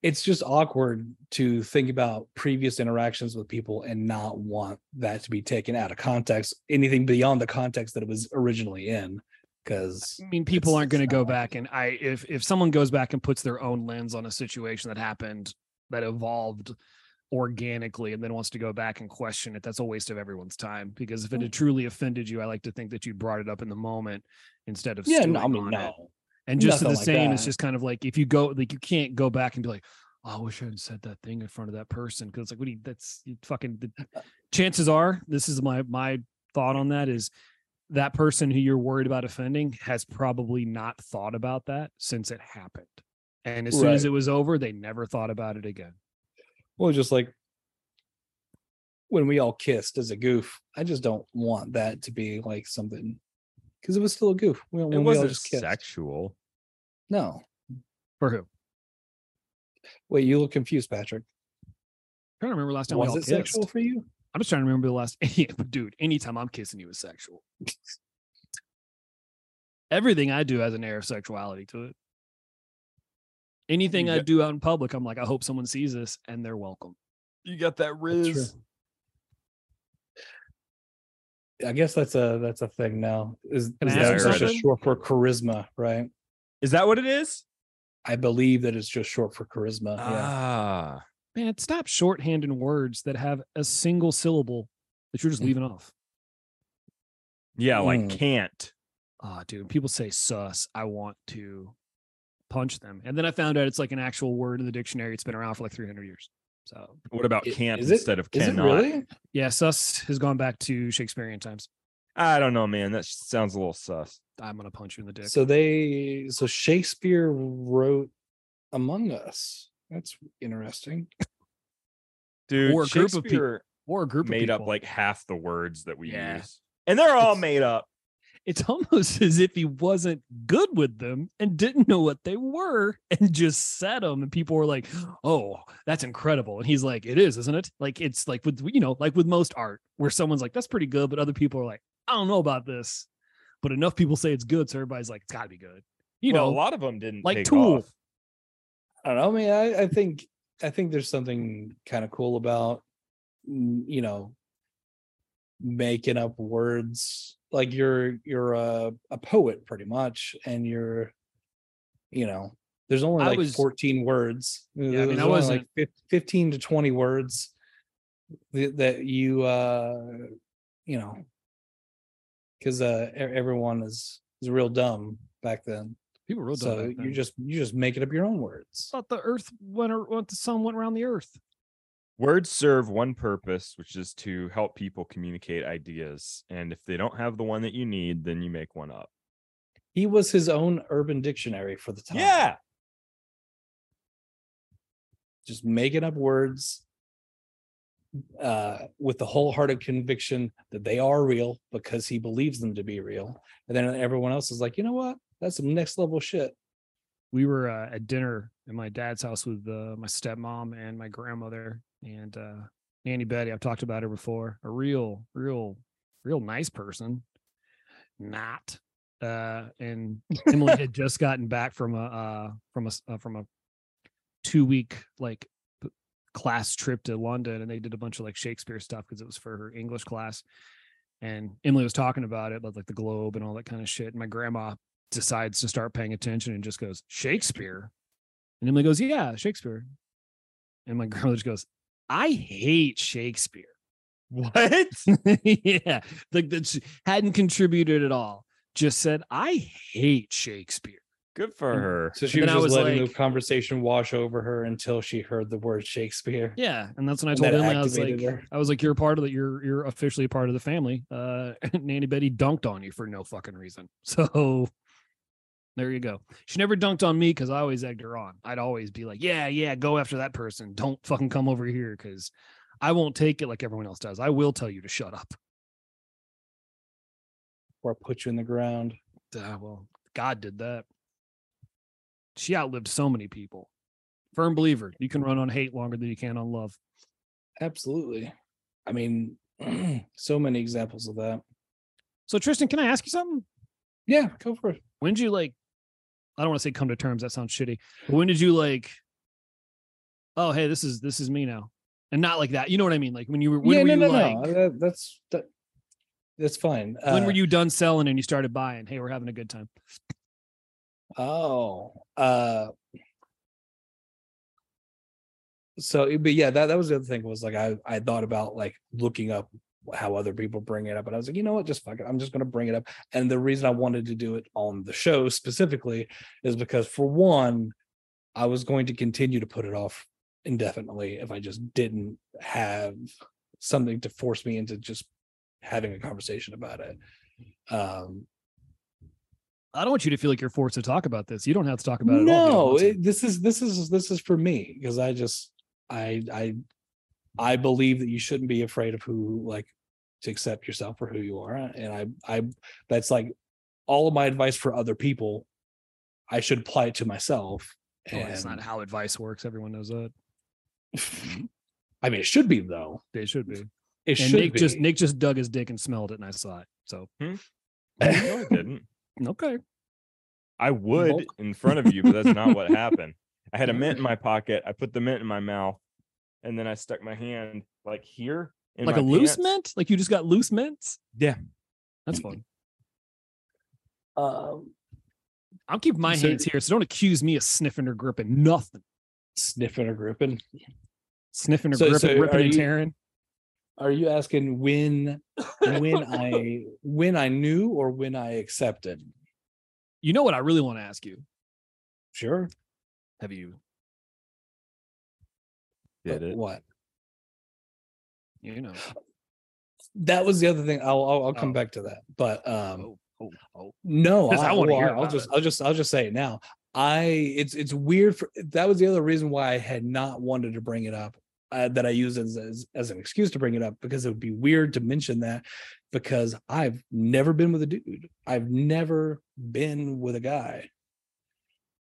[SPEAKER 5] It's just awkward to think about previous interactions with people and not want that to be taken out of context, anything beyond the context that it was originally in. Because
[SPEAKER 2] I mean, people
[SPEAKER 5] It's-
[SPEAKER 2] aren't going to
[SPEAKER 5] it's
[SPEAKER 2] go
[SPEAKER 5] not-
[SPEAKER 2] back and I if if someone goes back and puts their own lens on a situation that happened that evolved organically and then wants to go back and question it, that's a waste of everyone's time. Because if it
[SPEAKER 5] Mm.
[SPEAKER 2] had truly offended you, I like to think that you brought it up in the moment instead of
[SPEAKER 5] yeah, no,
[SPEAKER 2] stewing
[SPEAKER 5] I mean
[SPEAKER 2] Mm-hmm. on it.
[SPEAKER 5] no,
[SPEAKER 2] And just to the
[SPEAKER 5] Nothing like
[SPEAKER 2] same, it's
[SPEAKER 5] that.
[SPEAKER 2] just kind of like if you go like you can't go back and be like, oh, I wish I had said that thing in front of that person because it's like, what do you? That's you fucking.
[SPEAKER 5] Uh,
[SPEAKER 2] The, chances are, this is my my thought on that is that person who you're worried about offending has probably not thought about that since it happened, and as soon as
[SPEAKER 5] Right.
[SPEAKER 2] it was over, they never thought about it again.
[SPEAKER 5] Well, just like when we all kissed as a goof, I just don't want that to be like something because it was still a goof. We,
[SPEAKER 3] It
[SPEAKER 5] when we all
[SPEAKER 3] wasn't
[SPEAKER 5] just kissed.
[SPEAKER 3] sexual.
[SPEAKER 5] No,
[SPEAKER 2] For who? I'm
[SPEAKER 5] wait, you look confused, Patrick.
[SPEAKER 2] trying to remember last time we
[SPEAKER 5] Was
[SPEAKER 2] all
[SPEAKER 5] it
[SPEAKER 2] kissed.
[SPEAKER 5] sexual for you?
[SPEAKER 2] I'm just trying to remember the last. Yeah, but dude, anytime I'm kissing you is sexual. Everything I do has an air of sexuality to it. Anything I
[SPEAKER 3] got-
[SPEAKER 2] do out in public, I'm like, I hope someone sees this and they're welcome.
[SPEAKER 3] You got that
[SPEAKER 5] That's true. I guess that's a that's a thing now. Is,
[SPEAKER 2] Can I
[SPEAKER 5] is
[SPEAKER 2] ask
[SPEAKER 5] that
[SPEAKER 3] you
[SPEAKER 5] just
[SPEAKER 2] something?
[SPEAKER 5] short for charisma, right?
[SPEAKER 3] Is that what it is?
[SPEAKER 5] I believe that it's just short for charisma. yeah.
[SPEAKER 3] Ah,
[SPEAKER 2] Man, stop shorthanding words that have a single syllable that you're just
[SPEAKER 5] Mm.
[SPEAKER 2] leaving off.
[SPEAKER 3] yeah, like
[SPEAKER 2] Hmm.
[SPEAKER 5] Mm.
[SPEAKER 3] can't.
[SPEAKER 2] Ah, dude, people say sus. I want to punch them. And then I found out it's like an actual word in the dictionary. It's been around for like 300 years. So,
[SPEAKER 3] What about
[SPEAKER 5] I-
[SPEAKER 3] can't
[SPEAKER 5] is it-
[SPEAKER 3] instead of
[SPEAKER 5] Is
[SPEAKER 3] cannot?
[SPEAKER 5] it really?
[SPEAKER 2] yeah, sus has gone back to Shakespearean times.
[SPEAKER 3] I don't know, man. That sounds a little sus.
[SPEAKER 2] I'm going to punch you in the dick.
[SPEAKER 5] So they so Shakespeare wrote Among Us. That's interesting.
[SPEAKER 3] Dude,
[SPEAKER 2] Or a group of peop-
[SPEAKER 3] Shakespeare
[SPEAKER 2] or a group of
[SPEAKER 3] made up
[SPEAKER 2] people.
[SPEAKER 3] like half the words that we
[SPEAKER 2] Yeah.
[SPEAKER 3] use. And they're all
[SPEAKER 2] It's-
[SPEAKER 3] made up.
[SPEAKER 2] it's almost as if he wasn't good with them and didn't know what they were and just said them and people were like oh that's incredible and he's like it is isn't it like it's like with you know like with most art where someone's like that's pretty good but other people are like i don't know about this but enough people say it's good so everybody's like it's got to be good you
[SPEAKER 3] Well,
[SPEAKER 2] know
[SPEAKER 3] a lot of them didn't
[SPEAKER 2] like
[SPEAKER 3] take
[SPEAKER 2] Tool.
[SPEAKER 3] off.
[SPEAKER 5] I don't know. I mean, I, I think I think there's something kind of cool about mm, you know making up words. Like you're you're a, a poet pretty much, and you're you know there's only
[SPEAKER 2] I
[SPEAKER 5] like
[SPEAKER 2] was-
[SPEAKER 5] 14 words.
[SPEAKER 2] I mean,
[SPEAKER 5] There's
[SPEAKER 2] I
[SPEAKER 5] only,
[SPEAKER 2] wasn't-
[SPEAKER 5] like fif- 15 to 20 words that, that you uh you know because uh e- everyone is is real dumb back then.
[SPEAKER 2] people wrote
[SPEAKER 5] so you just you just make it up your own words.
[SPEAKER 2] thought the earth went ar- went- the sun went around the earth
[SPEAKER 3] Words serve one purpose, which is to help people communicate ideas. And if they don't have the one that you need, then you make one up.
[SPEAKER 5] He was his own urban dictionary for the time.
[SPEAKER 3] Yeah.
[SPEAKER 5] Just making up words uh, with the wholehearted conviction that they are real because he believes them to be real. And then everyone else is like, you know what? That's some next level shit.
[SPEAKER 2] we were uh, at dinner at my dad's house with uh, my stepmom and my grandmother and uh, Nanny Betty. I've talked about her before. A real, real, real nice person. Not. Uh, and Emily had just gotten back from a uh, from a s- uh, from a two week like p- class trip to London, and they did a bunch of like Shakespeare stuff because it was for her English class. And Emily was talking about it, like like the Globe and all that kind of shit. And my grandma decides to start paying attention and just goes, Shakespeare. And Emily goes, Yeah, Shakespeare. And my grandmother just goes, I hate Shakespeare.
[SPEAKER 3] What?
[SPEAKER 2] yeah. Like that she hadn't contributed at all. Just said, I hate Shakespeare.
[SPEAKER 3] Good for
[SPEAKER 2] Mm.
[SPEAKER 5] And
[SPEAKER 3] her.
[SPEAKER 5] So she
[SPEAKER 2] And
[SPEAKER 5] was
[SPEAKER 2] then I
[SPEAKER 5] just
[SPEAKER 2] was
[SPEAKER 5] letting
[SPEAKER 2] like-
[SPEAKER 5] the conversation wash over her until she heard the word Shakespeare.
[SPEAKER 2] Yeah. And that's when I
[SPEAKER 5] And
[SPEAKER 2] told
[SPEAKER 5] that
[SPEAKER 2] Emily, I was like,
[SPEAKER 5] activated her.
[SPEAKER 2] I was like, you're a part of the you're you're officially a part of the family. Uh Nanny Betty dunked on you for no fucking reason. So there you go. She never dunked on me because I always egged her on. I'd always be like, Yeah, yeah, go after that person. Don't fucking come over here because I won't take it like everyone else does. I will tell you to shut up.
[SPEAKER 5] Or put you in the ground.
[SPEAKER 2] Ah, well, God did that. She outlived so many people. Firm believer, you can run on hate longer than you can on love.
[SPEAKER 5] Absolutely. I mean, so many examples of that.
[SPEAKER 2] So Tristan, can I ask you something?
[SPEAKER 5] Yeah, go for it.
[SPEAKER 2] when did you like I don't want to say come to terms. That sounds shitty. But when did you like? Oh, hey, this is this is me now, and not like that. You know what I mean? Like when you were when
[SPEAKER 5] yeah,
[SPEAKER 2] were
[SPEAKER 5] no,
[SPEAKER 2] you
[SPEAKER 5] no,
[SPEAKER 2] like
[SPEAKER 5] no. That, that's that, that's fine.
[SPEAKER 2] when were
[SPEAKER 5] Uh,
[SPEAKER 2] you done selling and you started buying? Hey, we're having a good time.
[SPEAKER 5] Oh, uh, so but yeah, that that was the other thing was like I I thought about like looking up how other people bring it up, and I was like, you know what, just fuck it, I'm just gonna bring it up. And the reason I wanted to do it on the show specifically is because for one, I was going to continue to put it off indefinitely if I just didn't have something to force me into just having a conversation about it. Um,
[SPEAKER 2] I don't want you to feel like you're forced to talk about this. You don't have to talk about it.
[SPEAKER 5] no,
[SPEAKER 2] at all. if you don't want to.
[SPEAKER 5] it- this is this is this is for me because I just I I I believe that you shouldn't be afraid of who like to accept yourself for who you are, and I I that's like all of my advice for other people. I should apply it to myself.
[SPEAKER 2] Oh, that's
[SPEAKER 5] and-
[SPEAKER 2] not how advice works. Everyone knows that.
[SPEAKER 5] I mean, it should be though.
[SPEAKER 2] They should be. and
[SPEAKER 5] It should
[SPEAKER 2] Nick
[SPEAKER 5] be.
[SPEAKER 2] just Nick just dug his dick and smelled it, and I saw it. So mm,
[SPEAKER 3] No, I didn't.
[SPEAKER 2] okay,
[SPEAKER 3] I would in front of you, but that's not what happened. I had a mint in my pocket. I put the mint in my mouth, and then I stuck my hand like here, in
[SPEAKER 2] like
[SPEAKER 3] my
[SPEAKER 2] a loose
[SPEAKER 3] pants.
[SPEAKER 2] mint. Like you just got loose mints.
[SPEAKER 3] Yeah.
[SPEAKER 2] that's fun.
[SPEAKER 5] um,
[SPEAKER 2] I'm keeping my
[SPEAKER 5] So-
[SPEAKER 2] hands here, so don't accuse me of sniffing or gripping. Nothing.
[SPEAKER 5] sniffing or gripping.
[SPEAKER 2] Sniffing or
[SPEAKER 5] So-
[SPEAKER 2] gripping,
[SPEAKER 5] so
[SPEAKER 2] ripping
[SPEAKER 5] are
[SPEAKER 2] and
[SPEAKER 5] you-
[SPEAKER 2] tearing.
[SPEAKER 5] Are you asking when when I when I knew or when I accepted?
[SPEAKER 2] You know what I really want to ask you?
[SPEAKER 5] Sure.
[SPEAKER 2] Have you?
[SPEAKER 3] Did
[SPEAKER 5] but
[SPEAKER 3] it?
[SPEAKER 5] What?
[SPEAKER 2] You know.
[SPEAKER 5] that was the other thing. I'll I'll, I'll come
[SPEAKER 2] Oh.
[SPEAKER 5] back to that. But um,
[SPEAKER 2] oh, oh, oh.
[SPEAKER 5] no,
[SPEAKER 2] 'Cause I
[SPEAKER 5] I,
[SPEAKER 2] wanna
[SPEAKER 5] well,
[SPEAKER 2] hear
[SPEAKER 5] I'll
[SPEAKER 2] about
[SPEAKER 5] just
[SPEAKER 2] it.
[SPEAKER 5] I'll just I'll just say it now. I it's it's weird. For, that was the other reason why I had not wanted to bring it up. Uh, that I use as, as as an excuse to bring it up because it would be weird to mention that because I've never been with a dude. I've never been with a guy.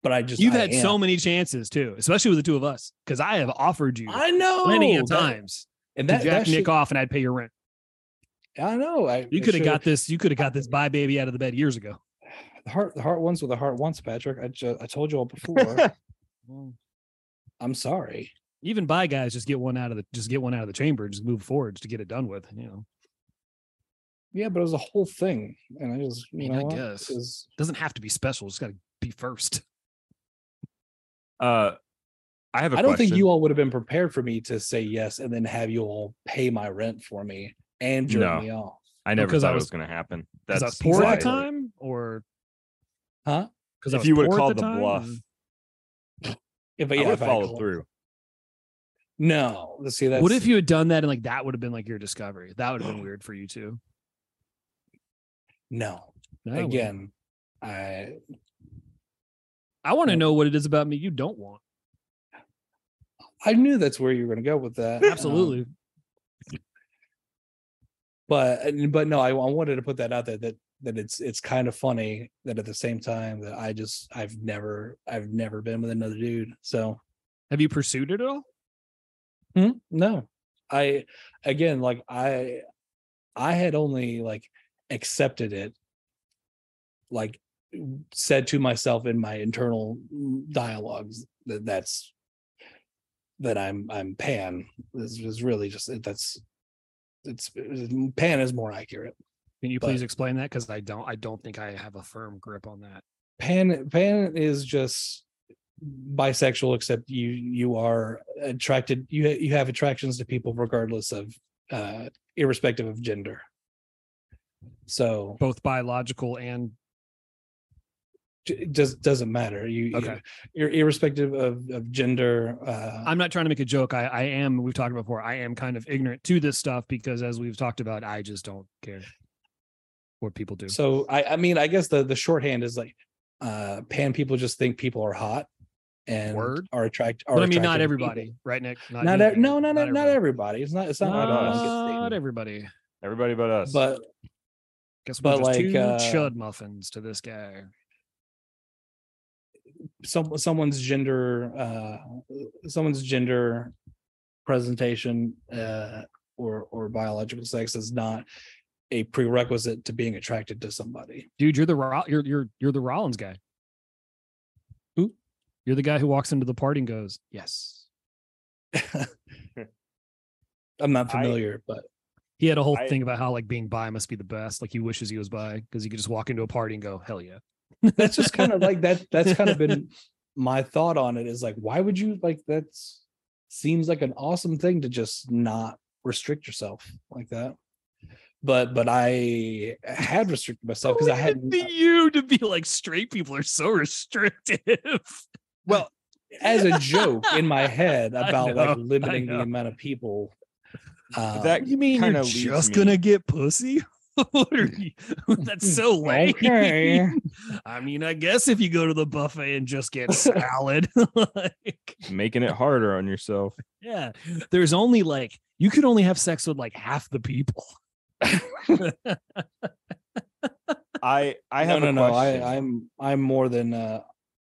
[SPEAKER 5] But I just
[SPEAKER 2] You've
[SPEAKER 5] I
[SPEAKER 2] had
[SPEAKER 5] am.
[SPEAKER 2] so many chances too, especially with the two of us, because I have offered you
[SPEAKER 5] I know
[SPEAKER 2] plenty of
[SPEAKER 5] that-
[SPEAKER 2] times
[SPEAKER 5] and
[SPEAKER 2] to
[SPEAKER 5] that,
[SPEAKER 2] jack
[SPEAKER 5] that
[SPEAKER 2] Nick
[SPEAKER 5] shit-
[SPEAKER 2] off, and I'd pay your rent.
[SPEAKER 5] I know
[SPEAKER 2] You
[SPEAKER 5] I it
[SPEAKER 2] could have
[SPEAKER 5] should've-
[SPEAKER 2] got this. You could have got this bye baby out of the bed years ago.
[SPEAKER 5] the heart the heart wants what the heart wants, Patrick. I ju- I told you all before. I'm sorry.
[SPEAKER 2] Even bye guys just get one out of the just get one out of the chamber and just move forward just to get it done with. You know,
[SPEAKER 5] Yeah, but it was a whole thing, and I just you
[SPEAKER 2] mean, I
[SPEAKER 5] know what?
[SPEAKER 2] guess.
[SPEAKER 5] It was-
[SPEAKER 2] doesn't have to be special. It's got to be first.
[SPEAKER 3] Uh, I have a
[SPEAKER 5] I don't
[SPEAKER 3] question.
[SPEAKER 5] think you all would have been prepared for me to say yes and then have you all pay my rent for me and jerk
[SPEAKER 3] No.
[SPEAKER 5] me off.
[SPEAKER 3] I never
[SPEAKER 2] because I
[SPEAKER 3] thought
[SPEAKER 2] was-
[SPEAKER 3] it was going to happen.
[SPEAKER 2] Because
[SPEAKER 3] That's
[SPEAKER 2] I was poor at the
[SPEAKER 3] why-
[SPEAKER 2] time, or
[SPEAKER 5] Huh?
[SPEAKER 2] Because
[SPEAKER 3] If you would have called the, bluff,
[SPEAKER 5] If
[SPEAKER 3] I would
[SPEAKER 5] yeah, if
[SPEAKER 3] have followed
[SPEAKER 5] called-
[SPEAKER 3] through.
[SPEAKER 5] No, let's see. That's
[SPEAKER 2] what if you had done that and like that would have been like your discovery? That would have been weird for you too.
[SPEAKER 5] no
[SPEAKER 2] No, it wouldn't.
[SPEAKER 5] again? I
[SPEAKER 2] I want to
[SPEAKER 5] Nope.
[SPEAKER 2] know what it is about me you don't want.
[SPEAKER 5] I knew that's where you were going to go with that. um,
[SPEAKER 2] Absolutely.
[SPEAKER 5] but and- but no I, I wanted to put that out there that that it's it's kind of funny that at the same time that i just i've never i've never been with another dude so
[SPEAKER 2] Have you pursued it at all?
[SPEAKER 5] mm, no i again like i i had only like accepted it like said to myself in my internal mm, dialogues that that's that i'm i'm pan this is really just that's it's pan is more accurate
[SPEAKER 2] Can you
[SPEAKER 5] But-
[SPEAKER 2] please explain that? Because I don't. I don't think I have a firm grip on that.
[SPEAKER 5] pan pan is just bisexual except you you are attracted you you have attractions to people regardless of uh irrespective of gender so
[SPEAKER 2] Both biological and
[SPEAKER 5] j- it just doesn't matter you,
[SPEAKER 2] Okay.
[SPEAKER 5] you are irrespective of, of gender uh
[SPEAKER 2] I'm not trying to make a joke. I, I am. We've talked about before. I am kind of ignorant to this stuff because, as we've talked about, I just don't care what people do.
[SPEAKER 5] so i i mean i guess the the shorthand is like uh pan people just think people are hot and
[SPEAKER 2] Word.
[SPEAKER 5] are attract are
[SPEAKER 2] but I mean,
[SPEAKER 5] attracted
[SPEAKER 2] not
[SPEAKER 5] to
[SPEAKER 2] everybody,
[SPEAKER 5] people.
[SPEAKER 2] right, Nick?
[SPEAKER 5] not
[SPEAKER 2] me.
[SPEAKER 5] ev- no not e,
[SPEAKER 2] everybody.
[SPEAKER 5] not,
[SPEAKER 2] Ah.
[SPEAKER 5] everybody it's not it's not like
[SPEAKER 3] Not
[SPEAKER 5] a
[SPEAKER 3] us.
[SPEAKER 5] blanket
[SPEAKER 2] Not
[SPEAKER 5] statement.
[SPEAKER 2] everybody.
[SPEAKER 3] Everybody but us.
[SPEAKER 5] but
[SPEAKER 2] Guess we're
[SPEAKER 5] But
[SPEAKER 2] just
[SPEAKER 5] like,
[SPEAKER 2] two
[SPEAKER 5] uh,
[SPEAKER 2] chud muffins to this guy.
[SPEAKER 5] some someone's gender uh someone's gender presentation uh or or biological sex is not a prerequisite to being attracted to somebody
[SPEAKER 2] Dude, you're the Ro- you're you're you're the Rollins guy. You're the guy who walks into the party and goes, "Yes."
[SPEAKER 5] I'm not
[SPEAKER 3] I-
[SPEAKER 5] familiar, but
[SPEAKER 2] He had a whole
[SPEAKER 3] I-
[SPEAKER 2] thing about how like being bi must be the best. Like he wishes he was bi because he could just walk into a party and go, "Hell yeah."
[SPEAKER 5] that's just kind of like that. That's kind of been my thought on it is like, why would you like that's seems like an awesome thing to just not restrict yourself like that. But but I had uh restricted myself because Oh, I
[SPEAKER 2] Leave it
[SPEAKER 5] hadn't
[SPEAKER 2] to you to be like straight people are so restrictive.
[SPEAKER 5] as a joke in my head
[SPEAKER 2] I
[SPEAKER 5] about like
[SPEAKER 2] know, I
[SPEAKER 5] limiting the
[SPEAKER 2] know.
[SPEAKER 5] amount of people. Um,
[SPEAKER 3] that
[SPEAKER 2] You mean
[SPEAKER 3] kinda
[SPEAKER 2] you're
[SPEAKER 3] leads
[SPEAKER 2] just
[SPEAKER 3] me-
[SPEAKER 2] gonna get pussy? What are you- That's so lame.
[SPEAKER 5] okay.
[SPEAKER 2] I mean, I guess if you go to the buffet and just get salad, like,
[SPEAKER 3] making it harder on yourself.
[SPEAKER 2] yeah, there's only like you could only have sex with like half the people.
[SPEAKER 3] I I
[SPEAKER 5] no,
[SPEAKER 3] have
[SPEAKER 5] no,
[SPEAKER 3] a
[SPEAKER 5] no.
[SPEAKER 3] question.
[SPEAKER 5] I, I'm I'm more than uh,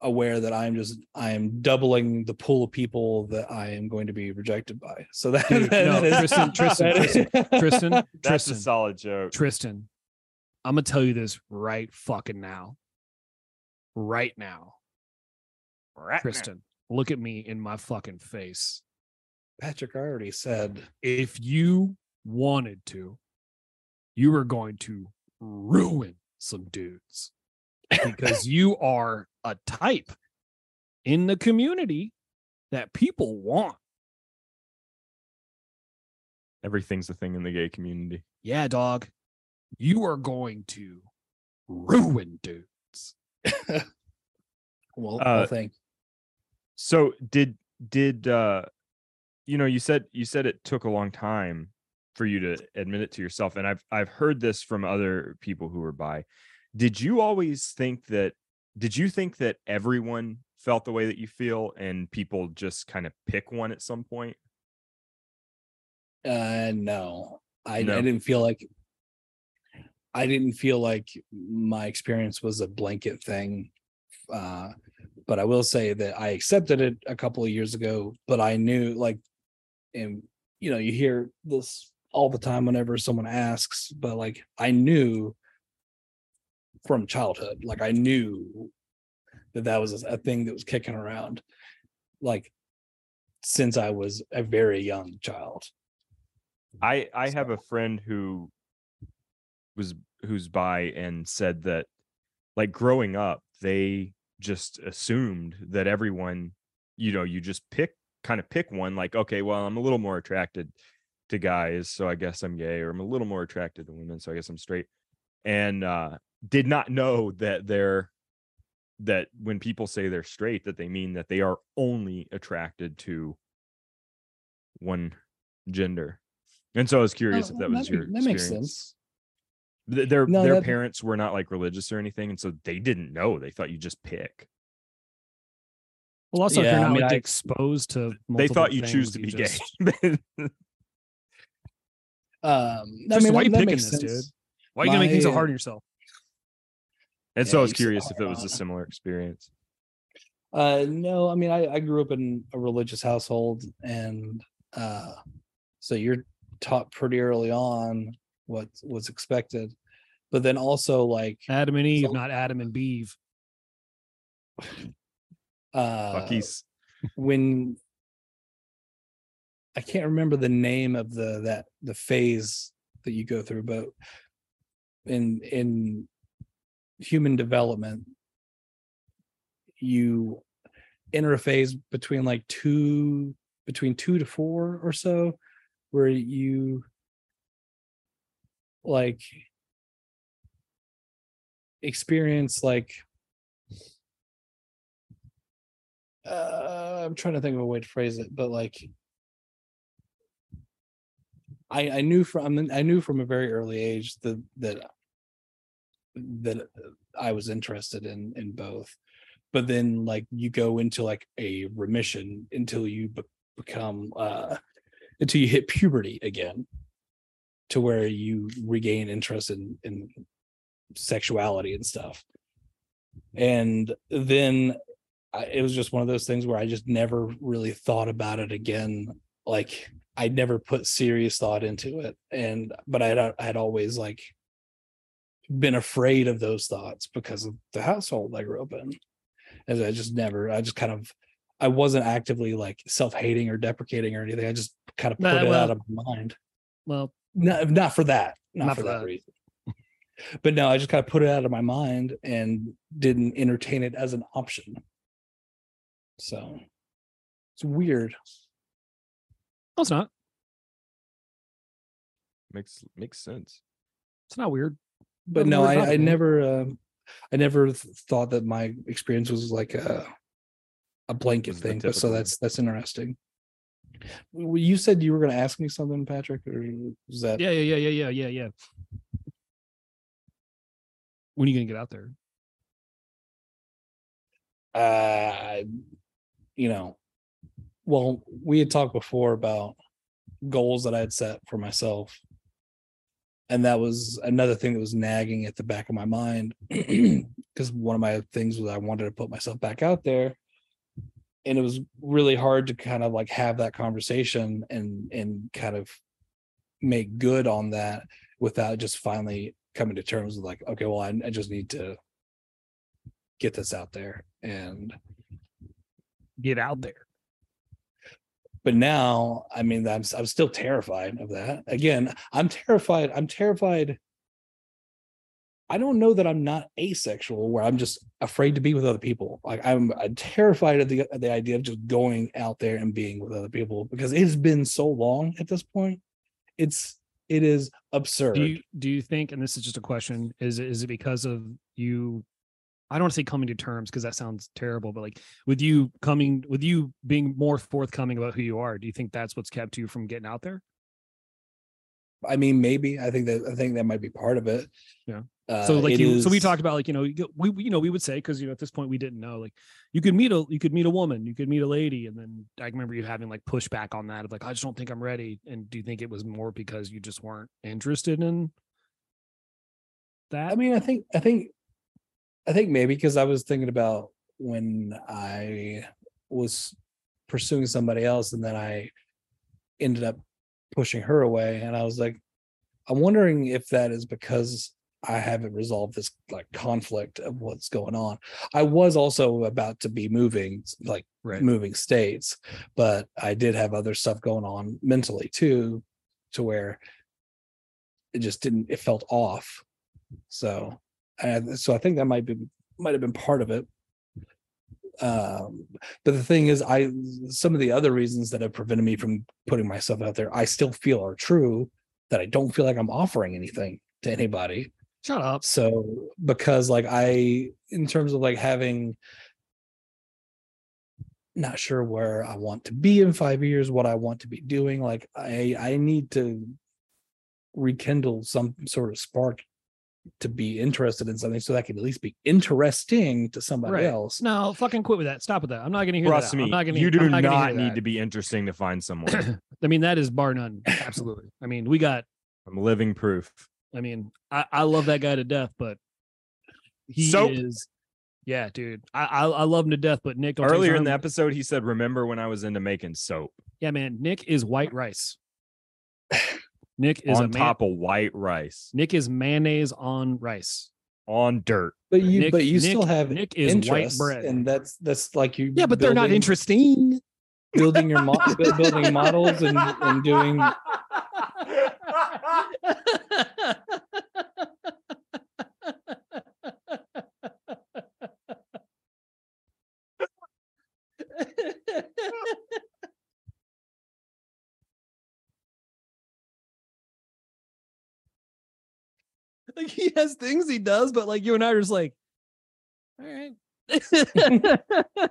[SPEAKER 5] aware that I'm just I am doubling the pool of people that I am going to be rejected by. So that,
[SPEAKER 2] Dude,
[SPEAKER 5] that-
[SPEAKER 2] no,
[SPEAKER 5] that is-
[SPEAKER 2] Tristan, Tristan,
[SPEAKER 5] that is-
[SPEAKER 2] Tristan,
[SPEAKER 3] That's a
[SPEAKER 2] Tristan,
[SPEAKER 3] solid joke.
[SPEAKER 2] Tristan, I'm gonna tell you this right fucking now. Right now,
[SPEAKER 3] Rat-
[SPEAKER 2] Tristan, look at me in my fucking face.
[SPEAKER 5] Patrick already said
[SPEAKER 2] if you wanted to, you were going to ruin some dudes because you are a type in the community that people want.
[SPEAKER 3] Everything's a thing in the gay community.
[SPEAKER 2] Yeah, dog, you are going to ruin dude.
[SPEAKER 5] well,
[SPEAKER 3] Uh,
[SPEAKER 5] well thank
[SPEAKER 3] So did did uh you know you said you said it took a long time for you to admit it to yourself and I've I've heard this from other people who were by. Did you always think that did you think that everyone felt the way that you feel and people just kind of pick one at some point?
[SPEAKER 5] Uh, no, I,
[SPEAKER 3] No.
[SPEAKER 5] I didn't feel like I didn't feel like my experience was a blanket thing. Uh, but I will say that I accepted it a couple of years ago, but I knew like, and you know, you hear this all the time whenever someone asks, but like I knew from childhood, like I knew that that was a thing that was kicking around, like since I was a very young child.
[SPEAKER 3] I I have a friend who was who's by and said that like growing up they just assumed that everyone you know you just pick kind of pick one like okay well I'm a little more attracted to guys so I guess I'm gay or I'm a little more attracted to women so I guess I'm straight and uh did not know that they're that when people say they're straight that they mean that they are only attracted to one gender and so i was curious
[SPEAKER 5] Oh,
[SPEAKER 3] if that
[SPEAKER 5] well,
[SPEAKER 3] was
[SPEAKER 5] ma-
[SPEAKER 3] your
[SPEAKER 5] that makes
[SPEAKER 3] experience.
[SPEAKER 5] sense.
[SPEAKER 3] Th- their
[SPEAKER 5] No,
[SPEAKER 3] their
[SPEAKER 5] that-
[SPEAKER 3] parents were not like religious or anything and so they didn't know they thought you just pick
[SPEAKER 2] Well, also, if
[SPEAKER 5] Yeah,
[SPEAKER 2] you're
[SPEAKER 5] I
[SPEAKER 2] not
[SPEAKER 5] mean,
[SPEAKER 2] like
[SPEAKER 5] I-
[SPEAKER 2] exposed to,
[SPEAKER 3] they
[SPEAKER 2] multiple
[SPEAKER 3] thought you choose
[SPEAKER 2] things,
[SPEAKER 3] to
[SPEAKER 2] you
[SPEAKER 3] be
[SPEAKER 2] just-
[SPEAKER 3] gay
[SPEAKER 5] Um, I
[SPEAKER 2] Tristan,
[SPEAKER 5] mean,
[SPEAKER 2] why
[SPEAKER 5] that-
[SPEAKER 2] you
[SPEAKER 5] that
[SPEAKER 2] picking
[SPEAKER 5] makes
[SPEAKER 2] this, dude?
[SPEAKER 5] sense.
[SPEAKER 2] Why are you gonna make things so
[SPEAKER 5] My-
[SPEAKER 2] hard on yourself?
[SPEAKER 3] and
[SPEAKER 5] Yeah,
[SPEAKER 3] so i was
[SPEAKER 5] you said
[SPEAKER 3] curious if it was a
[SPEAKER 5] Harbaugh.
[SPEAKER 3] similar experience
[SPEAKER 5] Uh, no, I mean, I, I grew up in a religious household, and uh, so you're taught pretty early on what was expected, but then also like,
[SPEAKER 2] Adam and Eve,
[SPEAKER 5] So-
[SPEAKER 2] not Adam and Beeve.
[SPEAKER 5] uh,
[SPEAKER 3] Bucky's
[SPEAKER 5] when I can't remember the name of the that the phase that you go through, but in in human development, you enter a phase between like two between two to four or so, where you like experience like uh, I'm trying to think of a way to phrase it, but like I I knew from I knew from a very early age that that that I was interested in in both, but then like you go into like a remission until you be- become uh until you hit puberty again, to where you regain interest in in sexuality and stuff, and then I, it was just one of those things where I just never really thought about it again. Like I never put serious thought into it, and but I had I had always like been afraid of those thoughts because of the household I grew up in, as I just never, I just kind of, I wasn't actively like self hating or deprecating or anything. I just kind of put
[SPEAKER 2] Nah,
[SPEAKER 5] it
[SPEAKER 2] well-
[SPEAKER 5] out of my mind.
[SPEAKER 2] Well,
[SPEAKER 5] Not, not for that, not, for that reason. But no, I just kind of put it out of my mind and didn't entertain it as an option. So it's weird.
[SPEAKER 2] no, it's not.
[SPEAKER 3] Makes makes sense.
[SPEAKER 2] It's not weird.
[SPEAKER 5] but
[SPEAKER 2] Nothing
[SPEAKER 5] no,
[SPEAKER 2] weird about
[SPEAKER 5] I, I
[SPEAKER 2] it, man.
[SPEAKER 5] never, um, I never th- thought that my experience was like a, a blanket
[SPEAKER 3] Was the
[SPEAKER 5] thing. But
[SPEAKER 3] typical
[SPEAKER 5] so
[SPEAKER 3] one.
[SPEAKER 5] that's that's interesting. W- You said you were going to ask me something, Patrick, or was that?
[SPEAKER 2] Yeah, yeah, yeah, yeah, yeah, yeah, yeah. When are you gonna get out there?
[SPEAKER 5] Uh, you know, well, we had talked before about goals that I had set for myself, and that was another thing that was nagging at the back of my mind because one of my things was I wanted to put myself back out there, and it was really hard to kind of like have that conversation and and kind of make good on that without just finally coming to terms with like, okay, well, I, I just need to get this out there and
[SPEAKER 2] Get out there.
[SPEAKER 5] but now i mean i'm i'm still terrified of that again i'm terrified i'm terrified i don't know that i'm not asexual where i'm just afraid to be with other people like i'm, I'm terrified of the the idea of just going out there and being with other people because it's been so long at this point it's it is absurd
[SPEAKER 2] Do you do you think? And this is just a question. Is it- is it because of you? I don't want to say coming to terms because that sounds terrible, but like with you coming, with you being more forthcoming about who you are, do you think that's what's kept you from getting out there?
[SPEAKER 5] i mean maybe i think that i think that might be part of it
[SPEAKER 2] Yeah.
[SPEAKER 5] Uh,
[SPEAKER 2] so like
[SPEAKER 5] it
[SPEAKER 2] you, so we
[SPEAKER 5] is-
[SPEAKER 2] talked about like you know you go- we we- you know we would say because you know at this point we didn't know like you could meet a you could meet a woman you could meet a lady and then I remember you having like pushback on that of like I just don't think I'm ready and do you think it was more because you just weren't interested in that
[SPEAKER 5] I mean, I think, I think, I think maybe because I was thinking about when I was pursuing somebody else and then I ended up pushing her away. And I was like, I'm wondering if that is because I haven't resolved this like conflict of what's going on. I was also about to be moving, like
[SPEAKER 2] right
[SPEAKER 5] moving states, but I did have other stuff going on mentally too, to where it just didn't, it felt off. So, and so I think that might be, might have been part of it. Um, but the thing is, I, some of the other reasons that have prevented me from putting myself out there, I still feel are true that I don't feel like I'm offering anything to anybody
[SPEAKER 2] shut up
[SPEAKER 5] so because like i in terms of like having not sure where i want to be in five years what i want to be doing like i i need to rekindle some sort of spark to be interested in something so that can at least be interesting to somebody
[SPEAKER 2] Right.
[SPEAKER 5] else
[SPEAKER 2] no fucking quit with that stop with that I'm not gonna hear
[SPEAKER 3] Trust
[SPEAKER 2] that
[SPEAKER 3] me,
[SPEAKER 2] I'm not gonna
[SPEAKER 3] you do
[SPEAKER 2] I'm
[SPEAKER 3] not,
[SPEAKER 2] gonna hear
[SPEAKER 3] need
[SPEAKER 2] that.
[SPEAKER 3] to be interesting to find someone.
[SPEAKER 2] I mean that is bar none absolutely I mean we got
[SPEAKER 3] I'm living proof.
[SPEAKER 2] I mean, I, I love that guy to death, but he
[SPEAKER 3] Soap.
[SPEAKER 2] is. Yeah, dude, I, I I love him to death, but Nick. I'll tell you
[SPEAKER 3] Earlier in the
[SPEAKER 2] something.
[SPEAKER 3] episode, he said, "Remember when I was into making soap
[SPEAKER 2] yeah, man, Nick is white rice. Nick is a
[SPEAKER 3] on
[SPEAKER 2] man-
[SPEAKER 3] top of white rice
[SPEAKER 2] Nick is mayonnaise on rice.
[SPEAKER 3] on dirt?"
[SPEAKER 5] but you
[SPEAKER 2] Nick-
[SPEAKER 5] but you still
[SPEAKER 2] Nick-
[SPEAKER 5] have
[SPEAKER 2] Nick is white
[SPEAKER 5] interests,
[SPEAKER 2] bread.
[SPEAKER 5] and that's that's like you
[SPEAKER 2] yeah, but they're not
[SPEAKER 5] building-
[SPEAKER 2] interesting.
[SPEAKER 5] building your mo- bu- building models and, and doing
[SPEAKER 2] like he has things he does, but like you and I are just like, all right.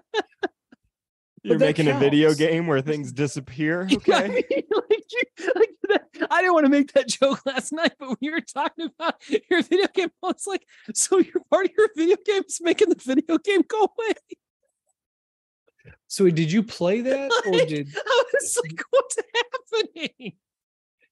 [SPEAKER 3] You're
[SPEAKER 5] that
[SPEAKER 3] making a video
[SPEAKER 5] counts.
[SPEAKER 3] game where things disappear.
[SPEAKER 2] Yeah, I
[SPEAKER 3] Okay.
[SPEAKER 2] mean, like, you- like that- I didn't want to make that joke last night, but when you were talking about your video game, I was like, so your part of your video game is making the video game go away.
[SPEAKER 5] so did you play that or
[SPEAKER 2] Like,
[SPEAKER 5] did
[SPEAKER 2] I was like, what's happening?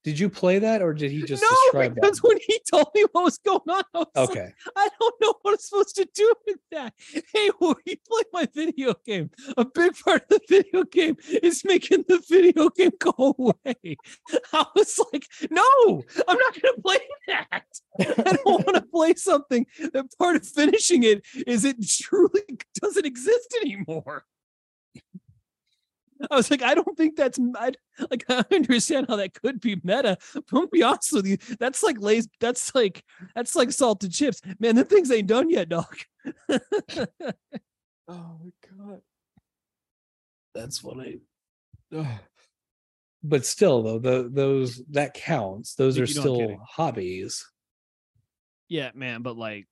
[SPEAKER 5] Did you play that or did he just
[SPEAKER 2] no,
[SPEAKER 5] describe that?
[SPEAKER 2] because when he told me what was going on, I was like,
[SPEAKER 5] Okay.
[SPEAKER 2] I don't know what I'm supposed to do with that. Hey, will you play my video game? A big part of the video game is making the video game go away. I was like, no, I'm not going to play that. I don't want to play something that part of finishing it is it truly doesn't exist anymore. I was like, I don't think that's I, like I understand how that could be meta. But I'm gonna be honest with you, that's like lays. That's like that's like salted chips, man. Them things ain't done yet, dog.
[SPEAKER 3] Oh my god.
[SPEAKER 6] That's what I.
[SPEAKER 5] But still, though, the those that counts. Those
[SPEAKER 2] You-
[SPEAKER 5] are
[SPEAKER 2] you know I'm
[SPEAKER 5] still
[SPEAKER 2] kidding.
[SPEAKER 5] hobbies.
[SPEAKER 2] Yeah, man. But like,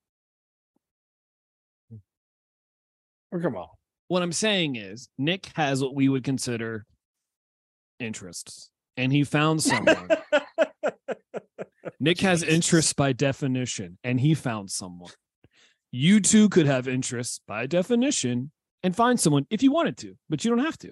[SPEAKER 5] Or Oh, come on,
[SPEAKER 2] what I'm saying is Nick has what we would consider interests, and he found someone. Nick has interests by definition, and he found someone. You too could have interests by definition and find someone if you wanted to, but you don't have to.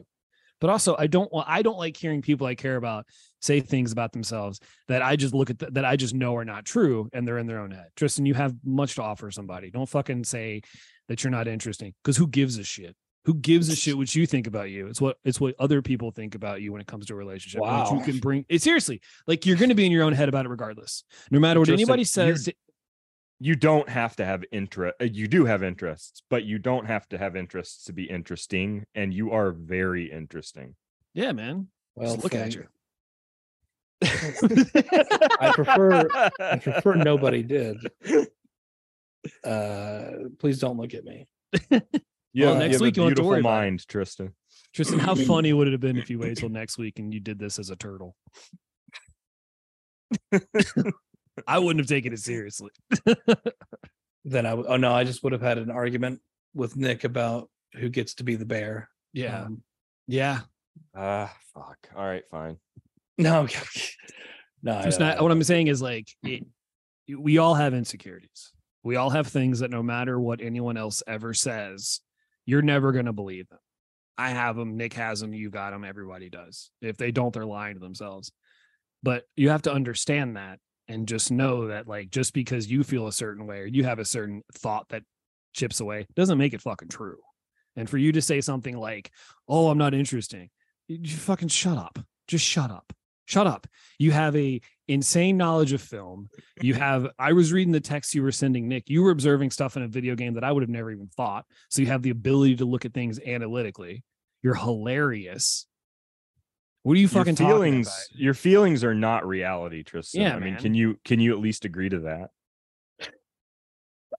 [SPEAKER 2] But also, I don't want I don't like hearing people I care about say things about themselves that I just look at th- that I just know are not true and they're in their own head. Tristan, you have much to offer somebody. Don't fucking say that you're not interesting because who gives a shit? Who gives a shit what you think about you? It's what it's what other people think about you when it comes to a relationship. What you
[SPEAKER 6] Wow.
[SPEAKER 2] can bring it seriously. Like you're going to be in your own head about it regardless. No matter what
[SPEAKER 3] Just that
[SPEAKER 2] anybody
[SPEAKER 3] you-
[SPEAKER 2] says,
[SPEAKER 3] You don't have to have interest. You do have interests, but you don't have to have interests to be interesting. And you are very interesting.
[SPEAKER 2] yeah, man.
[SPEAKER 5] well,
[SPEAKER 2] just looking at
[SPEAKER 5] thank-
[SPEAKER 2] you.
[SPEAKER 5] I prefer I prefer nobody did. Uh, please don't look at me.
[SPEAKER 3] You
[SPEAKER 2] Well,
[SPEAKER 3] have,
[SPEAKER 2] next week you don't
[SPEAKER 3] you have a
[SPEAKER 2] have to
[SPEAKER 3] beautiful
[SPEAKER 2] worry about it.
[SPEAKER 3] mind, Tristan.
[SPEAKER 2] Tristan, how funny would it have been if you waited till next week and you did this as a turtle? I wouldn't have taken it seriously.
[SPEAKER 5] Then I w- oh no, I just would have had an argument with Nick about who gets to be the bear.
[SPEAKER 2] Yeah.
[SPEAKER 5] Um,
[SPEAKER 2] Yeah.
[SPEAKER 3] Ah, fuck. All right, fine.
[SPEAKER 5] no, no. Hmm. I
[SPEAKER 2] It's
[SPEAKER 5] know, I
[SPEAKER 2] not,
[SPEAKER 5] know.
[SPEAKER 2] what I'm saying is like, it, we all have insecurities. We all have things that no matter what anyone else ever says, you're never going to believe them. I have them. Nick has them. You got them. Everybody does. If they don't, they're lying to themselves. But you have to understand that and just know that, like, just because you feel a certain way or you have a certain thought that chips away doesn't make it fucking true. And for you to say something like, oh, I'm not interesting, you you fucking shut up. Just shut up. Shut up. You have a insane knowledge of film. You have I was reading the text you were sending Nick. You were observing stuff in a video game that I would have never even thought. So you have the ability to look at things analytically. You're hilarious. What are you fucking
[SPEAKER 3] your
[SPEAKER 2] talking
[SPEAKER 3] feelings.
[SPEAKER 2] about?
[SPEAKER 3] Your feelings are not reality, Tristan.
[SPEAKER 2] Yeah,
[SPEAKER 3] I mean,
[SPEAKER 2] man.
[SPEAKER 3] can you can you at least agree to that?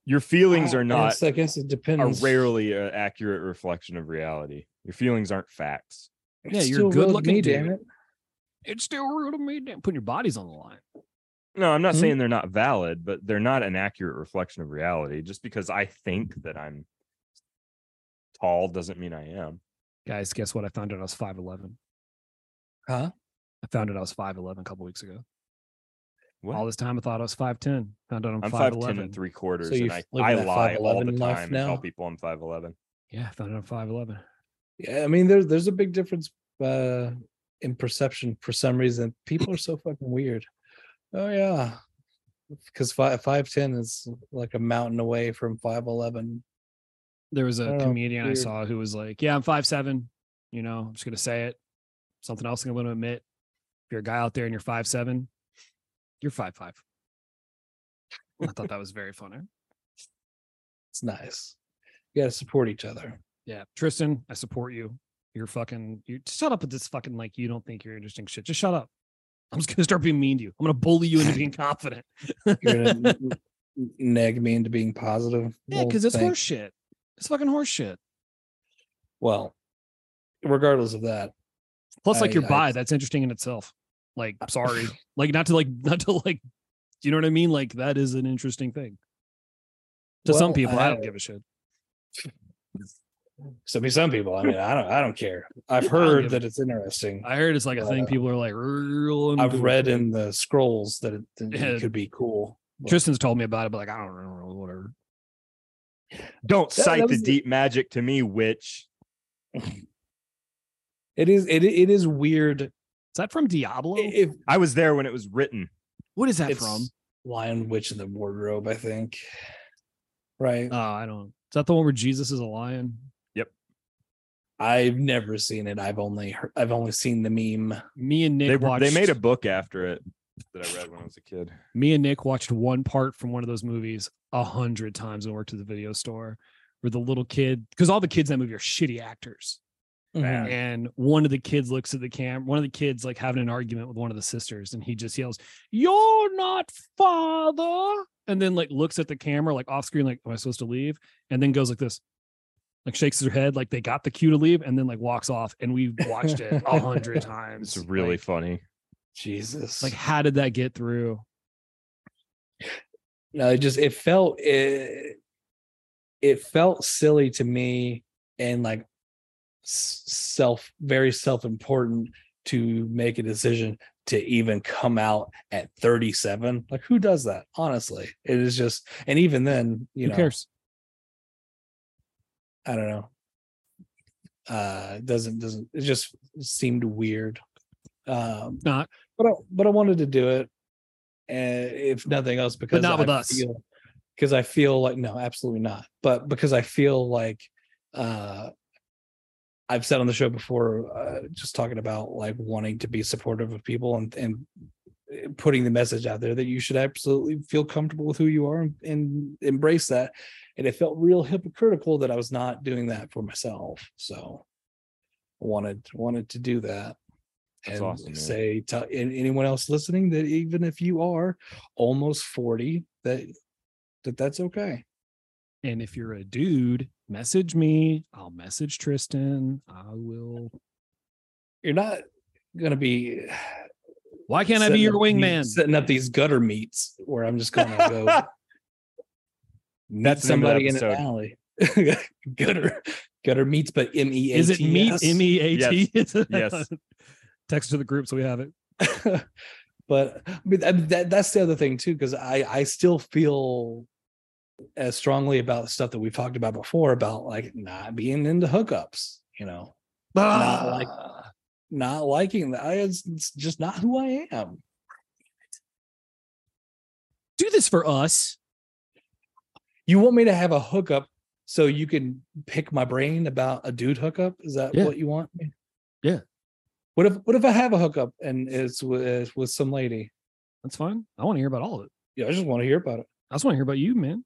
[SPEAKER 3] Your feelings
[SPEAKER 5] I
[SPEAKER 3] are not
[SPEAKER 5] guess- I guess it
[SPEAKER 3] are
[SPEAKER 5] depends.
[SPEAKER 3] rarely an accurate reflection of reality. Your feelings aren't facts.
[SPEAKER 2] Yeah,
[SPEAKER 5] It's
[SPEAKER 2] you're
[SPEAKER 5] still
[SPEAKER 2] a good
[SPEAKER 5] real to
[SPEAKER 2] looking
[SPEAKER 5] me,
[SPEAKER 2] dude.
[SPEAKER 5] damn it.
[SPEAKER 2] It's still real to me. Damn, putting your bodies on the line.
[SPEAKER 3] No, I'm not
[SPEAKER 5] Mhm.
[SPEAKER 3] saying they're not valid, but they're not an accurate reflection of reality. Just because I think that I'm tall doesn't mean I am.
[SPEAKER 2] Guys, guess what? I found out I was 5'11.
[SPEAKER 5] Huh?
[SPEAKER 2] I found out I was 5'11 a couple weeks ago.
[SPEAKER 3] What?
[SPEAKER 2] All this time I thought I was 5'10. Found out I'm,
[SPEAKER 3] I'm
[SPEAKER 2] 5'11.
[SPEAKER 3] five ten and three quarters,
[SPEAKER 5] you've
[SPEAKER 3] and I,
[SPEAKER 5] lived
[SPEAKER 3] I
[SPEAKER 5] that
[SPEAKER 3] lie all the
[SPEAKER 5] 5'11 life
[SPEAKER 3] time and tell
[SPEAKER 5] now?
[SPEAKER 3] people I'm five eleven.
[SPEAKER 2] Yeah, I found out I'm 5'11.
[SPEAKER 5] Yeah, I mean, there's there's a big difference uh, in perception for some reason. People are so fucking weird. Oh yeah, because five five ten is like a mountain away from five eleven.
[SPEAKER 2] There was a
[SPEAKER 5] Oh,
[SPEAKER 2] comedian I
[SPEAKER 5] weird.
[SPEAKER 2] saw who was like, Yeah, I'm 5'7. You know, I'm just going to say it. Something else I'm going to admit. If you're a guy out there and you're 5'7, you're 5'5. I thought that was very funny.
[SPEAKER 5] It's nice. You gotta support each other.
[SPEAKER 2] Yeah, Tristan, I support you. You're fucking. You shut up with this fucking like you don't think you're interesting shit. Just shut up. I'm just gonna start being mean to you. I'm gonna bully you into being confident.
[SPEAKER 5] You're gonna n- n- nag me into being positive.
[SPEAKER 2] yeah,
[SPEAKER 5] Well,
[SPEAKER 2] because it's
[SPEAKER 5] thank-
[SPEAKER 2] horse shit. It's fucking horse shit.
[SPEAKER 5] Well, regardless of that,
[SPEAKER 2] Plus, like
[SPEAKER 5] I- Uh,
[SPEAKER 2] you're
[SPEAKER 5] I-
[SPEAKER 2] bi. That's interesting in itself. Like, sorry. like, not to like, not to like. You know what I mean? Like, that is an interesting thing. To some
[SPEAKER 5] Well,
[SPEAKER 2] people, I,
[SPEAKER 5] I-
[SPEAKER 2] don't give a shit.
[SPEAKER 5] so be some people. I mean, I don't. I don't care. I've
[SPEAKER 2] don't
[SPEAKER 5] heard
[SPEAKER 2] give
[SPEAKER 5] that it's interesting.
[SPEAKER 2] I heard it's like a thing
[SPEAKER 5] Uh,
[SPEAKER 2] people are like real. into
[SPEAKER 5] I've
[SPEAKER 2] it.
[SPEAKER 5] read in the scrolls that it, that it
[SPEAKER 2] Yeah.
[SPEAKER 5] could be cool. but-
[SPEAKER 2] Tristan's told me about it, but like I don't know, whatever.
[SPEAKER 3] Don't
[SPEAKER 5] that
[SPEAKER 3] cite the
[SPEAKER 5] was the-
[SPEAKER 3] deep magic to me, witch.
[SPEAKER 5] It is it it is weird.
[SPEAKER 2] Is that from Diablo?
[SPEAKER 5] If
[SPEAKER 3] I was there when it was written.
[SPEAKER 2] what is that
[SPEAKER 5] it's
[SPEAKER 2] from?
[SPEAKER 5] Lion Witch in the Wardrobe, I think. Right.
[SPEAKER 2] Oh, I don't. Is that the one where Jesus is a lion?
[SPEAKER 5] I've never seen it. I've only heard, I've only seen the meme.
[SPEAKER 2] Me and Nick
[SPEAKER 3] They,
[SPEAKER 2] watched.
[SPEAKER 3] they made a book after it that I read when I was a kid.
[SPEAKER 2] Me and Nick watched one part from one of those movies a hundred times when we worked at the video store. where the little kid, because all the kids in that movie are shitty actors. And one of the kids looks at the camera, one of the kids like having an argument with one of the sisters, and he just yells, You're not father. And then like looks at the camera, like off screen, like, Am I supposed to leave? And then goes like this, like shakes her head, like they got the cue to leave, and then like walks off. And we've watched it a hundred times.
[SPEAKER 3] It's really
[SPEAKER 2] Like,
[SPEAKER 3] funny.
[SPEAKER 5] Jesus.
[SPEAKER 2] like, how did that get through?
[SPEAKER 5] no it just it felt it, it felt silly to me and like s- self very self-important to make a decision to even come out at 37 like who does that honestly it is just and even then you
[SPEAKER 2] Who
[SPEAKER 5] know
[SPEAKER 2] cares?
[SPEAKER 5] i don't know uh it doesn't doesn't it just seemed weird um
[SPEAKER 2] Not.
[SPEAKER 5] but I, but I wanted to do it, and if nothing else, because
[SPEAKER 2] not with
[SPEAKER 5] I
[SPEAKER 2] us.
[SPEAKER 5] because I feel like no, absolutely not. But because I feel like uh, I've said on the show before, uh, just talking about like wanting to be supportive of people and and putting the message out there that you should absolutely feel comfortable with who you are and, and embrace that. And it felt real hypocritical that I was not doing that for myself. So wanted wanted to do that
[SPEAKER 3] That's
[SPEAKER 5] and
[SPEAKER 3] awesome, man.
[SPEAKER 5] say to an- anyone else listening that even if you are almost 40 that that that's okay
[SPEAKER 2] And if you're a dude, message me. I'll message Tristan. I will.
[SPEAKER 5] you're not gonna be
[SPEAKER 2] Why can't I be
[SPEAKER 5] setting
[SPEAKER 2] your
[SPEAKER 5] up these-
[SPEAKER 2] wingman?
[SPEAKER 5] setting up these gutter meets where i'm just gonna go meet
[SPEAKER 3] That's the name of the
[SPEAKER 5] somebody in an
[SPEAKER 3] episode.
[SPEAKER 5] alley gutter gutter meets but m-e-a-t
[SPEAKER 2] Is it meat? M E A T?
[SPEAKER 3] Yes.
[SPEAKER 2] Text to the group so we have it.
[SPEAKER 5] but I mean, I mean, that that's the other thing too, because I I still feel as strongly about stuff that we've talked about before about like not being into hookups, you know, not
[SPEAKER 2] Ah,
[SPEAKER 5] like
[SPEAKER 3] Ah.
[SPEAKER 5] not liking that. I, it's, it's just not who I am.
[SPEAKER 2] Do this for us.
[SPEAKER 5] You want me to have a hookup so you can pick my brain about a dude hookup? Is that
[SPEAKER 2] Yeah.
[SPEAKER 5] what you want? me-
[SPEAKER 2] Yeah.
[SPEAKER 5] What if what if I have a hookup and it's with with some lady?
[SPEAKER 2] That's fine. I want to hear about all of it.
[SPEAKER 5] Yeah, I just want to hear about it.
[SPEAKER 2] I just want to hear about you, man.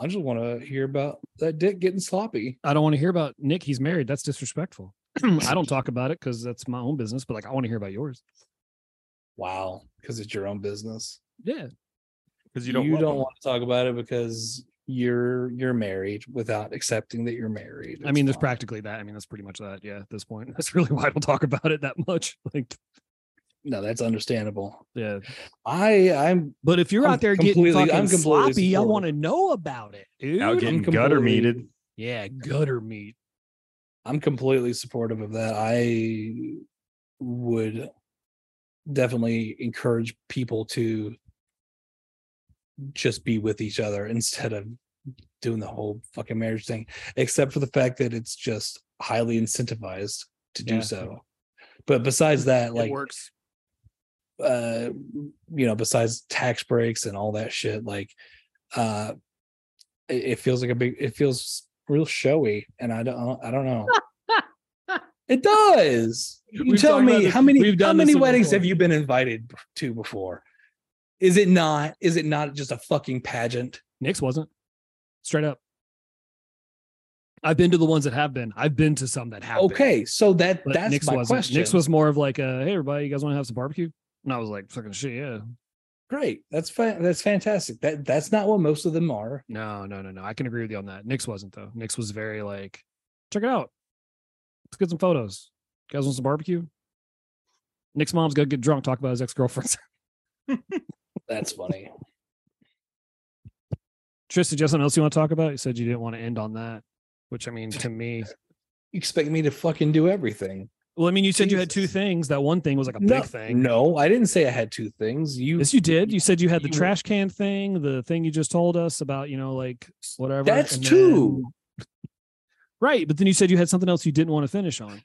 [SPEAKER 5] I just want to hear about that dick getting sloppy.
[SPEAKER 2] I don't want to hear about Nick. He's married. That's disrespectful. I don't talk about it because that's my own business, but like I want to hear about yours.
[SPEAKER 5] Wow, because it's your own business.
[SPEAKER 2] Yeah.
[SPEAKER 3] Because
[SPEAKER 5] You don't, want to talk about it because you're you're married without accepting that you're married.
[SPEAKER 2] I
[SPEAKER 5] It's
[SPEAKER 2] mean, there's
[SPEAKER 5] fine.
[SPEAKER 2] practically that. I mean, that's pretty much that. Yeah. At this point, that's really why I don't talk about it that much. Like,
[SPEAKER 5] no, that's understandable.
[SPEAKER 2] yeah.
[SPEAKER 5] I I'm
[SPEAKER 2] But if you're
[SPEAKER 5] I'm
[SPEAKER 2] out there getting
[SPEAKER 5] completely-
[SPEAKER 2] fucking
[SPEAKER 5] I'm completely
[SPEAKER 2] sloppy, I
[SPEAKER 5] supportive.
[SPEAKER 2] want to know about it, dude.
[SPEAKER 3] Out
[SPEAKER 5] I'm
[SPEAKER 3] getting gutter
[SPEAKER 5] completely-
[SPEAKER 3] meated.
[SPEAKER 2] yeah, gutter meat.
[SPEAKER 5] I'm completely supportive of that. I would definitely encourage people to just be with each other instead of doing the whole fucking marriage thing, except for the fact that it's just highly incentivized to do
[SPEAKER 2] Yeah.
[SPEAKER 5] so. But besides that, like
[SPEAKER 2] it works.
[SPEAKER 5] uh you know besides tax breaks and all that shit like uh it, it feels like a big it feels real showy and i don't i don't know it does you
[SPEAKER 2] We've
[SPEAKER 5] tell
[SPEAKER 2] talked about
[SPEAKER 5] me
[SPEAKER 2] this-
[SPEAKER 5] how
[SPEAKER 2] we've
[SPEAKER 5] many how
[SPEAKER 2] done this
[SPEAKER 5] many
[SPEAKER 2] one
[SPEAKER 5] weddings
[SPEAKER 2] before.
[SPEAKER 5] have you been invited b- to before is it not is it not just a fucking pageant
[SPEAKER 2] Nick's wasn't. Straight up. I've been to the ones that have been. I've been to some that have. been,
[SPEAKER 5] okay so that
[SPEAKER 2] but
[SPEAKER 5] that's
[SPEAKER 2] Nick's
[SPEAKER 5] my
[SPEAKER 2] wasn't.
[SPEAKER 5] question
[SPEAKER 2] Nick's was more of like, uh, "Hey, everybody, you guys want to have some barbecue?" And I was like, "Fucking shit, yeah."
[SPEAKER 5] great that's fine that's fantastic that that's not what most of them are
[SPEAKER 2] No, no, no, no. I can agree with you on that. Nick's wasn't though. Nick's was very like, "Check it out. Let's get some photos. You guys want some barbecue?" Nick's mom's gonna get drunk, talk about his ex girlfriends.
[SPEAKER 5] that's funny
[SPEAKER 2] Tristan, do you have something else you want to talk about? You said you didn't want to end on that, which I mean, to me,
[SPEAKER 5] you expect me to fucking do everything
[SPEAKER 2] well, I mean, you said you had two
[SPEAKER 5] Jesus.
[SPEAKER 2] things. That one thing was like a
[SPEAKER 5] no,
[SPEAKER 2] big thing.
[SPEAKER 5] No, I didn't say I had two things. You
[SPEAKER 2] Yes, you did. You said you had the
[SPEAKER 5] you-
[SPEAKER 2] trash can thing, the thing you just told us about, you know, like whatever.
[SPEAKER 5] that's
[SPEAKER 2] and
[SPEAKER 5] two.
[SPEAKER 2] then- right. But then you said you had something else you didn't want to finish on.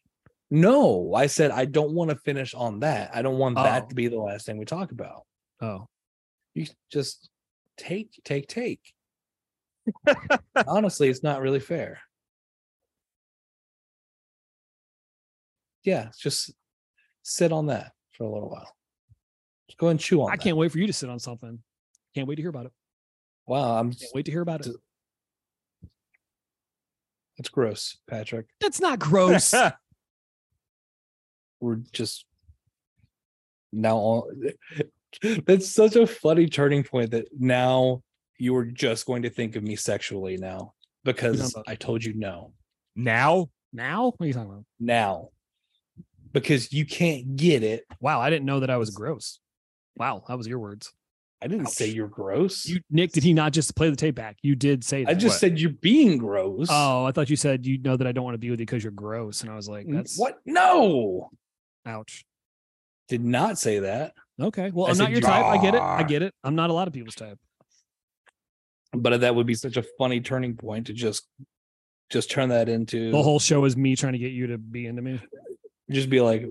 [SPEAKER 5] No, I said I don't want to finish on that. I don't want
[SPEAKER 2] Oh.
[SPEAKER 5] that to be the last thing we talk about.
[SPEAKER 2] Oh,
[SPEAKER 5] You just take, take, take. Honestly, it's not really fair. Yeah, just sit on that for a little while. Just go and chew on.
[SPEAKER 2] I
[SPEAKER 5] that.
[SPEAKER 2] can't wait for you to sit on something. Can't wait to hear about it.
[SPEAKER 5] Wow, I'm
[SPEAKER 2] Can't wait to hear about it.
[SPEAKER 5] Just- That's gross, Patrick.
[SPEAKER 2] That's not gross.
[SPEAKER 5] We're just now all that's such a funny turning point that now you are just going to think of me sexually now because I told you no.
[SPEAKER 3] now
[SPEAKER 2] now? What are you talking about?
[SPEAKER 5] Now. Because you can't get it.
[SPEAKER 2] Wow, I didn't know that I was gross. Wow, that was your words.
[SPEAKER 5] I didn't say
[SPEAKER 2] Ouch.
[SPEAKER 5] you're gross.
[SPEAKER 2] You Nick, did he not just play the tape back? You did say that.
[SPEAKER 5] I just
[SPEAKER 3] What?
[SPEAKER 5] said you're being gross.
[SPEAKER 2] Oh, I thought you said you know that I don't want to be with you because you're gross. And I was like,
[SPEAKER 5] N-
[SPEAKER 2] that's
[SPEAKER 5] what? No.
[SPEAKER 2] ouch.
[SPEAKER 5] Did not say that.
[SPEAKER 2] Okay. Well,
[SPEAKER 5] I
[SPEAKER 2] I'm not
[SPEAKER 5] said
[SPEAKER 2] your
[SPEAKER 5] you
[SPEAKER 2] type. I get it. I
[SPEAKER 5] are.
[SPEAKER 2] get it. I'm not a lot of people's type.
[SPEAKER 5] But that would be such a funny turning point to just just turn that into
[SPEAKER 2] The whole show is me trying to get you to be into me.
[SPEAKER 5] just be like,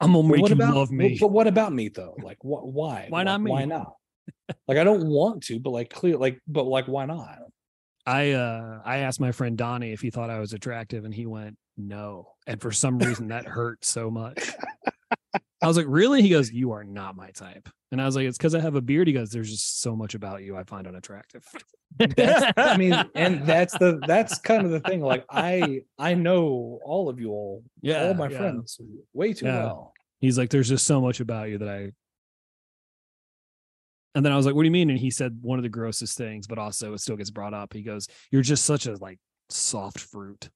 [SPEAKER 2] I'm gonna
[SPEAKER 5] But
[SPEAKER 2] make
[SPEAKER 5] what
[SPEAKER 2] you
[SPEAKER 5] about,
[SPEAKER 2] love
[SPEAKER 5] but-
[SPEAKER 2] me.
[SPEAKER 5] But what about me though? Like, wh- why?
[SPEAKER 2] Why
[SPEAKER 5] Wh-
[SPEAKER 2] not me?
[SPEAKER 5] Why not? like, I don't want to, but like, clear, like, but like, why not?
[SPEAKER 2] I uh I asked my friend Donnie if he thought I was attractive and he went, No. And for some reason that hurt so much. I was like, Really? He goes, You are not my type. And I was like, It's because I have a beard. He goes, There's just so much about you I find unattractive.
[SPEAKER 5] That's, I mean, and that's the that's kind of the thing. Like, I I know all of you all, all my
[SPEAKER 2] yeah.
[SPEAKER 5] friends, way too
[SPEAKER 2] Yeah.
[SPEAKER 5] well.
[SPEAKER 2] He's like, There's just so much about you that I and then I was like, What do you mean? And he said one of the grossest things, but also it still gets brought up. He goes, You're just such a like soft fruit.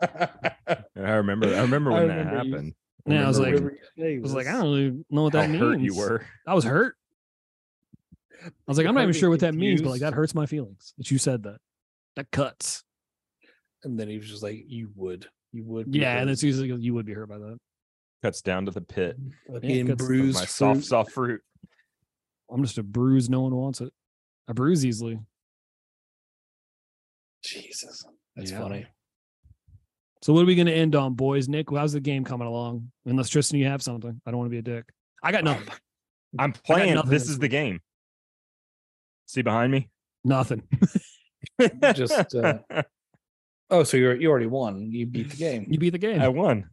[SPEAKER 3] I remember. I remember when
[SPEAKER 5] I
[SPEAKER 3] that
[SPEAKER 5] remember you-
[SPEAKER 3] happened.
[SPEAKER 2] Yeah, I was
[SPEAKER 3] remember
[SPEAKER 2] like-
[SPEAKER 3] when-
[SPEAKER 2] I was like, I don't really know what that
[SPEAKER 3] how
[SPEAKER 2] means.
[SPEAKER 3] hurt you were.
[SPEAKER 2] I was hurt. I was like,
[SPEAKER 5] You're
[SPEAKER 2] I'm not even
[SPEAKER 5] hurt and
[SPEAKER 2] sure what that means, but like
[SPEAKER 5] confused.
[SPEAKER 2] that hurts my feelings that you said that. That cuts.
[SPEAKER 5] and then he was just like, you would, you would, be
[SPEAKER 2] Yeah, and
[SPEAKER 5] hurt.
[SPEAKER 2] it's usually you would be hurt by that.
[SPEAKER 3] Cuts down to the pit.
[SPEAKER 5] Fucking
[SPEAKER 2] cuts-
[SPEAKER 3] of
[SPEAKER 5] bruised
[SPEAKER 3] my soft,
[SPEAKER 5] fruit.
[SPEAKER 3] soft fruit.
[SPEAKER 2] I'm just a bruise. No one wants it. I bruise easily.
[SPEAKER 5] Jesus, that's
[SPEAKER 2] Yeah.
[SPEAKER 5] funny.
[SPEAKER 2] So what are we going to end on, boys? Nick, how's the game coming along? Unless Tristan, you have something. I don't want to be a dick. I got nothing.
[SPEAKER 3] I'm playing.
[SPEAKER 2] nothing
[SPEAKER 3] This
[SPEAKER 2] this
[SPEAKER 3] is the game. See behind me.
[SPEAKER 2] nothing.
[SPEAKER 5] Just uh, oh, so you you already won. You beat the game.
[SPEAKER 2] You beat the game.
[SPEAKER 3] I won.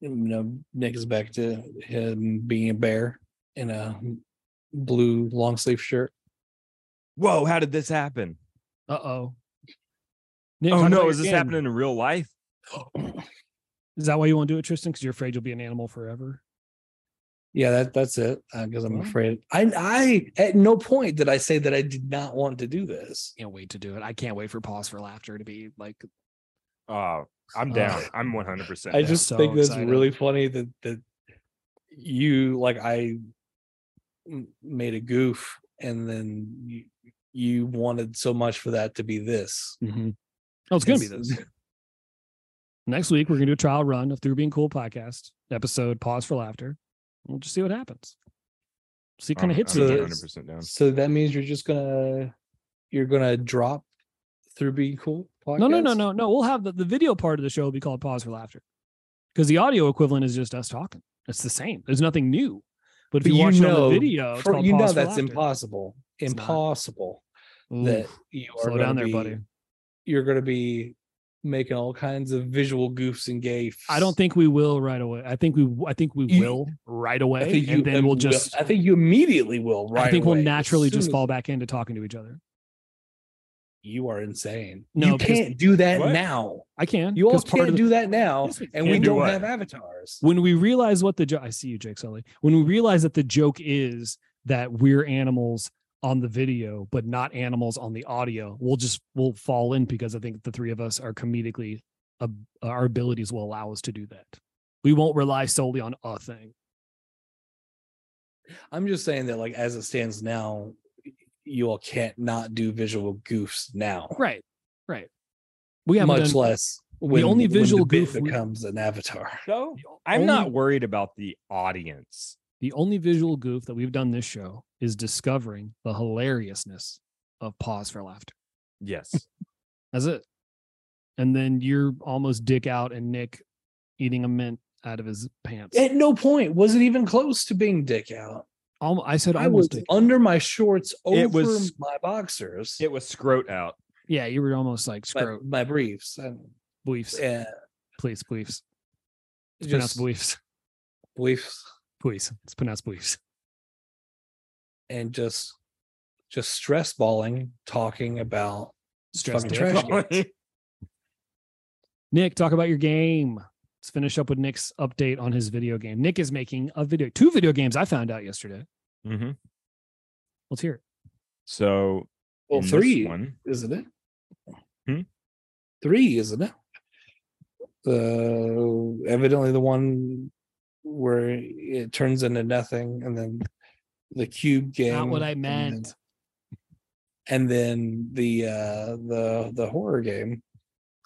[SPEAKER 5] you know, Nick is back to him being a bear in a blue long sleeve shirt.
[SPEAKER 3] Whoa! How did this happen?
[SPEAKER 2] Uh oh. Nick,
[SPEAKER 3] Oh
[SPEAKER 2] talk about
[SPEAKER 3] no!
[SPEAKER 2] your
[SPEAKER 3] Is this
[SPEAKER 2] game.
[SPEAKER 3] happening in real life?
[SPEAKER 2] Is that why you won't do it, Tristan? Because you're afraid you'll be an animal forever.
[SPEAKER 5] Yeah, that that's it. Because I'm
[SPEAKER 2] Well.
[SPEAKER 5] afraid. I I at no point did I say that I did not want to do this.
[SPEAKER 2] Can't wait to do it. I can't wait for pause for laughter to be like
[SPEAKER 3] Oh, I'm
[SPEAKER 2] Uh,
[SPEAKER 3] down. I'm 100. percent
[SPEAKER 5] I just
[SPEAKER 2] so
[SPEAKER 5] think that's
[SPEAKER 2] excited.
[SPEAKER 5] really funny that that you like I m- made a goof and then you you wanted so much for that to be this.
[SPEAKER 2] Mm-hmm. Oh, it's gonna be this. Next week, we're gonna do a trial run of Through Being Cool podcast episode. Pause for laughter. We'll just see what happens. See, kind of hits
[SPEAKER 5] I'm
[SPEAKER 2] you.
[SPEAKER 5] it.
[SPEAKER 3] 100 percent down.
[SPEAKER 5] So that means you're just gonna you're gonna drop through being cool. Podcast?
[SPEAKER 2] No, no, no, no, no. We'll have the, the video part of the show will be called Pause for Laughter because the audio equivalent is just us talking. It's the same. There's nothing new. But if
[SPEAKER 5] But
[SPEAKER 2] you,
[SPEAKER 5] you
[SPEAKER 2] watch it on
[SPEAKER 5] know-
[SPEAKER 2] the video, it's
[SPEAKER 5] For-
[SPEAKER 2] called
[SPEAKER 5] you know
[SPEAKER 2] Pause for
[SPEAKER 5] that's
[SPEAKER 2] Laughter.
[SPEAKER 5] impossible.
[SPEAKER 2] It's not.
[SPEAKER 5] impossible
[SPEAKER 2] Ooh,
[SPEAKER 5] that you are
[SPEAKER 2] slow
[SPEAKER 5] gonna
[SPEAKER 2] down there,
[SPEAKER 5] be-
[SPEAKER 2] buddy.
[SPEAKER 5] You're gonna be making all kinds of visual goofs and gaffes.
[SPEAKER 2] I don't think we will right away. I think we I think we
[SPEAKER 5] You-
[SPEAKER 2] will right away,
[SPEAKER 5] I think you
[SPEAKER 2] and then we'll
[SPEAKER 5] will-
[SPEAKER 2] just.
[SPEAKER 5] I think you immediately will. Right.
[SPEAKER 2] I think we'll
[SPEAKER 5] away, as
[SPEAKER 2] naturally just
[SPEAKER 5] soon as-
[SPEAKER 2] fall back into talking to each other.
[SPEAKER 5] You are insane.
[SPEAKER 2] No,
[SPEAKER 5] you
[SPEAKER 2] because-
[SPEAKER 5] can't do that
[SPEAKER 3] What?
[SPEAKER 5] now.
[SPEAKER 2] I can.
[SPEAKER 5] You all
[SPEAKER 2] 'cause part
[SPEAKER 5] can't
[SPEAKER 2] of the-
[SPEAKER 5] do that now,
[SPEAKER 2] Yes, we
[SPEAKER 5] and
[SPEAKER 3] can.
[SPEAKER 5] we
[SPEAKER 3] Do
[SPEAKER 5] don't
[SPEAKER 3] what?
[SPEAKER 5] have avatars.
[SPEAKER 2] when we realize what the joke I see you, Jake Sully. When we realize that the joke is that we're animals on the video, but not animals on the audio, we'll just we'll fall in because I think the three of us are comedically ab- uh, our abilities will allow us to do that. We won't rely solely on a thing.
[SPEAKER 5] I'm just saying that, like as it stands now, you all can't not do visual goofs now.
[SPEAKER 2] Right. Right. We haven't
[SPEAKER 5] much
[SPEAKER 2] done-
[SPEAKER 5] less when
[SPEAKER 2] only
[SPEAKER 5] when the
[SPEAKER 2] visual
[SPEAKER 5] bit
[SPEAKER 2] goof we-
[SPEAKER 5] becomes an avatar.
[SPEAKER 3] So
[SPEAKER 2] The
[SPEAKER 3] I'm
[SPEAKER 2] only-
[SPEAKER 3] not worried about the audience.
[SPEAKER 2] The only visual goof that we've done this show is discovering the hilariousness of pause for laughter.
[SPEAKER 3] Yes.
[SPEAKER 2] That's it. And then you're almost dick out and Nick eating a mint out of his pants.
[SPEAKER 5] At no point was it even close to being dick out.
[SPEAKER 2] Almo- I said
[SPEAKER 5] I was
[SPEAKER 2] almost dick.
[SPEAKER 5] under my shorts, over
[SPEAKER 3] It was-
[SPEAKER 5] my boxers,
[SPEAKER 3] it was scrote out.
[SPEAKER 2] yeah, you were almost like
[SPEAKER 5] my,
[SPEAKER 2] scrote
[SPEAKER 5] my briefs, and,
[SPEAKER 2] beliefs.
[SPEAKER 5] and
[SPEAKER 2] Please, beliefs. It's pronounced
[SPEAKER 5] just
[SPEAKER 2] beliefs.
[SPEAKER 5] briefs,
[SPEAKER 2] Please. It's pronounced beliefs.
[SPEAKER 5] and just just stress balling, talking about
[SPEAKER 2] Stress
[SPEAKER 5] Fucking
[SPEAKER 2] Nick.
[SPEAKER 5] trash cans.
[SPEAKER 2] Nick, talk about your game. Let's finish up with Nick's update on his video game. Nick is making a video, two video games I found out yesterday.
[SPEAKER 3] hmm
[SPEAKER 2] Let's hear it.
[SPEAKER 3] So
[SPEAKER 5] Well,
[SPEAKER 3] in this
[SPEAKER 5] three,
[SPEAKER 3] one,
[SPEAKER 5] isn't it?
[SPEAKER 3] Hmm?
[SPEAKER 5] Three, isn't it?
[SPEAKER 4] The evidently the one where it turns into nothing, and then the cube game.
[SPEAKER 2] Not what I
[SPEAKER 4] and then-
[SPEAKER 2] meant.
[SPEAKER 4] And then the uh the the horror game.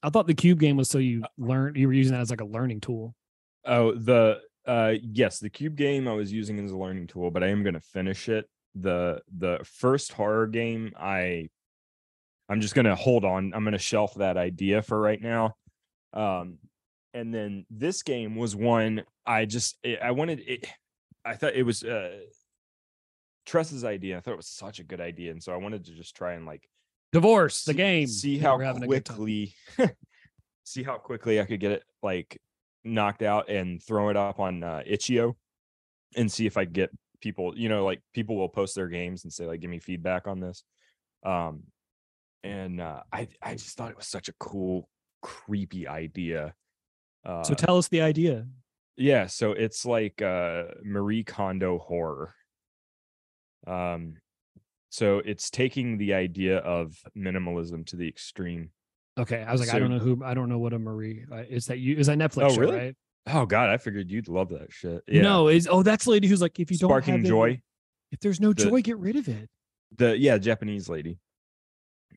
[SPEAKER 2] I thought the cube game was so
[SPEAKER 5] Uh,
[SPEAKER 2] you learn you were using that as like a learning tool.
[SPEAKER 3] oh the uh yes, the cube game I was using as a learning tool, but I am gonna finish it. The the first horror game I I'm just gonna hold on. I'm gonna shelf that idea for right now. Um and then this game was one I just eh, I- I wanted it I thought it was uh Tress's idea. I thought it was such a good idea. And so I wanted to just try and like
[SPEAKER 2] Divorce the
[SPEAKER 3] see-
[SPEAKER 2] game.
[SPEAKER 3] See
[SPEAKER 2] that
[SPEAKER 3] how
[SPEAKER 2] we're having a good time.
[SPEAKER 3] quickly, see how quickly I could get it like knocked out and throw it up on uh, itch.io, and see if I could get people. You know, like people will post their games and say like, "Give me feedback on this." Um, and uh, I I just thought it was such a cool, creepy idea. Uh,
[SPEAKER 2] So tell us the idea.
[SPEAKER 3] yeah, so it's like uh Marie Kondo horror. Um so it's taking the idea of minimalism to the extreme.
[SPEAKER 2] Okay, I was like, I
[SPEAKER 3] So-
[SPEAKER 2] don't know who, I don't know what a Marie uh, is. That you is that Netflix?
[SPEAKER 3] Oh,
[SPEAKER 2] show,
[SPEAKER 3] really?
[SPEAKER 2] Right?
[SPEAKER 3] Oh god, I figured you'd love that shit. Yeah.
[SPEAKER 2] No, is oh that's the lady who's like, if you don't
[SPEAKER 3] Sparking
[SPEAKER 2] have it-
[SPEAKER 3] Joy,
[SPEAKER 2] if there's no
[SPEAKER 3] the-
[SPEAKER 2] joy, get rid of it.
[SPEAKER 3] the yeah, Japanese lady.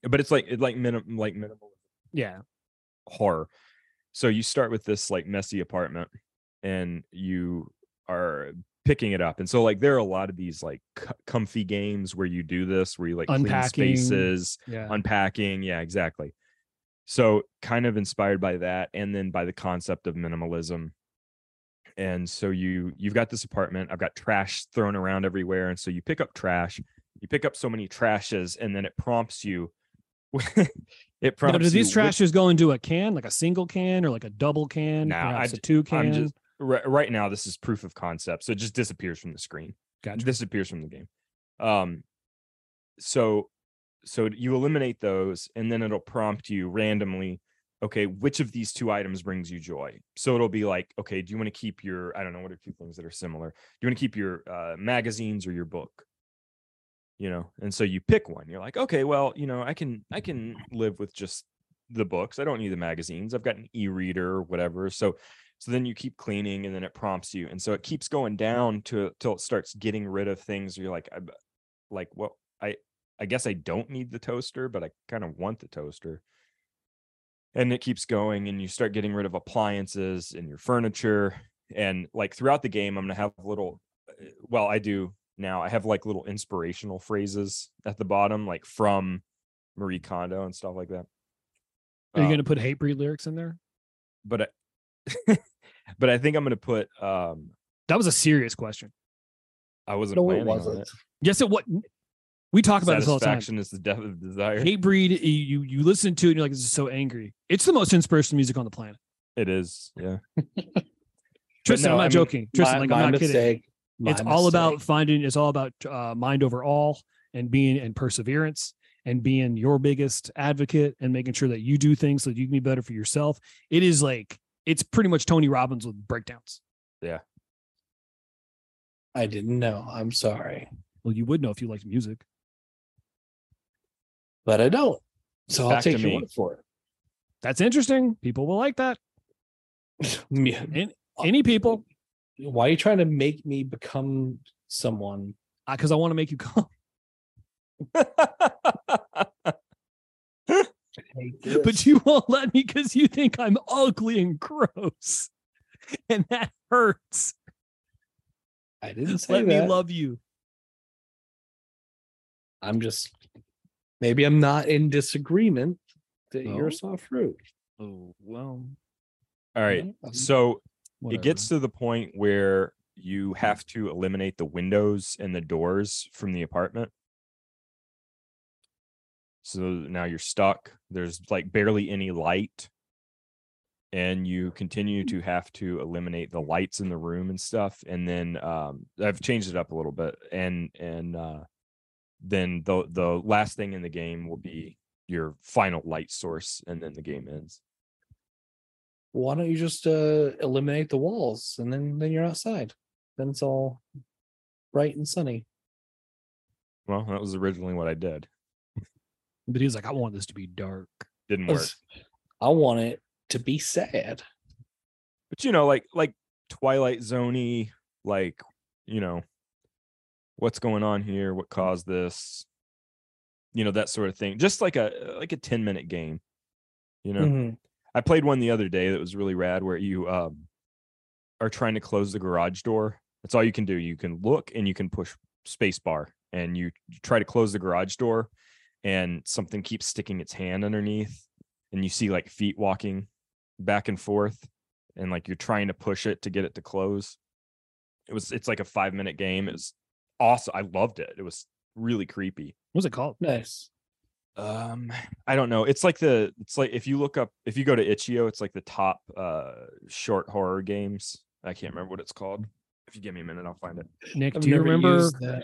[SPEAKER 3] But it's like it like minim like minimal
[SPEAKER 2] Yeah,
[SPEAKER 3] horror. So you start with this like messy apartment and you are picking it up. And so like there are a lot of these like c- comfy games where you do this where you like
[SPEAKER 2] Unpacking.
[SPEAKER 3] clean spaces
[SPEAKER 2] yeah.
[SPEAKER 3] unpacking yeah exactly so kind of inspired by that and then by the concept of minimalism and so you you've got this apartment i've got trash thrown around everywhere and so you pick up trash you pick up so many trashes and then it prompts you it
[SPEAKER 2] Now,
[SPEAKER 3] prompts
[SPEAKER 2] do these
[SPEAKER 3] you which-
[SPEAKER 2] trashes go into a can, like a single can, or like a double can,
[SPEAKER 3] Nah, I
[SPEAKER 2] perhaps a
[SPEAKER 3] d-
[SPEAKER 2] two can?
[SPEAKER 3] I'm just ri- right now. This is proof of concept, so it just disappears from the screen.
[SPEAKER 2] Gotcha.
[SPEAKER 3] Disappears from the game. Um, so so you eliminate those, and then it'll prompt you randomly. Okay, which of these two items brings you joy? So it'll be like, okay, do you want to keep your? I don't know what are two things that are similar. Do you want to keep your uh, magazines or your book? You know, and so you pick one. You're like, okay, well, you know, I can I can live with just the books. I don't need the magazines. I've got an e-reader or whatever. So so then you keep cleaning and then it prompts you. And so it keeps going down to till it starts getting rid of things. You're like, I, b- like, well, I, I guess I don't need the toaster, but I kind of want the toaster. And it keeps going and you start getting rid of appliances and your furniture. And like throughout the game, I'm going to have little, uh, well, I do now. I have like little inspirational phrases at the bottom, like from Marie Kondo and stuff like that.
[SPEAKER 2] Are you
[SPEAKER 3] Um,
[SPEAKER 2] going to put hate breed lyrics in there?
[SPEAKER 3] but I, but I think I'm gonna put um
[SPEAKER 2] That was a serious question.
[SPEAKER 3] I wasn't
[SPEAKER 4] No, it
[SPEAKER 3] planning on
[SPEAKER 4] wasn't.
[SPEAKER 3] it.
[SPEAKER 2] Yes, it what we talk about this all the time.
[SPEAKER 3] Satisfaction is the death of desire.
[SPEAKER 2] Hate breed, y- you you listen to it and you're like, this is so angry. It's the most inspirational music on the planet.
[SPEAKER 3] It is, yeah.
[SPEAKER 2] Tristan, I'm
[SPEAKER 3] no,
[SPEAKER 2] not
[SPEAKER 3] I mean,
[SPEAKER 2] joking. Tristan,
[SPEAKER 5] my,
[SPEAKER 2] like
[SPEAKER 5] my
[SPEAKER 2] I'm not
[SPEAKER 5] mistake.
[SPEAKER 2] kidding.
[SPEAKER 5] my
[SPEAKER 2] it's all about
[SPEAKER 5] mistake.
[SPEAKER 2] finding. It's all about uh, mind over all and being and perseverance and being your biggest advocate and making sure that you do things so that you can be better for yourself. It is like it's pretty much Tony Robbins with breakdowns.
[SPEAKER 5] I didn't know. I'm sorry,
[SPEAKER 2] Well, you would know if you liked music.
[SPEAKER 5] but I don't. So I'll
[SPEAKER 3] Back to
[SPEAKER 5] take your
[SPEAKER 3] me.
[SPEAKER 5] word for
[SPEAKER 2] That's interesting. People will like that.
[SPEAKER 5] it. Yeah.
[SPEAKER 2] Any, any people,
[SPEAKER 5] Why are you trying to make me become someone?
[SPEAKER 2] because uh, I want to make you calm. but you won't let me because you think I'm ugly and gross, and that hurts.
[SPEAKER 5] I didn't say
[SPEAKER 2] Let
[SPEAKER 5] that.
[SPEAKER 2] me love you.
[SPEAKER 5] I'm just maybe I'm not in disagreement that you're
[SPEAKER 2] No.
[SPEAKER 5] a soft fruit.
[SPEAKER 2] Oh well,
[SPEAKER 3] all right.
[SPEAKER 5] Um,
[SPEAKER 3] So
[SPEAKER 2] whatever.
[SPEAKER 3] it gets to the point where you have to eliminate the windows and the doors from the apartment. So now you're stuck. There's like barely any light. And you continue to have to eliminate the lights in the room and stuff. And then um, I've changed it up a little bit. And and uh, then the the last thing in the game will be your final light source, and then the game ends.
[SPEAKER 5] Why don't you just uh, eliminate the walls and then then you're outside? Then it's all bright and sunny.
[SPEAKER 3] Well, that was originally what I did.
[SPEAKER 2] But he's like, I want this to be dark.
[SPEAKER 3] Didn't work.
[SPEAKER 5] I want it to be sad.
[SPEAKER 3] but you know, like like Twilight Zoney, like you know, what's going on here? What caused this? You know that sort of thing. Just like a like a ten minute game. You know,
[SPEAKER 5] Mhm.
[SPEAKER 3] I played one the other day that was really rad, where you um are trying to close the garage door. That's all you can do. You can look and you can push space bar, and you you try to close the garage door, and something keeps sticking its hand underneath, and you see like feet walking back and forth and like you're trying to push it to get it to close. It was it's like a five minute game. It was awesome. I loved it. It was really creepy.
[SPEAKER 2] What's it called?
[SPEAKER 5] Nice.
[SPEAKER 3] Um, I don't know. It's like the it's like if you look up if you go to itch.io, it's like the top uh short horror games. I can't remember what it's called. If you give me a minute, I'll find it.
[SPEAKER 2] Nick,
[SPEAKER 5] I've
[SPEAKER 2] do you
[SPEAKER 5] never
[SPEAKER 2] remember?
[SPEAKER 5] used that.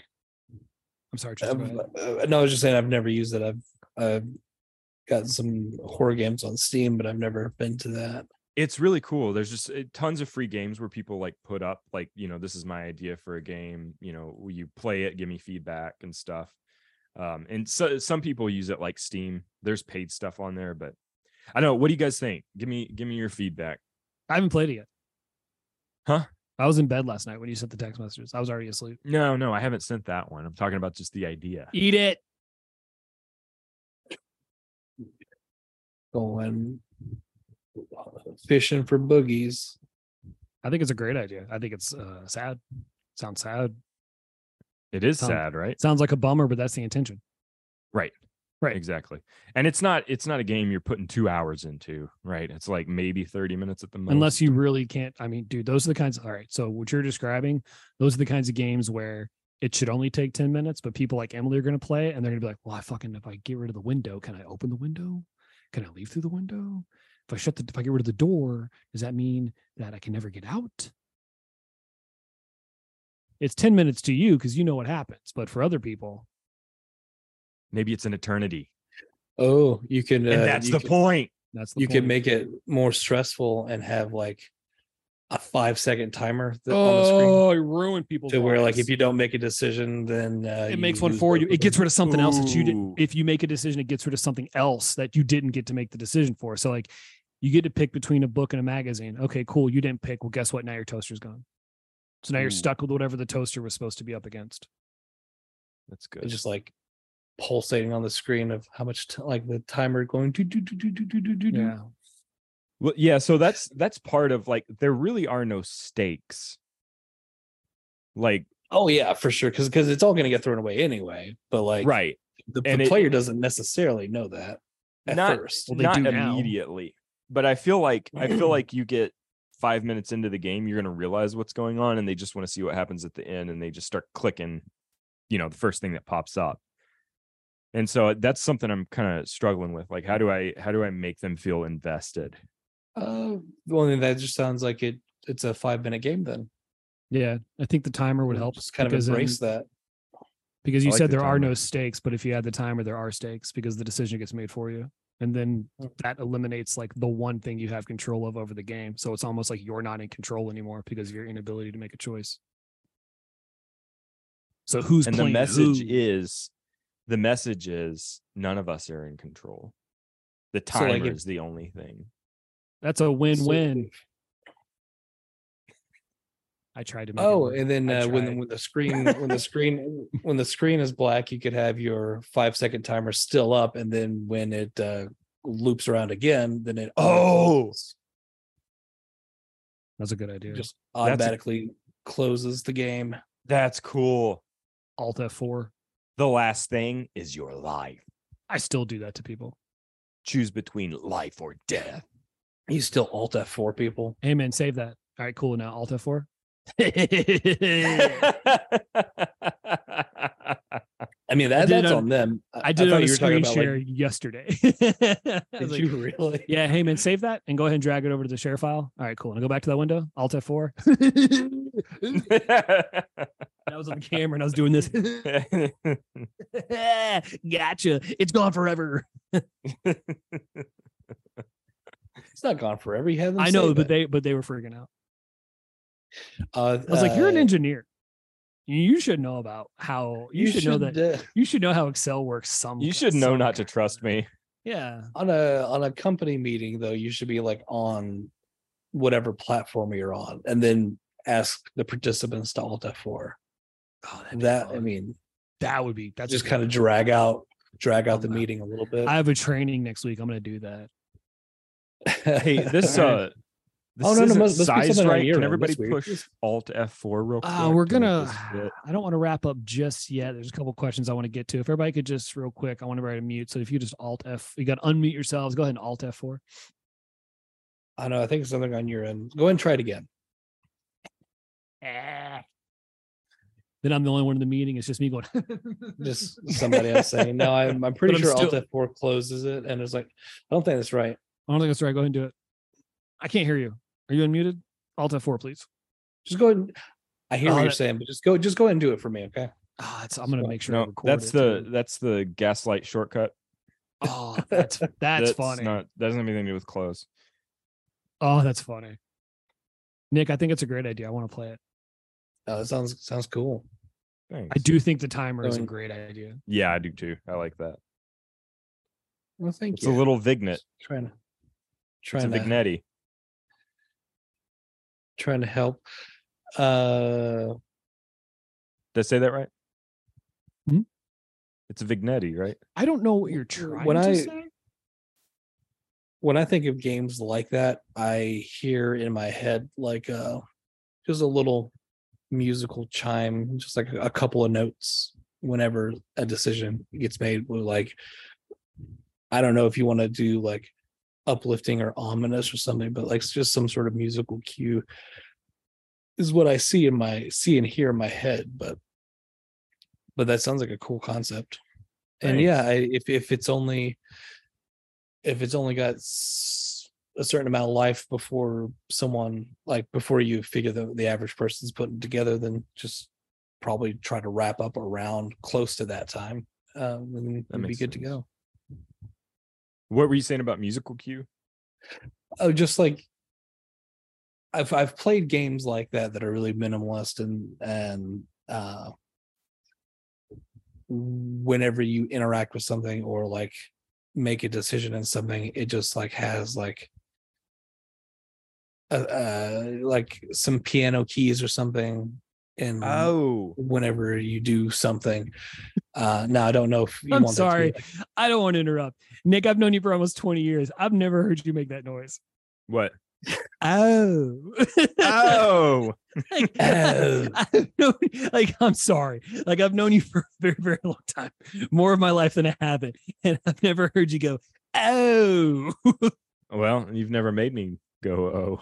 [SPEAKER 2] I'm sorry, Tristan, go
[SPEAKER 5] I've-
[SPEAKER 2] ahead.
[SPEAKER 5] uh, no, I was just saying I've never used it. I've I've got some horror games on Steam, but I've never been to that.
[SPEAKER 3] It's really cool. There's just uh, tons of free games where people like put up like, you know, this is my idea for a game, you know, will you play it, give me feedback and stuff. um and so some people use it like steam there's paid stuff on there but i don't know what do you guys think give me give me your feedback
[SPEAKER 2] I haven't played it yet.
[SPEAKER 3] Huh?
[SPEAKER 2] I was in bed last night when you sent the text messages. I was already asleep.
[SPEAKER 3] no no i haven't sent that one i'm talking about just the idea
[SPEAKER 2] Eat it.
[SPEAKER 5] Going fishing for boogies.
[SPEAKER 2] I think it's a great idea. I think it's uh, sad. Sounds sad.
[SPEAKER 3] it is
[SPEAKER 2] Sounds-
[SPEAKER 3] sad right
[SPEAKER 2] Sounds like a bummer, but that's the intention.
[SPEAKER 3] right
[SPEAKER 2] Right.
[SPEAKER 3] exactly and it's not it's not a game you're putting two hours into right it's like maybe 30 minutes at the most
[SPEAKER 2] unless you really can't i mean dude those are the kinds all right so what you're describing those are the kinds of games where it should only take 10 minutes but people like emily are going to play it, and they're going to be like well i fucking if i get rid of the window can i open the window can i leave through the window if i shut the if i get rid of the door does that mean that i can never get out it's 10 minutes to you because you know what happens but for other people
[SPEAKER 3] maybe it's an eternity
[SPEAKER 5] Oh, you can.
[SPEAKER 3] and
[SPEAKER 5] uh,
[SPEAKER 3] that's
[SPEAKER 5] you
[SPEAKER 3] the
[SPEAKER 5] can-
[SPEAKER 3] point
[SPEAKER 2] that's the
[SPEAKER 5] You
[SPEAKER 2] point.
[SPEAKER 5] can make it more stressful and have like a five second timer th- on the screen
[SPEAKER 2] oh it ruined people's
[SPEAKER 5] to where like
[SPEAKER 2] lives.
[SPEAKER 5] if you don't make a decision, then uh,
[SPEAKER 2] it makes
[SPEAKER 5] you
[SPEAKER 2] one
[SPEAKER 5] lose
[SPEAKER 2] for
[SPEAKER 5] both
[SPEAKER 2] you.
[SPEAKER 5] of
[SPEAKER 2] It gets
[SPEAKER 5] them.
[SPEAKER 2] rid of something else that you
[SPEAKER 3] Ooh.
[SPEAKER 2] didn't. If you make a decision, it gets rid of something else that you didn't get to make the decision for. So like, you get to pick between a book and a magazine. Okay, cool. You didn't pick. Well, guess what? Now your toaster's gone. So now
[SPEAKER 3] Ooh.
[SPEAKER 2] you're stuck with whatever the toaster was supposed to be up against.
[SPEAKER 3] that's
[SPEAKER 5] It's
[SPEAKER 3] good
[SPEAKER 5] just like pulsating on the screen of how much t- like the timer going do do do do do do do do. do.
[SPEAKER 3] Well, yeah, so that's that's part of like there really are no stakes. Like
[SPEAKER 5] Oh yeah, for sure, because because it's all going to get thrown away anyway. But like
[SPEAKER 3] right,
[SPEAKER 5] the,
[SPEAKER 3] and
[SPEAKER 5] the
[SPEAKER 3] it-
[SPEAKER 5] player doesn't necessarily know that at
[SPEAKER 3] Not-
[SPEAKER 5] first.
[SPEAKER 2] Well, they
[SPEAKER 3] not
[SPEAKER 2] do now.
[SPEAKER 3] immediately. But I feel like I feel like you get 5 minutes into the game you're going to realize what's going on and they just want to see what happens at the end and they just start clicking, you know, the first thing that pops up. And so that's something I'm kind of struggling with. Like how do I how do I make them feel invested?
[SPEAKER 5] Uh, well, then that just sounds like it. It's a five minute game then.
[SPEAKER 2] Yeah, I think the timer would help
[SPEAKER 5] Just kind of
[SPEAKER 2] because um, in-
[SPEAKER 5] embrace that.
[SPEAKER 2] because
[SPEAKER 3] I
[SPEAKER 2] you
[SPEAKER 3] like
[SPEAKER 2] said
[SPEAKER 3] the
[SPEAKER 2] there are no
[SPEAKER 3] timer.
[SPEAKER 2] stakes, but if you add the timer, there are stakes because the decision gets made for you, and then
[SPEAKER 5] Oh.
[SPEAKER 2] that eliminates like the one thing you have control of over the game. So it's almost like you're not in control anymore because of your inability to make a choice. So who's
[SPEAKER 3] and the
[SPEAKER 2] playing
[SPEAKER 3] message
[SPEAKER 2] who?
[SPEAKER 3] is the message is none of us are in control. The
[SPEAKER 5] So, like,
[SPEAKER 3] timer
[SPEAKER 5] if-
[SPEAKER 3] is the only thing.
[SPEAKER 2] that's a
[SPEAKER 5] So-
[SPEAKER 2] win-win. I tried to. Make
[SPEAKER 5] Oh,
[SPEAKER 2] it work.
[SPEAKER 5] and then
[SPEAKER 2] I
[SPEAKER 5] uh, when
[SPEAKER 2] tried.
[SPEAKER 5] when the screen when the screen when the screen is black, you could have your five second timer still up, and then when it uh, loops around again, then it
[SPEAKER 3] Oh!
[SPEAKER 2] that's a good idea. Just
[SPEAKER 5] just
[SPEAKER 3] That's a-
[SPEAKER 5] automatically closes the game.
[SPEAKER 3] That's cool.
[SPEAKER 2] Alt F4.
[SPEAKER 3] The last thing is your life.
[SPEAKER 2] I still do that to people.
[SPEAKER 3] Choose between life or death.
[SPEAKER 5] You still alt F four people.
[SPEAKER 2] Hey man, save that. All right, cool. Now Alt F4.
[SPEAKER 5] I mean that,
[SPEAKER 2] did
[SPEAKER 5] that's
[SPEAKER 2] on-
[SPEAKER 5] on them.
[SPEAKER 2] I did it
[SPEAKER 5] thought
[SPEAKER 2] on a
[SPEAKER 5] you were talking
[SPEAKER 2] screen
[SPEAKER 5] about,
[SPEAKER 2] share yesterday. I
[SPEAKER 5] Like,
[SPEAKER 2] was
[SPEAKER 5] did
[SPEAKER 2] like,
[SPEAKER 5] you really?
[SPEAKER 2] yeah, hey man, save that and go ahead and drag it over to the share file. All right, cool. And I go back to that window, Alt F4. that was on the camera and I was doing this. gotcha. It's gone forever.
[SPEAKER 5] It's not gone forever. You haven't.
[SPEAKER 2] I know, but they but they were freaking out.
[SPEAKER 5] Uh,
[SPEAKER 2] I was like, you're an engineer. You should know about how you, should, know that
[SPEAKER 5] uh,
[SPEAKER 2] you should know how Excel works. Some
[SPEAKER 3] You should know
[SPEAKER 2] some
[SPEAKER 3] not to
[SPEAKER 2] kind.
[SPEAKER 3] trust me.
[SPEAKER 2] Yeah,
[SPEAKER 5] uh, on a on a company meeting though. You should be like on whatever platform you're on, and then ask the participants to alt F4.
[SPEAKER 2] oh, that'd be
[SPEAKER 5] That I
[SPEAKER 2] fun.
[SPEAKER 5] mean,
[SPEAKER 2] that would be that's
[SPEAKER 5] just
[SPEAKER 2] a
[SPEAKER 5] kind of
[SPEAKER 2] good
[SPEAKER 5] drag out drag out the
[SPEAKER 2] Um,
[SPEAKER 5] meeting a little bit.
[SPEAKER 2] one. I have a training next week. I'm gonna do that.
[SPEAKER 3] Hey, this uh, this
[SPEAKER 5] Oh, no, no,
[SPEAKER 3] isn't
[SPEAKER 5] let's- let's put
[SPEAKER 3] sized
[SPEAKER 5] something on
[SPEAKER 3] right.
[SPEAKER 5] your
[SPEAKER 3] Can
[SPEAKER 5] end
[SPEAKER 3] everybody
[SPEAKER 5] this week.
[SPEAKER 3] push Alt F4 real quick?
[SPEAKER 2] Uh, we're
[SPEAKER 3] Can we
[SPEAKER 2] gonna.
[SPEAKER 3] just do it?
[SPEAKER 2] I don't want to wrap up just yet. There's a couple questions I want to get to. If everybody could just real quick, I want everybody to mute. So if you just Alt F, you got to unmute yourselves. Go ahead and Alt F4.
[SPEAKER 5] I know. I think something on your end. Go ahead and try it again.
[SPEAKER 2] Then I'm the only one in the meeting. It's just me going.
[SPEAKER 5] Just somebody else saying, "No, I'm, I'm pretty
[SPEAKER 2] I'm
[SPEAKER 5] sure Alt
[SPEAKER 2] still-
[SPEAKER 5] F4 closes it," and it's like, "I don't think that's right."
[SPEAKER 2] I don't think that's right. Go ahead and do it. I can't hear you. Are you unmuted? Alt F4, please.
[SPEAKER 5] Just go ahead. And, I hear
[SPEAKER 2] Oh,
[SPEAKER 3] Uh,
[SPEAKER 5] what you're
[SPEAKER 2] that-
[SPEAKER 5] saying, but just go, just go ahead and do it for me, okay?
[SPEAKER 2] Ah, it's, I'm gonna
[SPEAKER 5] Sorry.
[SPEAKER 2] make sure. I
[SPEAKER 3] No,
[SPEAKER 2] record
[SPEAKER 3] that's
[SPEAKER 2] it,
[SPEAKER 3] the
[SPEAKER 2] too.
[SPEAKER 3] that's the gaslight shortcut.
[SPEAKER 2] Oh, that's that's, funny.
[SPEAKER 3] Not, doesn't have anything to do with close.
[SPEAKER 2] Oh, that's funny. Nick, I think it's a great idea. I want to play it.
[SPEAKER 5] Oh, that sounds sounds cool.
[SPEAKER 3] Thanks.
[SPEAKER 2] I do think the timer is a
[SPEAKER 5] Going-
[SPEAKER 2] great idea.
[SPEAKER 3] Yeah, I do too. I like that.
[SPEAKER 5] Well, thank
[SPEAKER 3] It's
[SPEAKER 5] you.
[SPEAKER 3] a little vignet.
[SPEAKER 5] trying to
[SPEAKER 3] It's a
[SPEAKER 5] trying to
[SPEAKER 3] vignetti.
[SPEAKER 5] trying to help. Uh,
[SPEAKER 3] Did I say that right?
[SPEAKER 2] Hmm?
[SPEAKER 3] It's a vignetti, right?
[SPEAKER 2] I don't know what you're
[SPEAKER 5] W-
[SPEAKER 2] trying
[SPEAKER 5] when
[SPEAKER 2] to
[SPEAKER 5] I-
[SPEAKER 2] say.
[SPEAKER 5] when I think of games like that, I hear in my head like uh just a little musical chime, just like a couple of notes whenever a decision gets made. We're like, I don't know if you want to do like uplifting or ominous or something, but like just some sort of musical cue is what I see in my see and hear in my head. But but that sounds like a cool concept. And yeah, I, if if it's only if it's only got s- a certain amount of life before someone like before you figure the, the average person's putting it together then just probably try to wrap up around close to that time um and then
[SPEAKER 3] That
[SPEAKER 5] you'd be
[SPEAKER 3] makes
[SPEAKER 5] good to
[SPEAKER 3] sense.
[SPEAKER 5] go
[SPEAKER 3] What were you saying about musical cue?
[SPEAKER 5] oh just like i've i've played games like that that are really minimalist and and uh whenever you interact with something or like make a decision in something it just like has like uh, uh like some piano keys or something and
[SPEAKER 3] Oh,
[SPEAKER 5] whenever you do something uh now i don't know if you
[SPEAKER 2] I'm
[SPEAKER 5] want that
[SPEAKER 2] sorry.
[SPEAKER 5] to be, like,
[SPEAKER 2] I don't want to interrupt. Nick, I've known you for almost 20 years. I've never heard you make that noise.
[SPEAKER 3] what?
[SPEAKER 2] Oh.
[SPEAKER 3] Oh,
[SPEAKER 2] like,
[SPEAKER 5] Oh.
[SPEAKER 2] I've known- like, I'm sorry. Like, I've known you for a very, very long time, more of my life than I haven't. And I've never heard you go, oh.
[SPEAKER 3] well, you've never made me go. Oh,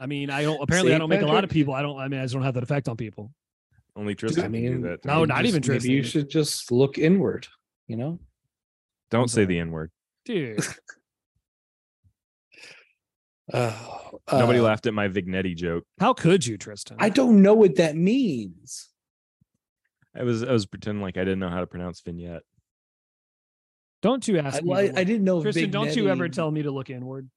[SPEAKER 2] I mean, I don't, apparently, I
[SPEAKER 5] See,
[SPEAKER 2] don't make a lot of
[SPEAKER 5] Patrick?
[SPEAKER 2] people. I don't, I mean, I just don't have that effect on people.
[SPEAKER 3] only Tristan. can do
[SPEAKER 5] mean,
[SPEAKER 3] that. to
[SPEAKER 2] no,
[SPEAKER 3] me.
[SPEAKER 2] not
[SPEAKER 5] just-
[SPEAKER 2] even
[SPEAKER 5] maybe you
[SPEAKER 2] Tristan.
[SPEAKER 5] should just look inward you know
[SPEAKER 3] Don't say the N word.
[SPEAKER 2] Dude,
[SPEAKER 5] Oh,
[SPEAKER 3] Nobody
[SPEAKER 5] uh,
[SPEAKER 3] laughed at my vignetti joke.
[SPEAKER 2] how could you, Tristan?
[SPEAKER 5] I don't know what that means.
[SPEAKER 3] I was I was pretending like I didn't know how to pronounce vignette.
[SPEAKER 2] don't you ask
[SPEAKER 5] I,
[SPEAKER 2] me.
[SPEAKER 5] well, I-
[SPEAKER 2] to
[SPEAKER 5] I
[SPEAKER 2] look-
[SPEAKER 5] didn't know. if
[SPEAKER 2] Tristan,
[SPEAKER 5] Big
[SPEAKER 2] don't you ever
[SPEAKER 5] Netty-
[SPEAKER 2] tell me to look inward.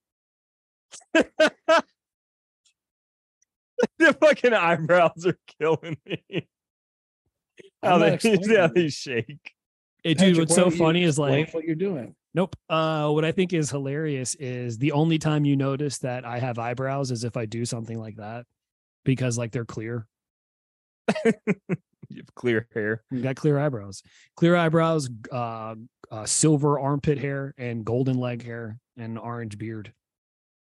[SPEAKER 3] the fucking eyebrows are killing me.
[SPEAKER 5] I'm
[SPEAKER 3] How
[SPEAKER 5] not
[SPEAKER 3] they,
[SPEAKER 5] explaining
[SPEAKER 3] how
[SPEAKER 5] it.
[SPEAKER 3] they shake.
[SPEAKER 2] Hey, dude,
[SPEAKER 5] Patrick,
[SPEAKER 2] what's
[SPEAKER 5] why
[SPEAKER 2] so
[SPEAKER 5] don't you
[SPEAKER 2] funny is
[SPEAKER 5] Explain
[SPEAKER 2] like,
[SPEAKER 5] what you're doing.
[SPEAKER 2] Nope. Uh, what I think is hilarious is the only time you notice that I have eyebrows is if I do something like that because like they're clear.
[SPEAKER 3] You have clear hair.
[SPEAKER 2] You got clear eyebrows, clear eyebrows, g- uh, uh, silver armpit hair, and golden leg hair, and orange beard.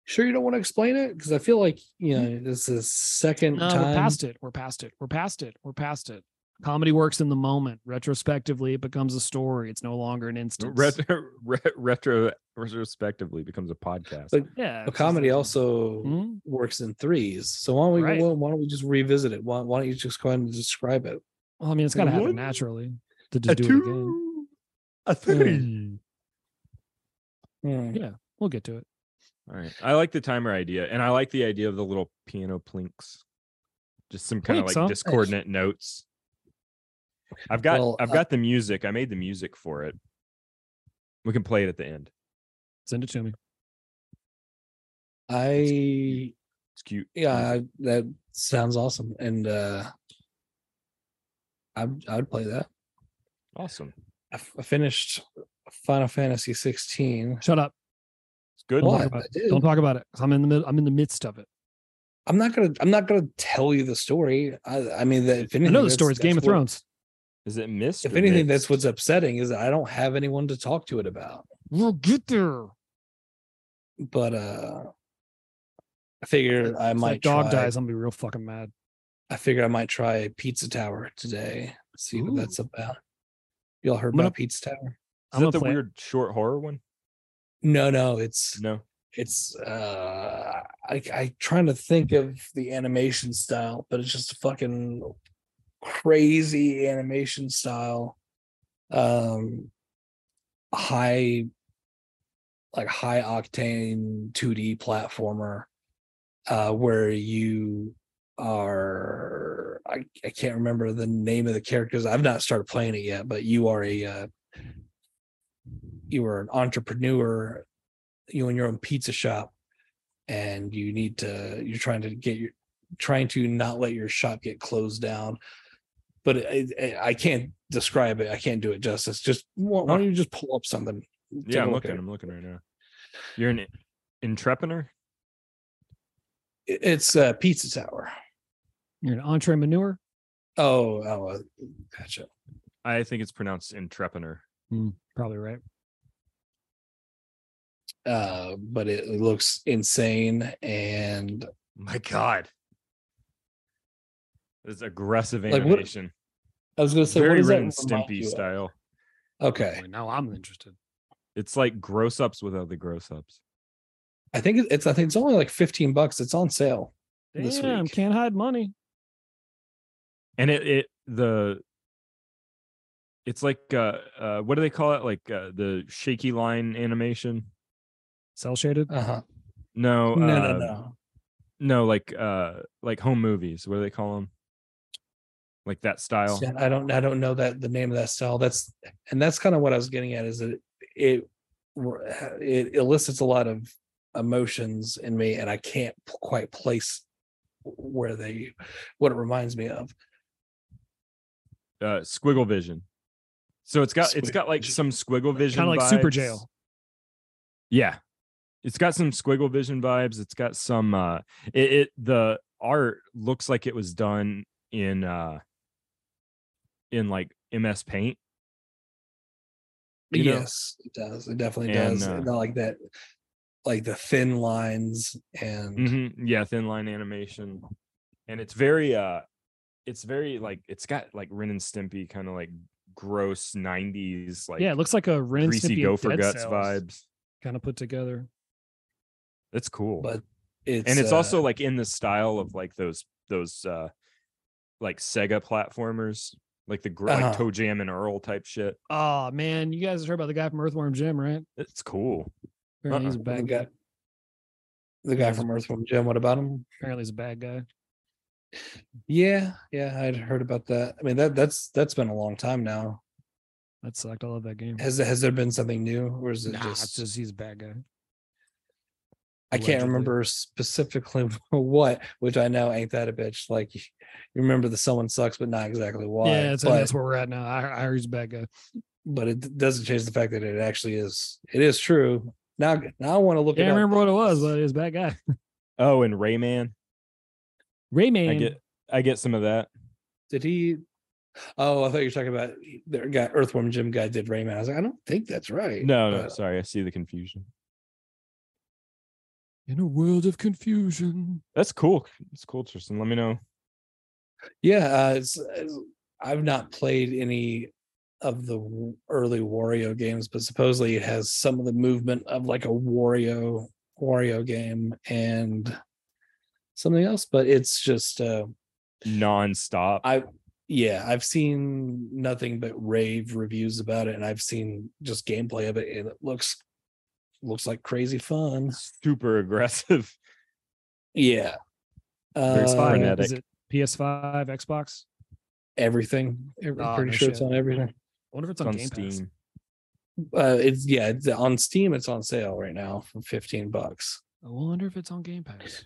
[SPEAKER 5] Sure, you don't want to explain it because I feel like you know this is second
[SPEAKER 2] Mm-hmm. No, Uh, we're
[SPEAKER 5] Mm, time.
[SPEAKER 2] past it. We're past it. We're past it. We're past it. Comedy works in the moment. Retrospectively, it becomes a story. It's no longer an instance.
[SPEAKER 3] Retro, re, retro retrospectively becomes a podcast.
[SPEAKER 5] But-
[SPEAKER 2] yeah,
[SPEAKER 5] But
[SPEAKER 2] it's just
[SPEAKER 5] comedy
[SPEAKER 2] like-
[SPEAKER 5] also
[SPEAKER 2] Hmm?
[SPEAKER 5] works in threes. So why don't we
[SPEAKER 2] Right.
[SPEAKER 5] why, why don't we just revisit it? Why, why don't you just go ahead and describe it?
[SPEAKER 2] Well, I mean, it's got to happen
[SPEAKER 3] One,
[SPEAKER 2] naturally to just do it again.
[SPEAKER 3] a
[SPEAKER 5] Hmm.
[SPEAKER 2] Yeah, we'll get to it.
[SPEAKER 3] All right. I like the timer idea, and I like the idea of the little piano plinks, just some kind of
[SPEAKER 2] Plinks,
[SPEAKER 3] like
[SPEAKER 2] huh?
[SPEAKER 3] discordant notes. I've got
[SPEAKER 5] Well,
[SPEAKER 3] I've
[SPEAKER 5] uh,
[SPEAKER 3] got the music. I made the music for it. We can play it at the end.
[SPEAKER 2] Send it to me.
[SPEAKER 5] I
[SPEAKER 3] It's cute.
[SPEAKER 5] yeah, I, that sounds awesome, and uh, I I would play that.
[SPEAKER 3] Awesome.
[SPEAKER 5] I, f- I finished Final Fantasy 16.
[SPEAKER 2] Shut up.
[SPEAKER 3] It's good.
[SPEAKER 5] Well,
[SPEAKER 2] Don't
[SPEAKER 5] I-
[SPEAKER 2] talk
[SPEAKER 5] I
[SPEAKER 2] about it.
[SPEAKER 5] did.
[SPEAKER 2] Don't talk about it. 'cause I'm in the mid- I'm in the midst of it.
[SPEAKER 5] I'm not gonna I'm not gonna tell you the story. I I mean that if
[SPEAKER 2] I
[SPEAKER 5] anything,
[SPEAKER 2] know the
[SPEAKER 5] that's-
[SPEAKER 2] story's Game of
[SPEAKER 5] that's what-
[SPEAKER 2] Thrones.
[SPEAKER 3] Is it missed?
[SPEAKER 5] If anything, that's what's upsetting is that I don't have anyone to talk to it about.
[SPEAKER 2] We'll get there.
[SPEAKER 5] But uh I figure I
[SPEAKER 2] If that
[SPEAKER 5] might
[SPEAKER 2] dog
[SPEAKER 5] try,
[SPEAKER 2] dies. I'm gonna be real fucking mad.
[SPEAKER 5] I figure I might try Pizza Tower today. See
[SPEAKER 2] Ooh.
[SPEAKER 5] what that's about. Y'all heard
[SPEAKER 2] I'm gonna-
[SPEAKER 5] about Pizza Tower?
[SPEAKER 3] Is
[SPEAKER 2] I'm
[SPEAKER 3] that
[SPEAKER 2] gonna
[SPEAKER 3] the
[SPEAKER 2] play it.
[SPEAKER 3] weird short horror one?
[SPEAKER 5] No, no, it's
[SPEAKER 3] No.
[SPEAKER 5] it's uh I I trying to think of the animation style, but it's just a fucking crazy animation style. Um high like high octane 2D platformer uh where you are I, I can't remember the name of the characters. I've not started playing it yet, but you are a uh you are an entrepreneur you own your own pizza shop and you need to you're trying to get your trying to not let your shop get closed down but I, I- I can't describe it i can't do it justice just why, why don't you just pull up something Take
[SPEAKER 3] Yeah,
[SPEAKER 5] a
[SPEAKER 3] I'm
[SPEAKER 5] look at
[SPEAKER 3] looking. I'm looking right now. You're an entrepreneur.
[SPEAKER 5] it. it's uh pizza tower
[SPEAKER 2] You're an entrepreneur.
[SPEAKER 5] oh oh uh, gotcha
[SPEAKER 3] I think it's pronounced entrepreneur.
[SPEAKER 2] Probably right.
[SPEAKER 5] uh but it looks insane and
[SPEAKER 3] My God. It's aggressive
[SPEAKER 5] Like, what-
[SPEAKER 3] animation.
[SPEAKER 5] i was gonna say what
[SPEAKER 3] Very
[SPEAKER 5] does that
[SPEAKER 3] Ren and
[SPEAKER 5] remind
[SPEAKER 3] Stimpy
[SPEAKER 5] you of?
[SPEAKER 3] style.
[SPEAKER 5] okay
[SPEAKER 2] Boy, now I'm interested.
[SPEAKER 3] It's like gross ups without the gross ups.
[SPEAKER 5] i think it- it's i think it's only like 15 bucks it's on sale This
[SPEAKER 2] Damn,
[SPEAKER 5] week.
[SPEAKER 2] can't hide money.
[SPEAKER 3] And it it the it's like uh uh what do they call it? Like uh, the shaky line animation?
[SPEAKER 2] Cell shaded.
[SPEAKER 5] uh-huh
[SPEAKER 3] No,
[SPEAKER 5] no
[SPEAKER 3] uh,
[SPEAKER 5] no no
[SPEAKER 3] no, like uh like home movies. What do they call them? Like that style.
[SPEAKER 5] Yeah, I don't I don't know that the name of that style. That's and that's kind of what I was getting at is that it it elicits a lot of emotions in me and I can't p- quite place where they what it reminds me of.
[SPEAKER 3] uh squiggle vision so it's got it's got like
[SPEAKER 5] Squiggle
[SPEAKER 3] some squiggle vision
[SPEAKER 2] Kind of like Super
[SPEAKER 3] vibes.
[SPEAKER 2] Jail.
[SPEAKER 3] yeah it's got some squiggle vision vibes it's got some uh it, it the art looks like it was done in uh in like ms paint You know?
[SPEAKER 5] yes, it does. It definitely
[SPEAKER 3] And,
[SPEAKER 5] does.
[SPEAKER 3] uh,
[SPEAKER 5] And I like that like the thin lines and
[SPEAKER 3] Mhm, yeah thin line animation and it's very uh it's very like it's got like ren and stimpy kind of like gross 90s like
[SPEAKER 2] yeah, it looks like a Ren and
[SPEAKER 3] greasy
[SPEAKER 2] Stimpy
[SPEAKER 3] gopher guts vibes
[SPEAKER 2] Kind of put together.
[SPEAKER 3] that's cool
[SPEAKER 5] but it's
[SPEAKER 3] and it's
[SPEAKER 5] uh,
[SPEAKER 3] also like in the style of like those those uh like Sega platformers, like the gr- like
[SPEAKER 5] Uh-huh.
[SPEAKER 3] Toe Jam and Earl type shit.
[SPEAKER 2] Oh man, you guys heard about the guy from Earthworm Jim, right?
[SPEAKER 3] It's cool.
[SPEAKER 2] Apparently he's a
[SPEAKER 3] Uh-uh.
[SPEAKER 5] the
[SPEAKER 2] bad guy.
[SPEAKER 5] guy, the guy from Earthworm Jim, what about him?
[SPEAKER 2] Apparently he's a bad guy.
[SPEAKER 5] Yeah, yeah, I'd heard about that. I mean that that's that's been a long time now.
[SPEAKER 2] That sucked. I love that game.
[SPEAKER 5] Has has there been something new, or is it
[SPEAKER 2] Nah, it's
[SPEAKER 5] just,
[SPEAKER 2] just he's a bad guy.
[SPEAKER 5] I can't
[SPEAKER 2] allegedly.
[SPEAKER 5] remember specifically what? Which I know ain't that a bitch. Like you remember the someone sucks, but not exactly why.
[SPEAKER 2] yeah, that's,
[SPEAKER 5] but,
[SPEAKER 2] that's where we're at now. I, I heard he's a bad guy.
[SPEAKER 5] but it doesn't change the fact that it actually is. It is true. Now now I want to look.
[SPEAKER 2] Can't
[SPEAKER 5] it up.
[SPEAKER 2] remember what it was, but he's a bad guy.
[SPEAKER 3] Oh, and Rayman,
[SPEAKER 2] Rayman.
[SPEAKER 3] I get I get some of that.
[SPEAKER 5] Did he? Oh, I thought you were talking about the guy Earthworm Jim guy did Rayman. I was like, I don't think that's right.
[SPEAKER 3] No,
[SPEAKER 2] Uh,
[SPEAKER 3] no,
[SPEAKER 5] but-
[SPEAKER 3] sorry, I see the confusion.
[SPEAKER 2] In a world of confusion.
[SPEAKER 3] That's cool. It's cool, Tristan. Let me know.
[SPEAKER 5] Yeah, uh, it's, it's- I've not played any of the w- early Wario games, but supposedly it has some of the movement of like a Wario Wario game and something else. But it's just, uh,
[SPEAKER 3] Non-stop.
[SPEAKER 5] I yeah, I've seen nothing but rave reviews about it, and I've seen just gameplay of it, and it looks looks like crazy fun.
[SPEAKER 3] super aggressive.
[SPEAKER 5] Yeah,
[SPEAKER 3] Very
[SPEAKER 5] Uh,
[SPEAKER 3] frenetic.
[SPEAKER 2] Is it PS5, Xbox?
[SPEAKER 5] everything. e, I'm
[SPEAKER 2] Ah,
[SPEAKER 5] pretty
[SPEAKER 2] no
[SPEAKER 5] sure it's
[SPEAKER 2] shit.
[SPEAKER 5] on everything.
[SPEAKER 2] I wonder if it's on,
[SPEAKER 3] It's on
[SPEAKER 2] Game Pass.
[SPEAKER 3] Steam.
[SPEAKER 5] Uh, it's yeah, it's on Steam. It's on sale right now for fifteen bucks.
[SPEAKER 7] I wonder if it's on Game Pass.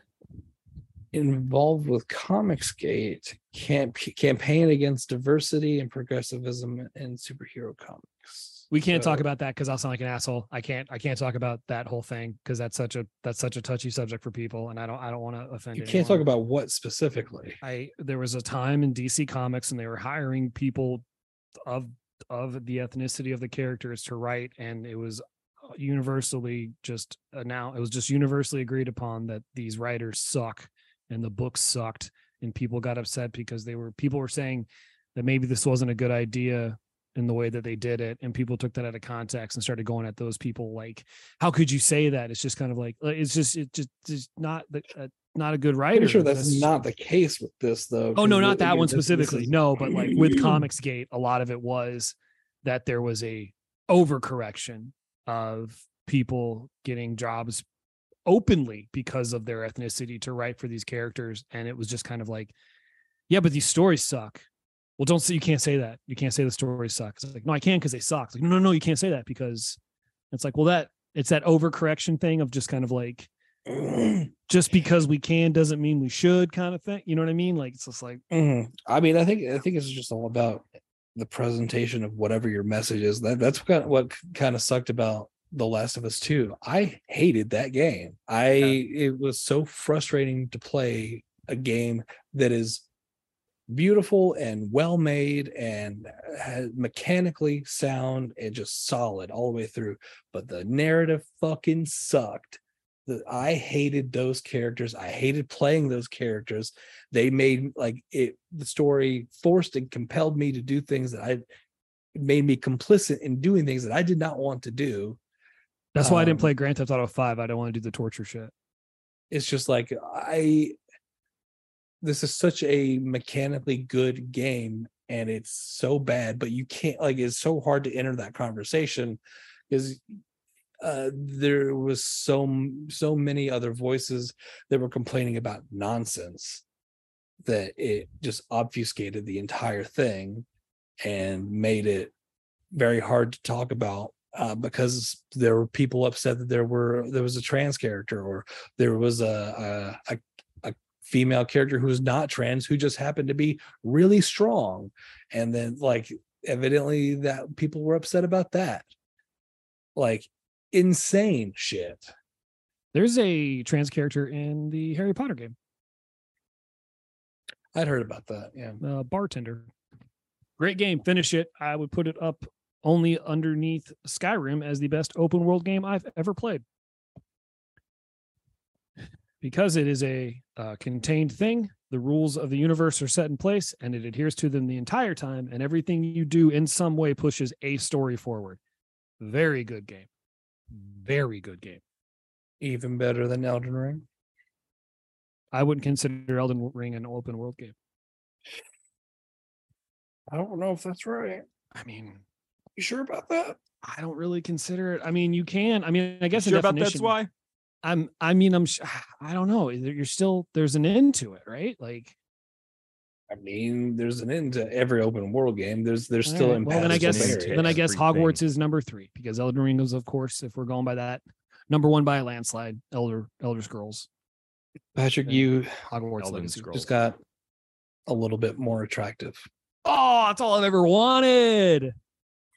[SPEAKER 5] Involved with Comicsgate, camp campaign against diversity and progressivism in superhero comics.
[SPEAKER 2] We can't talk
[SPEAKER 5] So-
[SPEAKER 2] about that because I'll sound like an asshole. I can't. I can't talk about that whole thing because that's such a that's such a touchy subject for people, and I don't. I don't want to offend.
[SPEAKER 5] You can't
[SPEAKER 2] anyone.
[SPEAKER 5] talk about what specifically.
[SPEAKER 2] I there was a time in DC Comics and they were hiring people of of the ethnicity of the characters to write, and it was universally just uh, now it was just universally agreed upon that these writers suck and the books sucked, and people got upset because they were people were saying that maybe this wasn't a good idea in the way that they did it and people took that out of context and started going at those people like how could you say that it's just kind of like like, it's just it's just, just not the, uh, not a good writer
[SPEAKER 5] Pretty sure that's, not the case with this though.
[SPEAKER 2] Oh
[SPEAKER 5] 'cause
[SPEAKER 2] no,
[SPEAKER 5] the-
[SPEAKER 2] not that
[SPEAKER 5] again,
[SPEAKER 2] one
[SPEAKER 5] this- this
[SPEAKER 2] specifically.
[SPEAKER 5] is-
[SPEAKER 2] no, but like with Comics Gate, a lot of it was that there was a overcorrection of people getting jobs openly because of their ethnicity to write for these characters, and it was just kind of like, yeah, but these stories suck. Well, don't say you can't say that. You can't say the stories suck. It's like no, I can because they suck. It's like no, no, no, you can't say that because it's like well that it's that overcorrection thing of just kind of like just because we can doesn't mean we should kind of thing. You know what I mean? Like it's just like.
[SPEAKER 5] Mhm. I mean, I think I think it's just all about the presentation of whatever your message is. That that's kind of what kind of sucked about The Last of Us Two. I hated that game. I it was so frustrating to play a game that is beautiful and well made and has mechanically sound and just solid all the way through but the narrative fucking sucked The- i hated those characters i hated playing those characters they made like it the story forced and compelled me to do things that i it made me complicit in doing things that i did not want to do
[SPEAKER 2] That's why I
[SPEAKER 5] Um,
[SPEAKER 2] didn't play Grand Theft Auto Five. I don't want to do the torture shit.
[SPEAKER 5] it's just like i this is such a mechanically good game and it's so bad but you can't like it's so hard to enter that conversation because uh there was so m- so many other voices that were complaining about nonsense that it just obfuscated the entire thing and made it very hard to talk about uh, because there were people upset that there were there was a trans character or there was a a, a, a female character who was not trans who just happened to be really strong and then like evidently that people were upset about that like insane shit
[SPEAKER 2] There's a trans character in the Harry Potter game,
[SPEAKER 5] i'd heard about that yeah
[SPEAKER 2] uh, bartender. Great game. Finish it. I would put it up only underneath Skyrim as the best open world game I've ever played because it is a uh, contained thing. The rules of the universe are set in place, and it adheres to them the entire time. And everything you do in some way pushes a story forward. Very good game. Very good game.
[SPEAKER 5] even better than elden ring
[SPEAKER 2] I wouldn't consider Elden Ring an open world game.
[SPEAKER 5] i don't know if that's right
[SPEAKER 2] I mean,
[SPEAKER 5] you sure about that
[SPEAKER 2] I don't really consider it. I mean, you can. I mean, I guess
[SPEAKER 3] sure
[SPEAKER 2] a
[SPEAKER 3] about
[SPEAKER 2] definition,
[SPEAKER 3] that's why.
[SPEAKER 2] I'm. I mean, I'm. sh- I don't know. There- You're still. There's an end to it, right? Like.
[SPEAKER 5] i mean there's an end to every open world game there's there's
[SPEAKER 2] all
[SPEAKER 5] still
[SPEAKER 2] right, Well, then I
[SPEAKER 5] impasse
[SPEAKER 2] guess.
[SPEAKER 5] with
[SPEAKER 3] barriers.
[SPEAKER 2] Then I guess
[SPEAKER 3] Everything.
[SPEAKER 2] Hogwarts is number three because Elden Ring is, of course, if we're going by that, number one by a landslide. Elder Elder Scrolls.
[SPEAKER 5] patrick you
[SPEAKER 2] Hogwarts
[SPEAKER 3] Elden
[SPEAKER 2] Legacy.
[SPEAKER 3] Scrolls.
[SPEAKER 5] just got a little bit more attractive
[SPEAKER 2] Oh, that's all I've ever wanted.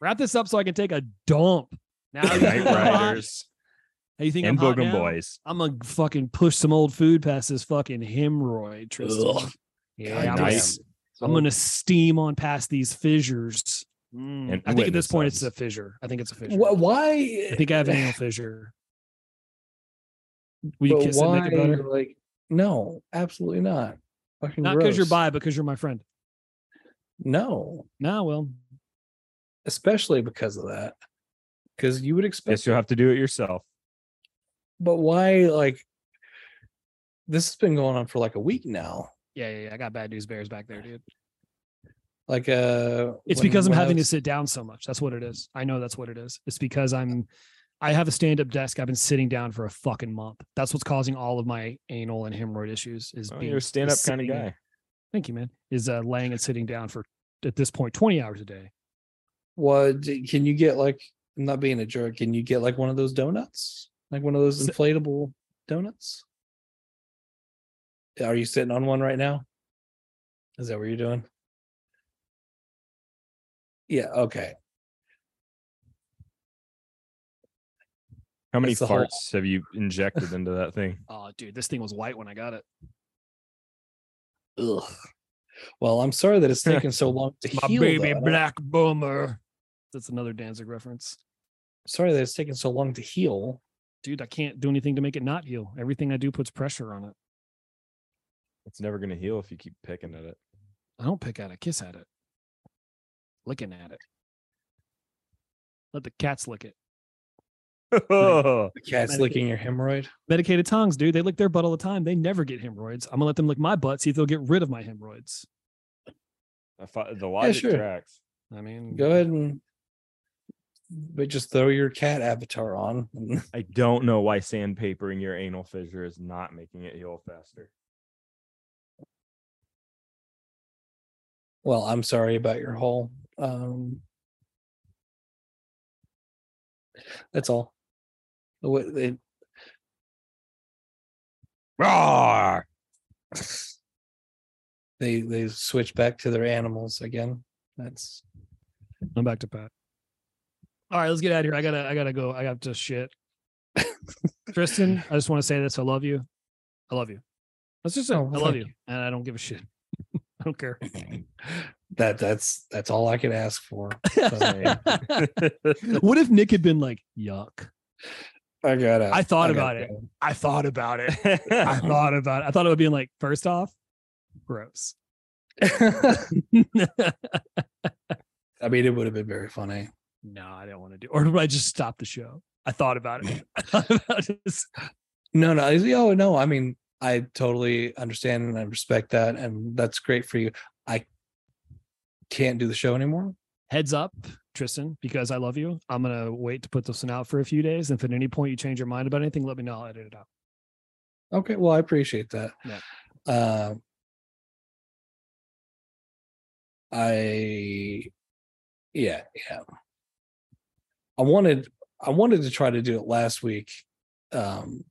[SPEAKER 2] Wrap this up so I can take a dump. Now you
[SPEAKER 3] Night
[SPEAKER 2] think I'm hot?
[SPEAKER 3] Riders
[SPEAKER 2] How you think
[SPEAKER 3] and
[SPEAKER 2] I'm hot
[SPEAKER 3] Bogan
[SPEAKER 2] now?
[SPEAKER 3] Boys.
[SPEAKER 2] I'm gonna fucking push some old food past this fucking hemorrhoid, Tristan.
[SPEAKER 5] Ugh.
[SPEAKER 2] Yeah,
[SPEAKER 5] God
[SPEAKER 2] I'm,
[SPEAKER 5] damn.
[SPEAKER 2] gonna, s-
[SPEAKER 3] Nice.
[SPEAKER 2] I'm gonna steam on past these fissures. Mm,
[SPEAKER 3] And
[SPEAKER 2] I think at this
[SPEAKER 3] witness
[SPEAKER 2] point it's
[SPEAKER 3] subs.
[SPEAKER 2] a fissure. I think it's a fissure.
[SPEAKER 5] Wh- why
[SPEAKER 2] I think I have an anal fissure. Will you
[SPEAKER 5] But
[SPEAKER 2] kiss it and make it
[SPEAKER 5] why,
[SPEAKER 2] better?
[SPEAKER 5] Like, no, absolutely not. Fucking
[SPEAKER 2] Not because you're
[SPEAKER 5] gross.
[SPEAKER 2] bi, but because you're my friend.
[SPEAKER 5] No,
[SPEAKER 2] Nah, well,
[SPEAKER 5] especially because of that. Because you would expect,
[SPEAKER 3] Guess you'll have to do it yourself.
[SPEAKER 5] but why? Like, this has been going on for like a week now.
[SPEAKER 2] yeah, yeah, yeah. I got bad news bears back there, dude.
[SPEAKER 5] Like, uh,
[SPEAKER 2] It's because I'm having to sit down so much. That's what it is. I know that's what it is. It's because I'm I have a stand-up desk. I've been sitting down for a fucking month. That's what's causing all of my anal and hemorrhoid issues is
[SPEAKER 3] Oh,
[SPEAKER 2] being
[SPEAKER 3] you're a stand up
[SPEAKER 2] is
[SPEAKER 3] kind of
[SPEAKER 2] sitting and-
[SPEAKER 3] guy.
[SPEAKER 2] Thank you, man. Is uh laying and sitting down for at this point 20 hours a day.
[SPEAKER 5] What can you get like I'm not being a jerk. Can you get like one of those donuts? Like one of those
[SPEAKER 8] S-
[SPEAKER 5] inflatable donuts? Are you sitting on one right now? Is that what you're doing? Yeah, okay.
[SPEAKER 9] How many
[SPEAKER 5] That's the
[SPEAKER 9] farts
[SPEAKER 5] whole-
[SPEAKER 9] have you injected into that thing?
[SPEAKER 2] Oh, dude, this thing was white when I got it.
[SPEAKER 5] Ugh. Well, I'm sorry that it's taking so long to
[SPEAKER 2] My
[SPEAKER 5] heal.
[SPEAKER 2] baby
[SPEAKER 5] though.
[SPEAKER 2] black boomer. That's another Danzig reference.
[SPEAKER 5] Sorry that it's taking so long to heal.
[SPEAKER 2] Dude, I can't do anything to make it not heal. Everything I do puts pressure on it.
[SPEAKER 9] It's never gonna heal if you keep picking at it.
[SPEAKER 2] I don't pick at it, kiss at it. Licking at it. Let the cats lick it.
[SPEAKER 5] The cat's
[SPEAKER 2] Medicate-
[SPEAKER 5] licking your hemorrhoid.
[SPEAKER 2] Medicated tongues, dude. They lick their butt all the time. They never get hemorrhoids. I'm gonna let them lick my butt, see if they'll get rid of my hemorrhoids.
[SPEAKER 9] I fi- the logic
[SPEAKER 5] sure.
[SPEAKER 9] tracks.
[SPEAKER 2] I mean,
[SPEAKER 5] Go ahead and but just throw your cat avatar on.
[SPEAKER 9] I don't know why sandpapering your anal fissure is not making it heal faster.
[SPEAKER 5] well, I'm sorry about your hole. Um, that's all. What it,
[SPEAKER 9] Roar!
[SPEAKER 5] they they switch back to their animals again. That's
[SPEAKER 2] I'm back to Pat. All right, let's get out of here. I gotta, I gotta go. I got to shit. Tristan, I just want to say this. I love you. I love you. That's just it.
[SPEAKER 5] Oh, well,
[SPEAKER 2] I love you,
[SPEAKER 5] thank
[SPEAKER 2] and I don't give a shit. I don't care.
[SPEAKER 5] that that's that's all I could ask for.
[SPEAKER 2] what if Nick had been like, "Yuck"?
[SPEAKER 5] I gotta.
[SPEAKER 2] I thought
[SPEAKER 5] gotta
[SPEAKER 2] about it.
[SPEAKER 5] go.
[SPEAKER 2] I thought about it. I thought about it. I thought it would be like, first off, gross.
[SPEAKER 5] I mean, it would have been very funny.
[SPEAKER 2] no, I don't want to do. Or would I just stop the show? I thought about it. I thought about this.
[SPEAKER 5] No, no. I- Oh, no. I mean, I totally understand and I respect that, and that's great for you. I can't do the show anymore.
[SPEAKER 2] heads up, Tristan, because I love you. I'm gonna wait to put this one out for a few days. If at any point you change your mind about anything, let me know. I'll edit it out.
[SPEAKER 5] Okay, well, I appreciate that.
[SPEAKER 2] Yeah.
[SPEAKER 5] Uh, I, yeah, yeah. I wanted, I wanted to try to do it last week. Um,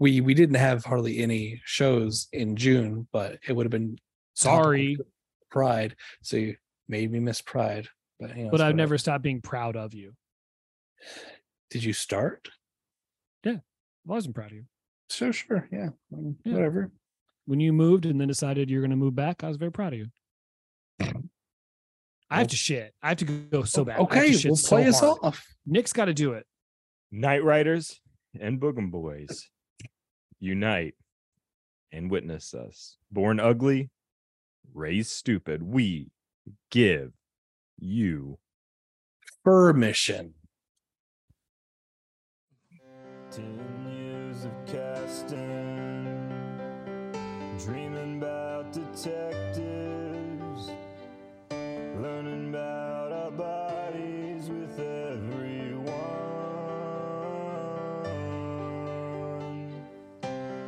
[SPEAKER 5] we we didn't have hardly any shows in June, but it would have been topical
[SPEAKER 2] Sorry,
[SPEAKER 5] to Pride. So you made me miss Pride, but you know,
[SPEAKER 2] but I've
[SPEAKER 5] it's whatever.
[SPEAKER 2] never stopped being proud of you.
[SPEAKER 5] Did you start?
[SPEAKER 2] I wasn't proud of you
[SPEAKER 5] Sure, sure, yeah, mm,
[SPEAKER 2] Yeah.
[SPEAKER 5] whatever.
[SPEAKER 2] when you moved and then decided you're gonna move back. I was very proud of you. I have to shit. I have to go so bad. I have to
[SPEAKER 5] Okay,
[SPEAKER 2] shit
[SPEAKER 5] we'll
[SPEAKER 2] so
[SPEAKER 5] play us
[SPEAKER 2] hard.
[SPEAKER 5] off.
[SPEAKER 2] Nick's got to do it.
[SPEAKER 9] Night Riders and Boogum Boys unite and witness us. Born ugly, raised stupid. We give you.
[SPEAKER 5] Permission.
[SPEAKER 3] Ten years of casting, dreaming about detectives, learning about our bodies with everyone,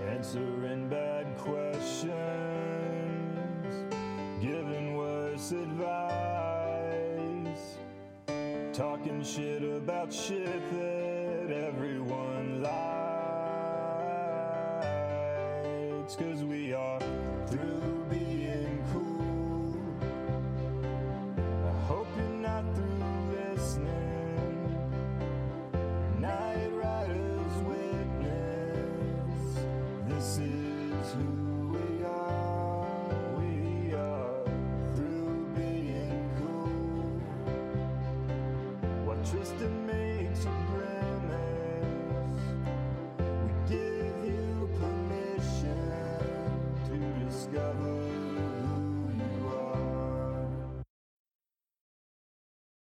[SPEAKER 3] answering bad questions, giving worse advice. Talking shit about shit that everyone likes. Cause we are through being cool. I hope you're not through listening. Night Riders Witness. This is who we are. We are through being cool. What Tristan makes you grimace. We give you permission to discover